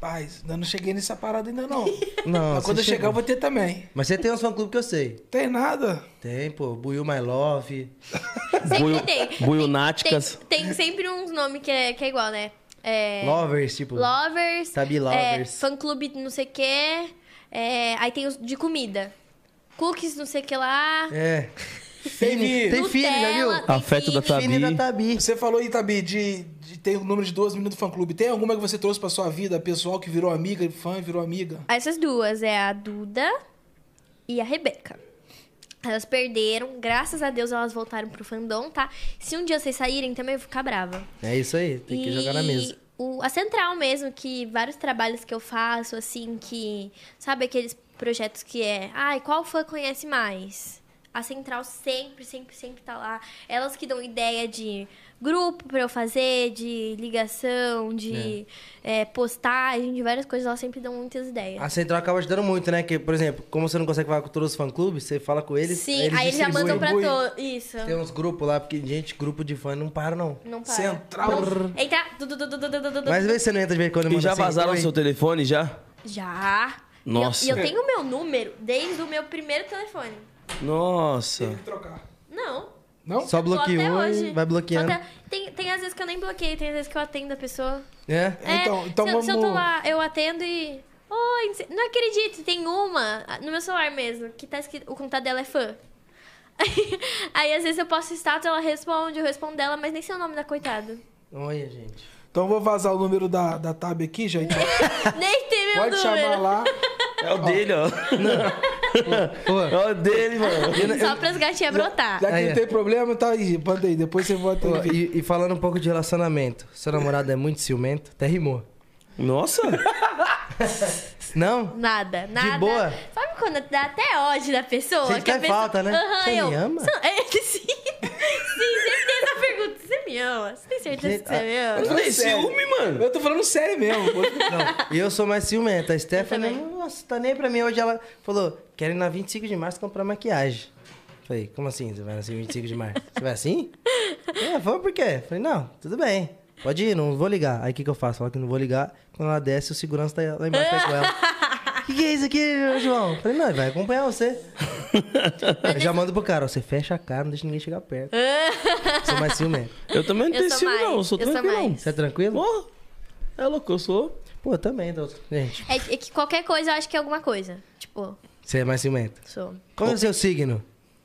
[SPEAKER 3] Paz, ainda não cheguei nessa parada
[SPEAKER 1] (laughs)
[SPEAKER 3] ainda não.
[SPEAKER 1] Não,
[SPEAKER 3] Mas quando
[SPEAKER 1] você
[SPEAKER 3] eu chegar
[SPEAKER 1] chegou.
[SPEAKER 3] eu vou ter também.
[SPEAKER 1] Mas você tem uns fã-clube que eu sei.
[SPEAKER 3] Tem nada.
[SPEAKER 1] Tem, pô. Buiu My Love.
[SPEAKER 4] Sempre tem.
[SPEAKER 2] Buionáticas.
[SPEAKER 4] Tem, tem sempre uns nomes que é, que é igual, né? É,
[SPEAKER 1] Lovers, tipo.
[SPEAKER 4] Lovers.
[SPEAKER 1] Sabe, lovers.
[SPEAKER 4] É, fã clube não sei o quê. É, aí tem os de comida. Cookies não sei o que lá.
[SPEAKER 1] É. Fini. Tem Fini, já viu?
[SPEAKER 4] Nutella, tem
[SPEAKER 2] Afeto da
[SPEAKER 4] Fini.
[SPEAKER 2] Tabi.
[SPEAKER 1] Fini da Tabi.
[SPEAKER 3] Você falou, Itabi, de, de ter o número de duas meninas do fã-clube. Tem alguma que você trouxe pra sua vida? Pessoal que virou amiga, fã virou amiga?
[SPEAKER 4] Essas duas é a Duda e a Rebeca. Elas perderam, graças a Deus elas voltaram pro fandom, tá? Se um dia vocês saírem, também eu vou ficar brava.
[SPEAKER 1] É isso aí, tem que
[SPEAKER 4] E
[SPEAKER 1] jogar na mesa.
[SPEAKER 4] o- a central mesmo, que vários trabalhos que eu faço, assim, que. Sabe aqueles projetos que é. Ai, qual fã conhece mais? A central sempre, sempre, sempre tá lá. Elas que dão ideia de grupo pra eu fazer, de ligação, de
[SPEAKER 1] É.
[SPEAKER 4] eh, postagem, de várias coisas. Elas sempre dão muitas ideias.
[SPEAKER 1] A central acaba ajudando muito, né? Que, por exemplo, como você não consegue falar com todos os fã-clubes, você fala com eles.
[SPEAKER 4] Sim, aí eles já
[SPEAKER 1] distribuem.
[SPEAKER 4] mandam pra
[SPEAKER 3] distribuem.
[SPEAKER 4] todos. Isso.
[SPEAKER 1] Tem um uns grupos lá, porque, gente, grupo de fã não para, não.
[SPEAKER 4] Não para.
[SPEAKER 3] Central.
[SPEAKER 4] Não- Entra. Du, du, du, du, du, du, du, du.
[SPEAKER 1] Mas às vezes você não entra de vez em quando
[SPEAKER 2] E
[SPEAKER 1] manda
[SPEAKER 2] já
[SPEAKER 1] assim,
[SPEAKER 2] vazaram o
[SPEAKER 1] oi.
[SPEAKER 2] seu telefone, já?
[SPEAKER 4] Já. E eu-
[SPEAKER 2] Nossa.
[SPEAKER 4] E eu, tenho o meu número desde o meu primeiro telefone.
[SPEAKER 3] Tem
[SPEAKER 2] Nossa.
[SPEAKER 3] que trocar.
[SPEAKER 4] Não.
[SPEAKER 3] Não?
[SPEAKER 1] Só
[SPEAKER 4] eu tô até
[SPEAKER 1] bloqueou
[SPEAKER 4] hoje.
[SPEAKER 1] e vai bloqueando.
[SPEAKER 4] Tô até- Tem, tem às vezes que eu nem bloqueio, tem às vezes que eu atendo a pessoa.
[SPEAKER 1] É?
[SPEAKER 3] Então- então
[SPEAKER 4] se, eu- se eu tô
[SPEAKER 3] vamos-
[SPEAKER 4] lá, eu atendo e. Oi, não sei- não acredito, tem uma ah, no meu celular mesmo, que tá escrito, o contato dela é fã. (laughs) Aí, aí, às vezes eu posto status, ela responde, eu respondo dela, mas nem sei o nome
[SPEAKER 3] (laughs)
[SPEAKER 4] da coitada.
[SPEAKER 1] Olha, gente.
[SPEAKER 3] Então eu vou vazar o número da, da Tab aqui, já.
[SPEAKER 1] (laughs)
[SPEAKER 3] Então.
[SPEAKER 4] nem tem meu
[SPEAKER 3] Pode
[SPEAKER 4] número.
[SPEAKER 3] chamar lá.
[SPEAKER 2] É o dele, ó.
[SPEAKER 1] Pô,
[SPEAKER 2] É o dele, mano.
[SPEAKER 4] Só pras gatinhas brotar.
[SPEAKER 3] Já que
[SPEAKER 1] Aí,
[SPEAKER 3] não
[SPEAKER 1] é.
[SPEAKER 3] tem problema, tá aí. Manda aí. Depois você volta
[SPEAKER 1] pô,
[SPEAKER 3] aí.
[SPEAKER 1] e, e falando um pouco de relacionamento. Seu namorado é muito ciumento? Até rimou.
[SPEAKER 2] Nossa.
[SPEAKER 1] Não?
[SPEAKER 4] Nada, nada.
[SPEAKER 1] boa?
[SPEAKER 4] Sabe quando dá até ódio da pessoa?
[SPEAKER 1] Sente
[SPEAKER 4] a
[SPEAKER 1] até
[SPEAKER 4] pessoa-
[SPEAKER 1] falta, né?
[SPEAKER 4] Aham,
[SPEAKER 1] Você me
[SPEAKER 4] eu...
[SPEAKER 1] ama?
[SPEAKER 4] Você- (laughs) É, sim. sim, sempre tem essa pergunta. Você me ama? Você tem certeza
[SPEAKER 1] Gente,
[SPEAKER 4] que
[SPEAKER 1] ah,
[SPEAKER 4] você me ama?
[SPEAKER 2] Eu falei, ciúme, mano.
[SPEAKER 3] Eu tô falando sério mesmo. pô.
[SPEAKER 1] Não. E eu sou mais ciumento. A Stephanie,
[SPEAKER 4] também.
[SPEAKER 1] nossa, tá nem pra mim. Hoje ela falou, quero ir na 25 de março comprar maquiagem. Falei, como assim você vai na 25 de março? Você vai assim? É, vamos por quê? Falei, não, tudo bem. Pode ir, não vou ligar. Aí o que, que eu faço? Fala que não vou ligar. Quando ela desce, o segurança tá lá embaixo tá com ela. O que, que é isso aqui, João? Falei, não, ele vai acompanhar você. Eu já mando pro cara, ó, você fecha a cara, não deixa ninguém chegar perto. sou mais ciumento.
[SPEAKER 2] Eu também não
[SPEAKER 4] Eu
[SPEAKER 2] tenho
[SPEAKER 4] sou
[SPEAKER 2] ciúme, não. Eu
[SPEAKER 4] mais,
[SPEAKER 2] sou
[SPEAKER 4] eu sou
[SPEAKER 2] tranquilão.
[SPEAKER 4] mais.
[SPEAKER 1] Você é tranquilo?
[SPEAKER 2] Porra. É louco, eu sou.
[SPEAKER 1] Pô, eu também, tô... gente.
[SPEAKER 4] É, é que qualquer coisa eu acho que é alguma coisa. Tipo,
[SPEAKER 1] Você é mais ciumento.
[SPEAKER 4] sou.
[SPEAKER 1] Qual é o seu signo?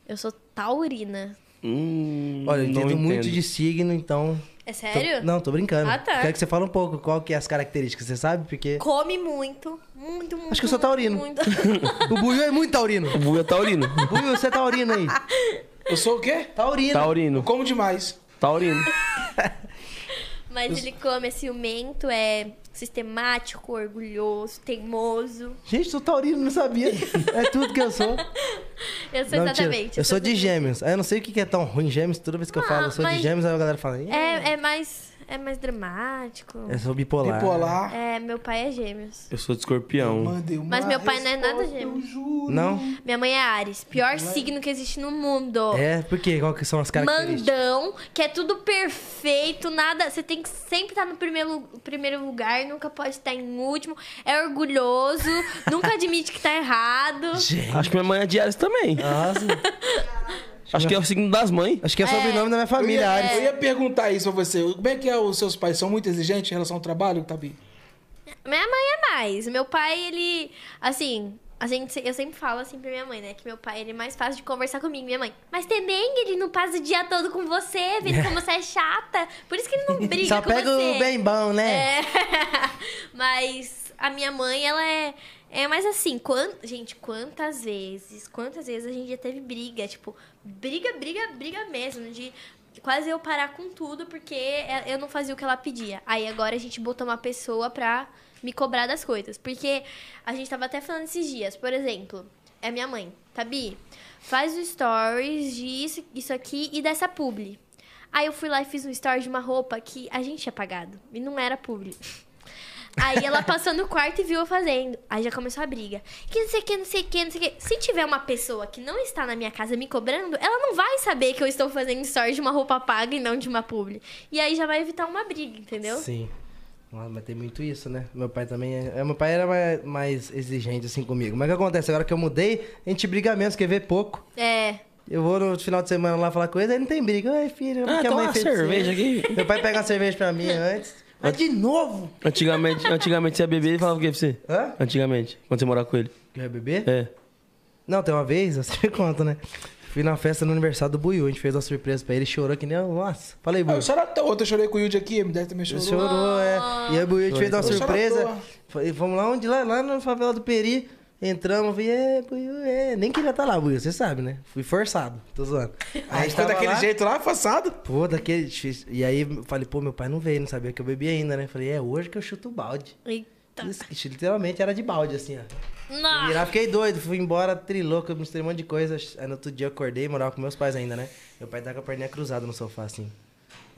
[SPEAKER 4] Eu sou taurina.
[SPEAKER 2] Hum,
[SPEAKER 1] Olha, eu
[SPEAKER 2] não
[SPEAKER 1] entendo, muito
[SPEAKER 2] entendo.
[SPEAKER 1] de signo, então.
[SPEAKER 4] É
[SPEAKER 1] tô-
[SPEAKER 4] sério?
[SPEAKER 1] Não, tô brincando.
[SPEAKER 4] Ah, tá.
[SPEAKER 1] Quero que você fale um pouco qual que é as características, você sabe? Porque.
[SPEAKER 4] Come muito, muito, muito.
[SPEAKER 1] Acho que eu sou taurino. (laughs)
[SPEAKER 4] Muito.
[SPEAKER 1] O Buiu é muito taurino.
[SPEAKER 2] O Buia
[SPEAKER 1] (laughs)
[SPEAKER 2] é taurino.
[SPEAKER 1] Buiu, você é taurino aí.
[SPEAKER 3] Eu sou o quê?
[SPEAKER 1] Taurino.
[SPEAKER 3] Eu
[SPEAKER 2] Taurino.
[SPEAKER 3] como demais.
[SPEAKER 2] Taurino.
[SPEAKER 4] Mas ele come, é ciumento, é sistemático, orgulhoso, teimoso.
[SPEAKER 1] Gente, sou taurino, não sabia. É tudo que eu sou.
[SPEAKER 4] Eu sou
[SPEAKER 1] Não, mentira.
[SPEAKER 4] (laughs) exatamente.
[SPEAKER 1] Eu sou de
[SPEAKER 4] tudo-
[SPEAKER 1] gêmeos. Aí eu não sei o que que é tão ruim gêmeos. Toda vez que eu
[SPEAKER 4] Não,
[SPEAKER 1] falo, eu sou
[SPEAKER 4] mas-
[SPEAKER 1] de gêmeos, aí a galera fala. "Ih,
[SPEAKER 4] É, é mais. É mais dramático.
[SPEAKER 1] Eu sou bipolar.
[SPEAKER 3] Bipolar.
[SPEAKER 4] É, meu pai é gêmeos.
[SPEAKER 2] Eu sou de escorpião.
[SPEAKER 3] Mandei uma
[SPEAKER 4] Mas meu pai não é nada
[SPEAKER 3] resposta,
[SPEAKER 4] gêmeo.
[SPEAKER 3] Eu juro.
[SPEAKER 1] Não?
[SPEAKER 4] Minha mãe é Ares, pior signo que existe no mundo.
[SPEAKER 1] É, por quê? Qual que são as características?
[SPEAKER 4] Mandão, que é tudo perfeito, nada. Você tem que sempre estar no primeiro, lu- primeiro lugar, nunca pode estar em último.
[SPEAKER 1] (laughs)
[SPEAKER 4] É orgulhoso, nunca admite que tá errado.
[SPEAKER 1] Gente.
[SPEAKER 2] Acho que minha mãe é de Ares também.
[SPEAKER 1] Nossa.
[SPEAKER 2] Acho que é o signo das mães.
[SPEAKER 1] Acho que é o sobrenome da minha
[SPEAKER 3] Eu
[SPEAKER 1] família,
[SPEAKER 3] ia,
[SPEAKER 1] Ares.
[SPEAKER 3] eu
[SPEAKER 4] É.
[SPEAKER 3] ia perguntar isso pra você. Como é que é os seus pais? São muito exigentes em relação ao trabalho, Tabi?
[SPEAKER 4] Minha mãe é mais. Meu pai, ele. Assim, a gente, se- eu sempre falo assim pra minha mãe, né? Que meu pai ele é mais fácil de conversar comigo, minha mãe. Mas também ele não passa o dia todo com você, vendo como você é chata. Por isso que ele
[SPEAKER 1] (laughs)
[SPEAKER 4] não briga
[SPEAKER 1] Só
[SPEAKER 4] com
[SPEAKER 1] pega
[SPEAKER 4] você.
[SPEAKER 1] o bem bom, né?
[SPEAKER 4] É. (laughs) Mas a minha mãe, ela é. É, mas assim, quan- gente, quantas vezes, quantas vezes a gente já teve briga, tipo, briga, briga, briga mesmo, de quase eu parar com tudo porque e- eu não fazia o que ela pedia. Aí agora a gente botou uma pessoa pra me cobrar das coisas, porque a gente tava até falando esses dias, por exemplo, é minha mãe, Tabi, faz o stories disso, isso aqui e dessa publi. Aí eu fui lá e fiz um story de uma roupa que a gente tinha pagado. E não era publi. Aí ela passou no quarto e viu eu fazendo. Aí já começou a briga. Que não sei o que, não sei o que, não sei o que. Se tiver uma pessoa que não está na minha casa me cobrando, ela não vai saber que eu estou fazendo story de uma roupa paga e não de uma publi. E aí já vai evitar uma briga, entendeu?
[SPEAKER 1] Sim. Nossa, Mas tem muito isso, né? Meu pai também é... é, Meu pai era mais, mais exigente assim comigo. Mas o que acontece? Agora que eu mudei, a gente briga menos, quer ver pouco.
[SPEAKER 4] É.
[SPEAKER 1] Eu vou no final de semana lá falar com ele, aí não tem briga. Ai, filho,
[SPEAKER 2] Ah,
[SPEAKER 1] porque a
[SPEAKER 2] toma
[SPEAKER 1] mãe
[SPEAKER 2] uma
[SPEAKER 1] fez isso?"
[SPEAKER 2] cerveja aqui.
[SPEAKER 1] Meu pai pega uma cerveja pra mim antes. Mas de novo?
[SPEAKER 2] Antigamente, antigamente você ia beber e falava o que pra você?
[SPEAKER 1] Hã?
[SPEAKER 2] Antigamente, quando você morava com ele.
[SPEAKER 1] Quer beber?
[SPEAKER 2] É.
[SPEAKER 1] (laughs) Não, tem uma vez, você me conta, né? Fui na festa no aniversário do Buiu, a gente fez uma surpresa pra ele, chorou que nem. Nossa, falei,
[SPEAKER 3] Ah,
[SPEAKER 1] Buiu.
[SPEAKER 3] eu choro à toa. Ontem eu chorei com o Yudi aqui, MDF também chorou.
[SPEAKER 1] Chorou, é. E aí, Buiu, a gente fez uma
[SPEAKER 3] Eu choro à
[SPEAKER 1] surpresa.
[SPEAKER 3] toa.
[SPEAKER 1] Falei, vamos lá onde? Lá, lá na favela do Peri. Entramos, vi, é, Buiu, é. Nem queria estar lá, Buiu, você sabe, né? Fui forçado, tô zoando. Aí a
[SPEAKER 3] (laughs) Aí
[SPEAKER 1] gente
[SPEAKER 3] ficou
[SPEAKER 1] tava
[SPEAKER 3] daquele
[SPEAKER 1] lá,
[SPEAKER 3] jeito lá, forçado.
[SPEAKER 1] Pô, daquele. E aí, eu falei, pô, meu pai não veio, não sabia que eu bebi ainda, né? Falei, é hoje que eu chuto o balde.
[SPEAKER 4] Eita.
[SPEAKER 1] Isso, que literalmente era de balde, assim, ó. E
[SPEAKER 4] Nossa.
[SPEAKER 1] lá fiquei doido, fui embora, trilouco, eu misturei um monte de coisa. Aí no outro dia eu acordei, morava com meus pais ainda, né? Meu pai tava com a perninha cruzada no sofá, assim.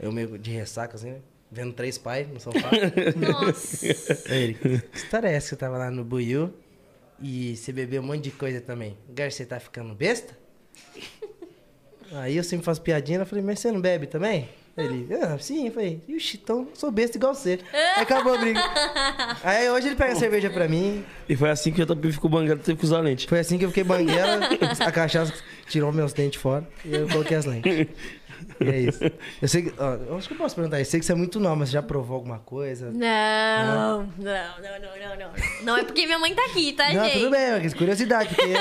[SPEAKER 1] Eu meio de ressaca, assim, né? Vendo três pais no sofá.
[SPEAKER 4] Nossa.
[SPEAKER 1] Aí ele, que história é essa que eu tava lá no Buiu e você bebeu um monte de coisa também? Gar, você tá ficando besta? Aí eu sempre faço piadinha, eu falei, mas você não bebe também? Ele, ah, sim, eu falei, e o Chitão, sou besta igual você. Aí acabou a briga. Aí hoje ele pega a cerveja pra mim,
[SPEAKER 2] E foi assim que o JP ficou bangado, teve que usar lente.
[SPEAKER 1] foi assim que eu fiquei banguela, a cachaça tirou meus dentes fora e eu coloquei as lentes. E é isso. Eu sei que, ó, eu acho que eu posso perguntar, eu sei que você é muito nova, mas você já provou alguma coisa?
[SPEAKER 4] Não, não, não, não, não, não. Não é porque minha mãe tá aqui, tá,
[SPEAKER 1] Não,
[SPEAKER 4] gente?
[SPEAKER 1] tudo bem, mas curiosidade, porque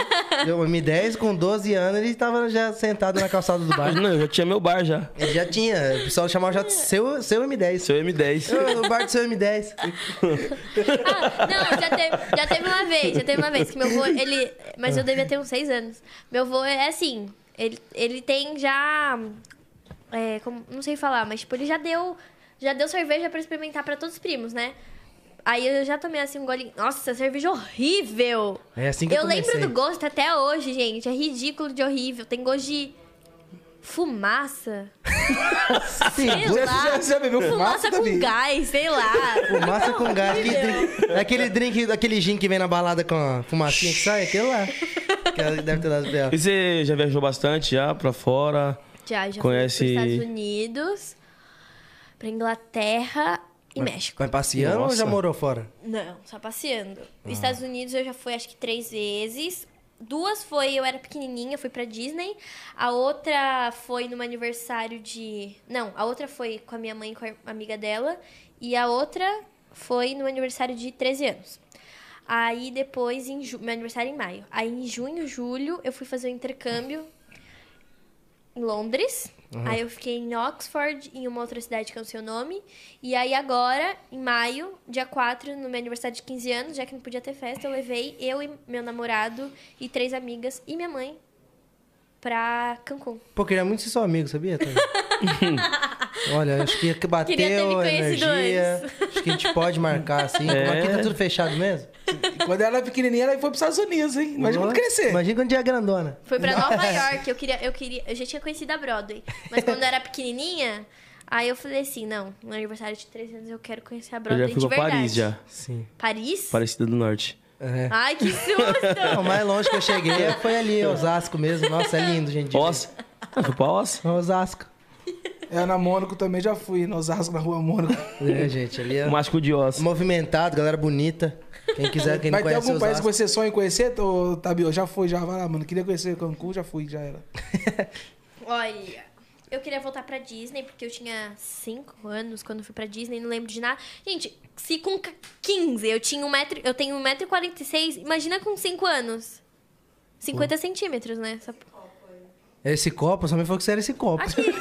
[SPEAKER 1] eu, o M10 com 12 anos, ele tava já sentado na calçada do bar.
[SPEAKER 2] Não, eu já tinha meu bar já.
[SPEAKER 1] Ele já tinha, o pessoal chamava já de seu, seu M10.
[SPEAKER 2] Seu M10.
[SPEAKER 1] Eu, o bar do seu M10.
[SPEAKER 4] Ah, não, já teve, já teve uma vez, já teve uma vez que meu avô, ele... Mas eu devia ter uns seis anos. Meu avô é assim, ele, ele tem já... é, como- não sei falar, mas tipo, ele já deu, já deu cerveja pra experimentar pra todos os primos, né? Aí eu já tomei assim um golinho. Nossa, cerveja horrível!
[SPEAKER 1] É assim que eu
[SPEAKER 4] Eu lembro
[SPEAKER 1] comecei.
[SPEAKER 4] do gosto até hoje, gente. É ridículo de horrível. Tem gosto de fumaça.
[SPEAKER 1] Sim, (laughs)
[SPEAKER 4] Sei
[SPEAKER 1] gosto-
[SPEAKER 4] lá.
[SPEAKER 3] Você (laughs) já bebeu fumaça,
[SPEAKER 4] Fumaça com
[SPEAKER 3] Davi?
[SPEAKER 4] gás, sei lá.
[SPEAKER 1] fumaça com gás. aquele drink- aquele drink, aquele gin que vem na balada com a fumacinha que sai, aquele lá. Que deve ter dado dela.
[SPEAKER 2] E você já viajou bastante já pra fora?
[SPEAKER 4] Já, já
[SPEAKER 2] Conhece-
[SPEAKER 4] fui pros Estados Unidos, pra Inglaterra e México.
[SPEAKER 1] Mas passeando ou já
[SPEAKER 2] Nossa.
[SPEAKER 1] morou fora?
[SPEAKER 4] Não, só passeando. Os Estados Unidos eu já fui acho que três vezes. Duas foi, eu era pequenininha, fui pra Disney. A outra foi no meu aniversário de... Não, a outra foi com a minha mãe e com a amiga dela. E a outra foi no meu aniversário de 13 anos. Aí depois, em ju... meu aniversário é em maio. Aí em junho, julho, eu fui fazer o intercâmbio em Londres. Aí eu fiquei em Oxford, em uma outra cidade que eu não sei o nome. E aí agora, em maio, dia 4, no meu aniversário de 15 anos, já que não podia ter festa, eu levei eu e meu namorado e três amigas e minha mãe pra Cancún.
[SPEAKER 1] Pô, queria muito ser seu amigo, sabia?
[SPEAKER 2] (laughs)
[SPEAKER 1] Tânia? Olha, acho que bateu
[SPEAKER 4] Queria ter me
[SPEAKER 1] a
[SPEAKER 4] conhecido
[SPEAKER 1] energia. Acho que a gente pode marcar assim.
[SPEAKER 2] É.
[SPEAKER 1] Como aqui tá tudo fechado mesmo.
[SPEAKER 3] Quando ela era pequenininha, ela foi pros Estados Unidos, hein? Imagina quando crescer.
[SPEAKER 1] Imagina quando dia grandona.
[SPEAKER 4] Foi pra Nova York, eu queria, eu queria, eu já tinha conhecido a Broadway, mas quando eu era pequenininha, aí eu falei assim, não, no aniversário de 3 anos eu quero conhecer a
[SPEAKER 2] Eu já
[SPEAKER 4] Broadway
[SPEAKER 2] fui
[SPEAKER 4] de
[SPEAKER 2] pra
[SPEAKER 4] verdade.
[SPEAKER 2] Paris já.
[SPEAKER 1] Sim.
[SPEAKER 4] Paris?
[SPEAKER 2] Parecida do Norte.
[SPEAKER 1] É.
[SPEAKER 4] Ai, que susto!
[SPEAKER 1] O mais longe que eu cheguei foi
[SPEAKER 2] (laughs)
[SPEAKER 1] ali, Osasco mesmo. Nossa, é lindo, gente.
[SPEAKER 2] Ossa. Ah, Foi pra Ossa.
[SPEAKER 1] Osasco.
[SPEAKER 3] É, na Mônaco também já fui, no Osasco, na rua Mônaco.
[SPEAKER 1] É, gente, ali é
[SPEAKER 2] O Mágico de Ossa.
[SPEAKER 1] movimentado, galera bonita. Quem quiser, quem não
[SPEAKER 3] Mas tem
[SPEAKER 1] conhece
[SPEAKER 3] algum país que
[SPEAKER 1] Osasco.
[SPEAKER 3] você sonha em conhecer, ô, Tabi? Eu já fui, já. Vai lá, mano. Queria conhecer Cancún, já fui, já era.
[SPEAKER 4] Olha, eu queria voltar pra Disney, porque eu tinha 5 anos quando eu fui pra Disney, não lembro de nada. Gente, se com ca- 15 eu tinha um metro, eu tenho 1,46m, imagina com 5 anos.
[SPEAKER 2] Hum.
[SPEAKER 4] 50 centímetros, né? Essa-
[SPEAKER 1] Esse copo, sua mãe falou que você era esse copo.
[SPEAKER 4] Acho
[SPEAKER 1] (laughs)
[SPEAKER 4] que.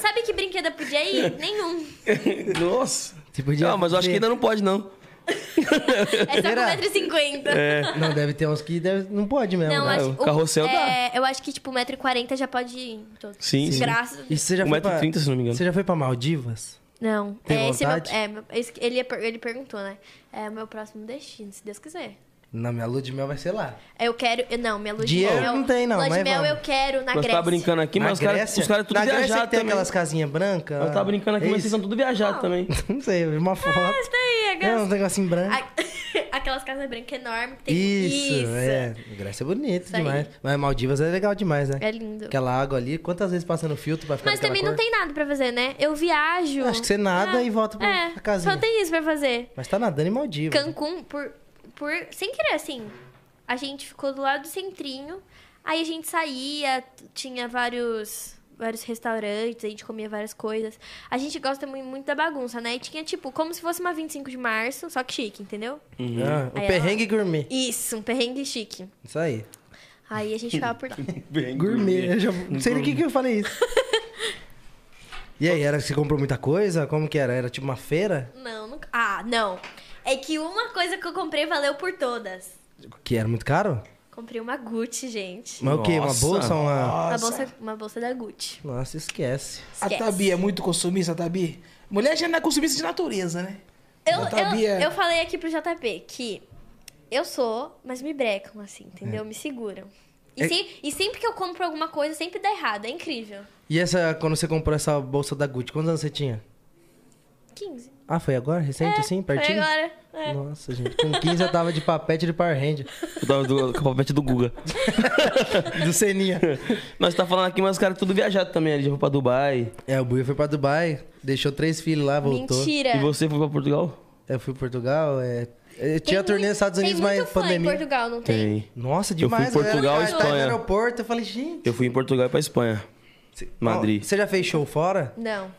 [SPEAKER 4] Sabe que brinquedo eu podia
[SPEAKER 2] (laughs)
[SPEAKER 4] ir? Nenhum.
[SPEAKER 2] Nossa.
[SPEAKER 1] Você podia
[SPEAKER 2] Não, mas eu acho que
[SPEAKER 1] ver.
[SPEAKER 2] ainda não pode, não.
[SPEAKER 4] É só
[SPEAKER 1] Será?
[SPEAKER 4] com 1,50m.
[SPEAKER 1] Não, deve ter uns que deve- não pode mesmo.
[SPEAKER 4] Não,
[SPEAKER 1] né?
[SPEAKER 4] acho,
[SPEAKER 2] É, o carrossel dá.
[SPEAKER 4] é, Eu acho que, tipo, 1,40m já pode ir. em todos.
[SPEAKER 2] Sim, sim.
[SPEAKER 4] Graças a
[SPEAKER 1] E você já foi pra-
[SPEAKER 2] 1,30m, se não me engano.
[SPEAKER 1] Você já foi pra Maldivas?
[SPEAKER 4] Não.
[SPEAKER 1] Tem
[SPEAKER 4] é, esse é meu,
[SPEAKER 1] vontade?
[SPEAKER 4] é, meu- esse- ele, é per- ele perguntou, né? É o meu próximo destino, se Deus quiser.
[SPEAKER 1] Na minha lua de mel vai ser lá.
[SPEAKER 4] Eu quero. eu- Não, minha lua de
[SPEAKER 1] Dinheiro
[SPEAKER 4] mel.
[SPEAKER 1] não tem, não,
[SPEAKER 4] Lua
[SPEAKER 1] mas
[SPEAKER 4] de mel
[SPEAKER 1] vamos.
[SPEAKER 4] eu quero na
[SPEAKER 2] Nós
[SPEAKER 4] Grécia.
[SPEAKER 2] tá brincando aqui,
[SPEAKER 1] Na
[SPEAKER 2] mas os caras
[SPEAKER 1] Grécia?
[SPEAKER 2] os cara tudo
[SPEAKER 1] Na Grécia
[SPEAKER 2] viajado
[SPEAKER 1] que tem
[SPEAKER 2] também.
[SPEAKER 1] aquelas casinhas brancas.
[SPEAKER 2] Nós tá brincando aqui,
[SPEAKER 1] É
[SPEAKER 2] mas vocês
[SPEAKER 1] isso?
[SPEAKER 2] são tudo viajados também.
[SPEAKER 1] (laughs) Não sei, eu vi
[SPEAKER 4] Ah,
[SPEAKER 1] uma foto.
[SPEAKER 4] Mas tem, a
[SPEAKER 1] é,
[SPEAKER 4] Grécia.
[SPEAKER 1] uns negocinho branco.
[SPEAKER 4] A- Aquelas casas brancas enormes que tem.
[SPEAKER 1] Isso, é. Grécia é bonito
[SPEAKER 4] Isso aí.
[SPEAKER 1] demais. Mas Maldivas é legal demais, né?
[SPEAKER 4] É lindo.
[SPEAKER 1] Aquela água ali, quantas vezes passa no filtro pra ficar
[SPEAKER 4] Mas
[SPEAKER 1] daquela
[SPEAKER 4] também não
[SPEAKER 1] cor?
[SPEAKER 4] tem nada pra fazer, né? Eu viajo.
[SPEAKER 1] Acho que você nada
[SPEAKER 4] É,
[SPEAKER 1] e volta pra
[SPEAKER 4] é,
[SPEAKER 1] casinha.
[SPEAKER 4] Só tem isso pra fazer.
[SPEAKER 1] Mas tá nadando em Maldivas.
[SPEAKER 4] Cancún, por, por. Sem querer, assim. A gente ficou do lado do centrinho. Aí a gente saía, t- tinha vários. Vários restaurantes, a gente comia várias coisas. A gente gosta mu- muito da bagunça, né? E tinha, tipo, como se fosse uma 25 de março, só que chique, entendeu?
[SPEAKER 1] Ah, o
[SPEAKER 4] Aí
[SPEAKER 1] perrengue gourmet.
[SPEAKER 4] Isso, um perrengue chique.
[SPEAKER 1] Isso aí.
[SPEAKER 4] Aí a gente fala por lá.
[SPEAKER 2] Bem
[SPEAKER 1] Gourmet. Um Eu já... Não sei nem o que, que eu falei isso. (laughs) E aí, era, você comprou muita coisa? Como que era? Era tipo uma feira?
[SPEAKER 4] Não, nunca. Ah, não. É que uma coisa que eu comprei valeu por todas.
[SPEAKER 1] Que era muito caro?
[SPEAKER 4] Comprei uma Gucci, gente.
[SPEAKER 1] Mas o quê? Uma
[SPEAKER 2] Nossa.
[SPEAKER 1] bolsa? Uma...
[SPEAKER 4] Uma
[SPEAKER 3] Nossa.
[SPEAKER 4] bolsa, uma bolsa da Gucci.
[SPEAKER 1] Nossa, esquece.
[SPEAKER 3] A
[SPEAKER 4] Esquece.
[SPEAKER 3] Tabi é muito consumista, a Tabi? Mulher já não é consumista de natureza, né?
[SPEAKER 4] Eu,
[SPEAKER 3] A
[SPEAKER 4] eu,
[SPEAKER 3] Tabi é-
[SPEAKER 4] eu falei aqui pro JP que eu sou, mas me brecam, assim, entendeu? Me seguram. E,
[SPEAKER 1] É-
[SPEAKER 4] se- e sempre que eu compro alguma coisa, sempre dá errado. É incrível.
[SPEAKER 1] E essa, quando você comprou essa bolsa da Gucci, quantos anos você tinha?
[SPEAKER 4] 15.
[SPEAKER 1] Ah, foi agora? Recente, assim? Pertinho?
[SPEAKER 4] É, Foi agora. É.
[SPEAKER 1] Nossa, gente. Com 15 eu tava de papete de Power Ranger.
[SPEAKER 2] Eu tava do, com o papete do Guga. (laughs)
[SPEAKER 1] Do Seninha.
[SPEAKER 2] Nós tá falando aqui, mas os caras tudo viajado também. Ele já foi pra Dubai.
[SPEAKER 1] É, o Buio foi pra Dubai, deixou três filhos lá, voltou.
[SPEAKER 4] Mentira.
[SPEAKER 2] E você foi pra Portugal?
[SPEAKER 1] Eu fui pra Portugal, é... eu
[SPEAKER 4] Tem
[SPEAKER 1] tinha a turnê
[SPEAKER 4] muito-
[SPEAKER 1] nos Estados Unidos,
[SPEAKER 4] tem muito
[SPEAKER 1] mas
[SPEAKER 4] fã em
[SPEAKER 1] pandemia.
[SPEAKER 4] Portugal, não tem?
[SPEAKER 2] Tem.
[SPEAKER 1] Nossa,
[SPEAKER 2] fui em
[SPEAKER 1] demais. eu era-
[SPEAKER 2] Portugal e
[SPEAKER 1] eu tava no
[SPEAKER 2] Espanha.
[SPEAKER 1] aeroporto, eu falei, gente...
[SPEAKER 2] Eu fui em Portugal e pra Espanha. Madrid.
[SPEAKER 1] Você já fez show fora?
[SPEAKER 4] Não.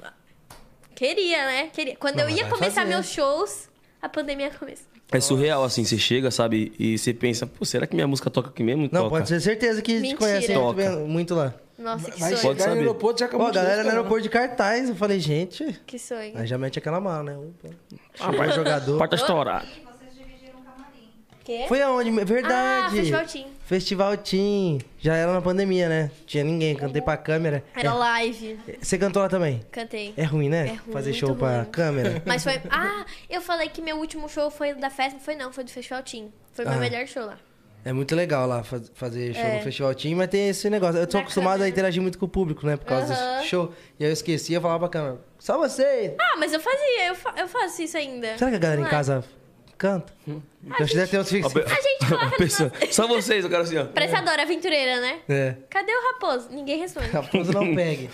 [SPEAKER 4] Queria, né? Queria. Quando
[SPEAKER 1] Não,
[SPEAKER 4] eu
[SPEAKER 1] mas
[SPEAKER 4] ia
[SPEAKER 1] vai
[SPEAKER 4] começar
[SPEAKER 1] fazer.
[SPEAKER 4] meus shows, a pandemia começou.
[SPEAKER 2] É surreal, assim, você chega, sabe? E você pensa, pô, será que minha música toca aqui mesmo?
[SPEAKER 1] Não,
[SPEAKER 2] toca.
[SPEAKER 1] pode ter certeza que te
[SPEAKER 4] Mentira.
[SPEAKER 1] conhecem muito,
[SPEAKER 2] Toca.
[SPEAKER 1] bem- muito lá.
[SPEAKER 4] Nossa, que
[SPEAKER 3] Vai
[SPEAKER 4] sonho.
[SPEAKER 2] Pode
[SPEAKER 3] chegar no
[SPEAKER 2] saber.
[SPEAKER 3] aeroporto já acabou
[SPEAKER 1] Pô, a
[SPEAKER 3] de
[SPEAKER 1] galera no
[SPEAKER 3] música,
[SPEAKER 1] aeroporto de cartaz, eu falei, gente...
[SPEAKER 4] Que sonho.
[SPEAKER 1] Aí já mete aquela mala, né? Opa.
[SPEAKER 2] Ah,
[SPEAKER 1] Chegou o jogador.
[SPEAKER 2] Porta estourada.
[SPEAKER 5] E vocês dividiram o camarim.
[SPEAKER 4] Quê?
[SPEAKER 1] Foi aonde? É
[SPEAKER 4] Ah,
[SPEAKER 1] Verdade.
[SPEAKER 4] Festival Team.
[SPEAKER 1] Festival Team. Já era na pandemia, né? Tinha ninguém, cantei pra câmera.
[SPEAKER 4] Era
[SPEAKER 1] É,
[SPEAKER 4] live.
[SPEAKER 1] Você cantou lá também?
[SPEAKER 4] Cantei.
[SPEAKER 1] É ruim, né?
[SPEAKER 4] É ruim,
[SPEAKER 1] Fazer
[SPEAKER 4] muito
[SPEAKER 1] show pra
[SPEAKER 4] ruim. (laughs)
[SPEAKER 1] câmera.
[SPEAKER 4] Mas foi. Ah, eu falei que meu último show foi da festa. Foi não, foi do Festival Team. Foi
[SPEAKER 1] Ah.
[SPEAKER 4] meu melhor show lá.
[SPEAKER 1] É muito legal lá faz- fazer show
[SPEAKER 4] É.
[SPEAKER 1] no Festival Team, mas tem esse negócio. Eu tô
[SPEAKER 4] Na
[SPEAKER 1] acostumado a
[SPEAKER 4] câmera.
[SPEAKER 1] interagir muito com o público, né? Por causa
[SPEAKER 4] Aham.
[SPEAKER 1] do show. E aí eu esquecia, eu falava pra câmera, só você!
[SPEAKER 4] Ah, mas eu fazia, eu, fa- eu faço isso ainda.
[SPEAKER 1] Será que a galera
[SPEAKER 4] Não
[SPEAKER 1] em
[SPEAKER 4] é?
[SPEAKER 1] casa canta? Eu acho que deve ter uns
[SPEAKER 2] Ó,
[SPEAKER 1] filhos.
[SPEAKER 2] pe-
[SPEAKER 1] (laughs)
[SPEAKER 4] A gente
[SPEAKER 2] (laughs)
[SPEAKER 4] coloca.
[SPEAKER 2] Pensa, só vocês, eu quero assim, ó.
[SPEAKER 4] Parece a Dora Aventureira, né?
[SPEAKER 1] É.
[SPEAKER 4] Cadê o raposo? Ninguém responde.
[SPEAKER 1] Raposo
[SPEAKER 2] (laughs)
[SPEAKER 1] não pegue.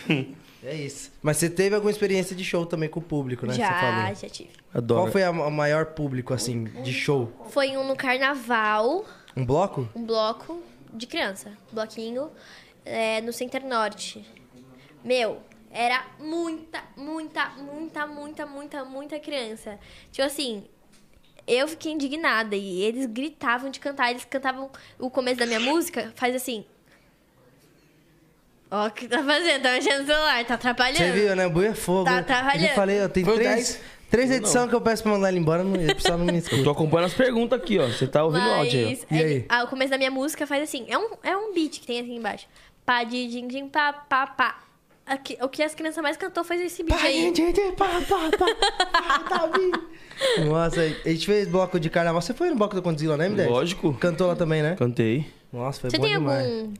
[SPEAKER 1] É isso. Mas você teve alguma experiência de show também com o público, né? Você
[SPEAKER 4] já,
[SPEAKER 1] falou.
[SPEAKER 4] já tive.
[SPEAKER 2] Adoro.
[SPEAKER 1] Qual foi a- o maior público, assim, de show?
[SPEAKER 4] Foi um no carnaval.
[SPEAKER 1] Um bloco?
[SPEAKER 4] um bloco de criança, um bloquinho, é, no Center Norte. Meu, era muita, muita, muita, muita, muita, muita criança. Tipo assim, eu fiquei indignada e eles gritavam de cantar, eles cantavam o começo da minha música, faz assim. Ó, o que tá fazendo? Tá mexendo no celular, tá atrapalhando.
[SPEAKER 1] Você viu, né? O Bui é fogo.
[SPEAKER 4] Tá
[SPEAKER 1] né?
[SPEAKER 4] atrapalhando.
[SPEAKER 1] Eu falei, eu tenho
[SPEAKER 3] Foi o
[SPEAKER 1] três,
[SPEAKER 3] 10.
[SPEAKER 1] três edições que eu peço pra mandar ele embora, não, o pessoal não me
[SPEAKER 2] Eu tô
[SPEAKER 1] escuta.
[SPEAKER 2] acompanhando as perguntas aqui, ó. Você tá ouvindo o áudio aí, ó.
[SPEAKER 4] Mas
[SPEAKER 1] E
[SPEAKER 4] é-
[SPEAKER 1] aí?
[SPEAKER 4] ah, o começo da minha música faz assim, é um, é um beat que tem aqui embaixo. Pá, de din, din, pá, pá, pá. Aqui- o que as crianças mais cantou foi esse beat
[SPEAKER 1] Pai,
[SPEAKER 4] aí.
[SPEAKER 1] gente, gente, pá, pá, pá, pá, Davi. tá Nossa, a gente fez bloco de carnaval. Você foi no bloco do Condzilla, né, M10?
[SPEAKER 2] Lógico.
[SPEAKER 1] Cantou lá também, né?
[SPEAKER 2] Cantei.
[SPEAKER 1] Nossa, foi
[SPEAKER 4] Você
[SPEAKER 1] bom
[SPEAKER 4] tem
[SPEAKER 1] demais.
[SPEAKER 4] algum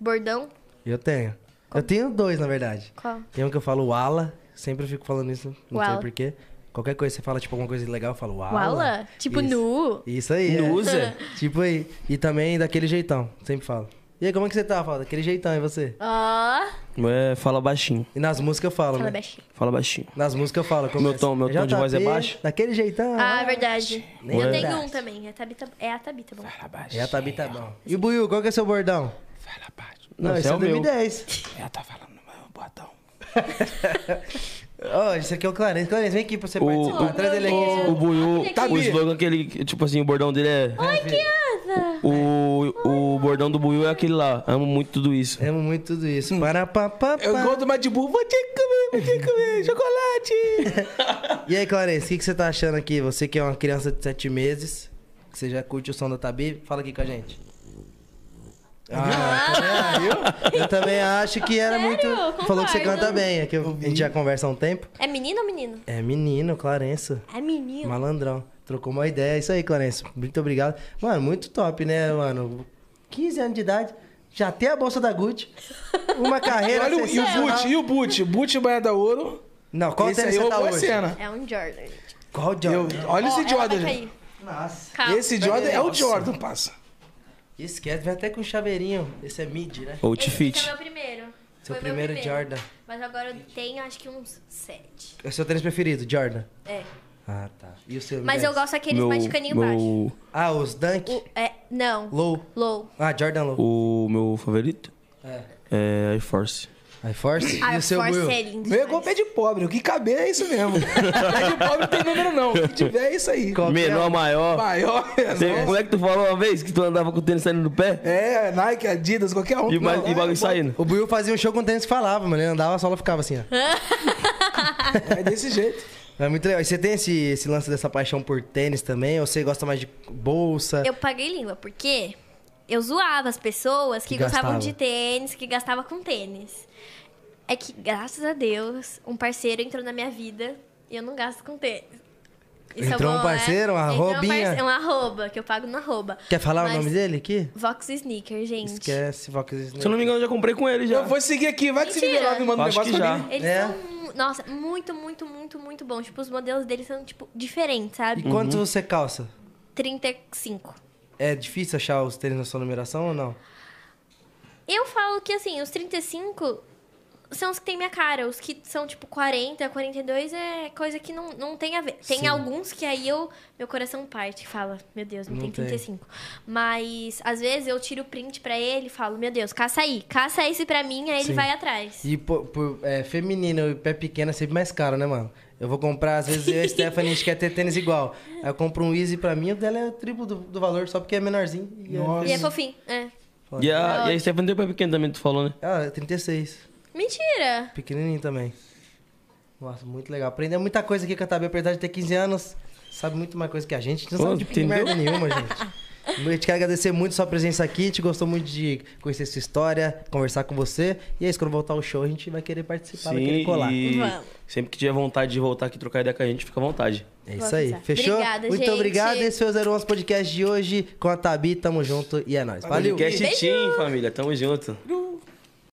[SPEAKER 4] bordão?
[SPEAKER 1] Eu tenho. Eu tenho dois, na verdade.
[SPEAKER 4] Qual?
[SPEAKER 1] Tem um que eu falo ala, sempre eu fico falando isso, não sei
[SPEAKER 4] Wala.
[SPEAKER 1] porquê. Qualquer coisa você fala, tipo, alguma coisa legal, eu falo ala.
[SPEAKER 4] Wala? Tipo
[SPEAKER 1] Isso.
[SPEAKER 4] nu?
[SPEAKER 1] Isso aí. é.
[SPEAKER 2] Nusa.
[SPEAKER 1] (laughs) Tipo aí. E também daquele jeitão, sempre falo. E aí, como é que você tá? Fala, daquele jeitão, e você?
[SPEAKER 4] Ó,
[SPEAKER 2] É, fala baixinho.
[SPEAKER 1] E nas músicas eu falo,
[SPEAKER 4] Ah, fala
[SPEAKER 1] né?
[SPEAKER 4] baixinho.
[SPEAKER 2] Fala baixinho.
[SPEAKER 1] Nas músicas eu falo.
[SPEAKER 2] Meu tom- meu tom de voz é
[SPEAKER 1] JP,
[SPEAKER 2] baixo?
[SPEAKER 1] Daquele jeitão.
[SPEAKER 4] Ah,
[SPEAKER 1] ah.
[SPEAKER 4] é verdade.
[SPEAKER 1] Nem
[SPEAKER 4] Eu
[SPEAKER 1] é.
[SPEAKER 4] tenho um também, é a Tabita, é a Tabita bom.
[SPEAKER 3] Fala baixo.
[SPEAKER 1] É a Tabita bom. E o Buiu, qual que é seu bordão?
[SPEAKER 3] Fala baixo.
[SPEAKER 2] Não, esse
[SPEAKER 1] esse
[SPEAKER 2] é o meu.
[SPEAKER 1] 2010.
[SPEAKER 3] Ela tá falando no meu botão.
[SPEAKER 1] Ó, esse aqui é o Clarence. Clarence, vem aqui pra você
[SPEAKER 2] O-
[SPEAKER 1] participar.
[SPEAKER 2] o-
[SPEAKER 1] Traz ele é aqui.
[SPEAKER 2] O Buiu,
[SPEAKER 4] Olha que
[SPEAKER 2] o
[SPEAKER 3] lindo.
[SPEAKER 2] slogan que ele, tipo assim, o bordão dele é...
[SPEAKER 4] Ai, que asa!
[SPEAKER 2] O, o bordão do Buiu é aquele lá. Amo muito tudo isso.
[SPEAKER 1] Amo muito tudo isso. Para, pá, pá,
[SPEAKER 3] Hum. Eu
[SPEAKER 1] pá.
[SPEAKER 3] gosto do Mad Bull. Vou te comer, vou
[SPEAKER 1] (laughs)
[SPEAKER 3] te comer. Chocolate.
[SPEAKER 1] E aí, Clarence, o que, que você tá achando aqui? Você que é uma criança de 7 meses, que você já curte o som da Tabi, fala aqui com a gente. Ah,
[SPEAKER 3] (laughs)
[SPEAKER 1] também, eu, eu também acho que era
[SPEAKER 4] Sério?
[SPEAKER 1] muito. Falou que você
[SPEAKER 4] Concordo.
[SPEAKER 1] canta bem, é que eu- a gente já conversa há um tempo.
[SPEAKER 4] É menino ou menino?
[SPEAKER 1] É menino, Clarence.
[SPEAKER 4] É menino.
[SPEAKER 1] Malandrão. Trocou uma ideia. É Isso aí, Clarence. Muito obrigado. Mano, muito top, né, mano? 15 anos de idade, já tem a bolsa da Gucci,
[SPEAKER 4] (laughs)
[SPEAKER 1] uma
[SPEAKER 3] E
[SPEAKER 1] carreira.
[SPEAKER 3] olha o- e o
[SPEAKER 1] sensacional.
[SPEAKER 3] Boot, e o Boot. Boot Banha da Ouro.
[SPEAKER 1] Não, assim, né? qual
[SPEAKER 3] Esse
[SPEAKER 1] tênis
[SPEAKER 3] aí é
[SPEAKER 1] você
[SPEAKER 3] o
[SPEAKER 1] tá
[SPEAKER 3] boa
[SPEAKER 1] hoje?
[SPEAKER 3] cena.
[SPEAKER 4] É um Jordan. gente.
[SPEAKER 1] Qual
[SPEAKER 3] Eu,
[SPEAKER 1] Jordan?
[SPEAKER 3] olha
[SPEAKER 4] Ó,
[SPEAKER 3] esse
[SPEAKER 4] ela tá Ah,
[SPEAKER 3] Jordan,
[SPEAKER 4] vai
[SPEAKER 3] gente.
[SPEAKER 4] cair.
[SPEAKER 1] Nossa.
[SPEAKER 4] Calma.
[SPEAKER 3] Esse Jordan é o Jordan, passa.
[SPEAKER 1] Esquece, é, vem até com um chaveirinho. Esse é mid, né?
[SPEAKER 4] Esse
[SPEAKER 2] Outfit.
[SPEAKER 4] é meu primeiro.
[SPEAKER 1] Seu
[SPEAKER 4] Foi meu
[SPEAKER 1] primeiro Jordan.
[SPEAKER 4] Mas agora eu tenho acho que uns sete.
[SPEAKER 1] É o seu tênis preferido, Jordan.
[SPEAKER 4] É.
[SPEAKER 1] Ah, tá. E o seu?
[SPEAKER 4] Mas
[SPEAKER 1] Guedes?
[SPEAKER 4] eu gosto daqueles mais de caninho baixo.
[SPEAKER 2] meu,
[SPEAKER 1] Ah, os Dunk?
[SPEAKER 4] O- é, não.
[SPEAKER 1] Low.
[SPEAKER 4] Low.
[SPEAKER 1] Ah, Jordan Low.
[SPEAKER 2] o meu favorito
[SPEAKER 1] É.
[SPEAKER 2] é Air Force.
[SPEAKER 1] iForce?
[SPEAKER 4] Ah,
[SPEAKER 1] e o seu
[SPEAKER 4] Force
[SPEAKER 1] Will?
[SPEAKER 4] é lindo.
[SPEAKER 3] Meu é igual pé de pobre. O que caber é isso
[SPEAKER 1] (laughs)
[SPEAKER 3] mesmo. pé de pobre não tem número, não. O que tiver é isso aí.
[SPEAKER 1] Qual que é?
[SPEAKER 2] Menor, maior.
[SPEAKER 3] Maior,
[SPEAKER 2] Tem-
[SPEAKER 3] menor.
[SPEAKER 2] como é que tu falou uma vez que tu andava com o tênis saindo do pé?
[SPEAKER 3] É, Nike, Adidas, qualquer um.
[SPEAKER 2] E o mais-
[SPEAKER 3] Não,
[SPEAKER 2] e o bagulho
[SPEAKER 3] é,
[SPEAKER 2] saindo.
[SPEAKER 1] O Buiu fazia um show com o tênis que falava, mano. Ele andava, a sola ficava assim, ó.
[SPEAKER 3] É desse jeito.
[SPEAKER 1] É muito legal. E você tem esse, esse lance dessa paixão por tênis também? Ou você gosta mais de bolsa?
[SPEAKER 4] Eu paguei língua, porque eu zoava as pessoas que,
[SPEAKER 1] Que
[SPEAKER 4] gostavam
[SPEAKER 1] gastava.
[SPEAKER 4] de tênis, que gastava com tênis. É que, graças a Deus, um parceiro entrou na minha vida e eu não gasto com tênis. é
[SPEAKER 1] Entrou um
[SPEAKER 4] bom, né?
[SPEAKER 1] parceiro, uma
[SPEAKER 4] Entrou um
[SPEAKER 1] roubinha?
[SPEAKER 4] parce- um arroba, que eu pago no arroba.
[SPEAKER 1] Quer falar
[SPEAKER 4] Mas-
[SPEAKER 1] o nome dele aqui?
[SPEAKER 4] Vox Sneaker, gente.
[SPEAKER 1] Esquece, Vox
[SPEAKER 2] Se eu não me engano, eu já comprei com ele já.
[SPEAKER 3] Eu vou seguir aqui. Vai que se
[SPEAKER 4] Mentira.
[SPEAKER 3] virar me manda um
[SPEAKER 2] Acho
[SPEAKER 3] negócio
[SPEAKER 2] que
[SPEAKER 3] pra
[SPEAKER 2] já.
[SPEAKER 3] mim.
[SPEAKER 4] Eles
[SPEAKER 1] É.
[SPEAKER 4] são, nossa, muito, muito, muito, muito bons. Tipo, os modelos deles são, tipo, diferentes,
[SPEAKER 1] E
[SPEAKER 4] sabe?
[SPEAKER 1] quanto você calça?
[SPEAKER 4] 35.
[SPEAKER 1] É difícil achar os tênis na sua numeração ou não?
[SPEAKER 4] Eu falo que, assim, os 35 são os que tem minha cara. Os que são, tipo, 40, 42 é coisa que não, não tem a ver. Tem
[SPEAKER 1] Sim.
[SPEAKER 4] alguns que aí eu... Meu coração parte e fala, meu Deus, não,
[SPEAKER 1] Não
[SPEAKER 4] tem
[SPEAKER 1] tem.
[SPEAKER 4] 35. Mas, às vezes, eu tiro o print pra ele e falo, meu Deus, caça aí. Caça esse pra mim, aí
[SPEAKER 1] Sim.
[SPEAKER 4] ele vai atrás.
[SPEAKER 1] E pô, pô, é, feminino e pé pequeno é sempre mais caro, né, mano? Eu vou comprar, às vezes eu e a Stephanie, a gente quer ter tênis igual. Aí eu compro um Easy pra mim, o dela é o triplo do, do valor, só porque é menorzinho. E é-
[SPEAKER 3] Nossa.
[SPEAKER 4] E é fofinho, é.
[SPEAKER 2] E a, e a Stephanie tem pé pequeno também, tu falou, né?
[SPEAKER 1] Ah, é 36.
[SPEAKER 4] Mentira!
[SPEAKER 1] Pequenininho também. Nossa, muito legal. Aprendeu muita coisa aqui com a Tabi, apesar de ter 15 anos. Sabe muito mais coisa que a gente. A gente não
[SPEAKER 2] Pô,
[SPEAKER 1] sabe de
[SPEAKER 2] entendeu?
[SPEAKER 1] merda nenhuma, gente.
[SPEAKER 2] (laughs)
[SPEAKER 1] A gente quer agradecer muito sua presença aqui. A gente gostou muito de conhecer sua história, conversar com você. E é isso, quando voltar ao show, a gente vai querer participar, vai querer colar.
[SPEAKER 2] e
[SPEAKER 4] Vamos.
[SPEAKER 2] sempre que tiver vontade de voltar aqui trocar ideia com a gente, fica à vontade.
[SPEAKER 1] É
[SPEAKER 4] Vou
[SPEAKER 1] isso aí.
[SPEAKER 4] avisar.
[SPEAKER 1] Fechou?
[SPEAKER 4] Obrigada,
[SPEAKER 1] muito
[SPEAKER 4] gente.
[SPEAKER 1] obrigado. Esse foi o 011 Podcast de hoje com a Tabi. Tamo junto e é nóis. Valeu.
[SPEAKER 2] Podcast Team, família. Tamo junto.
[SPEAKER 3] Beijo.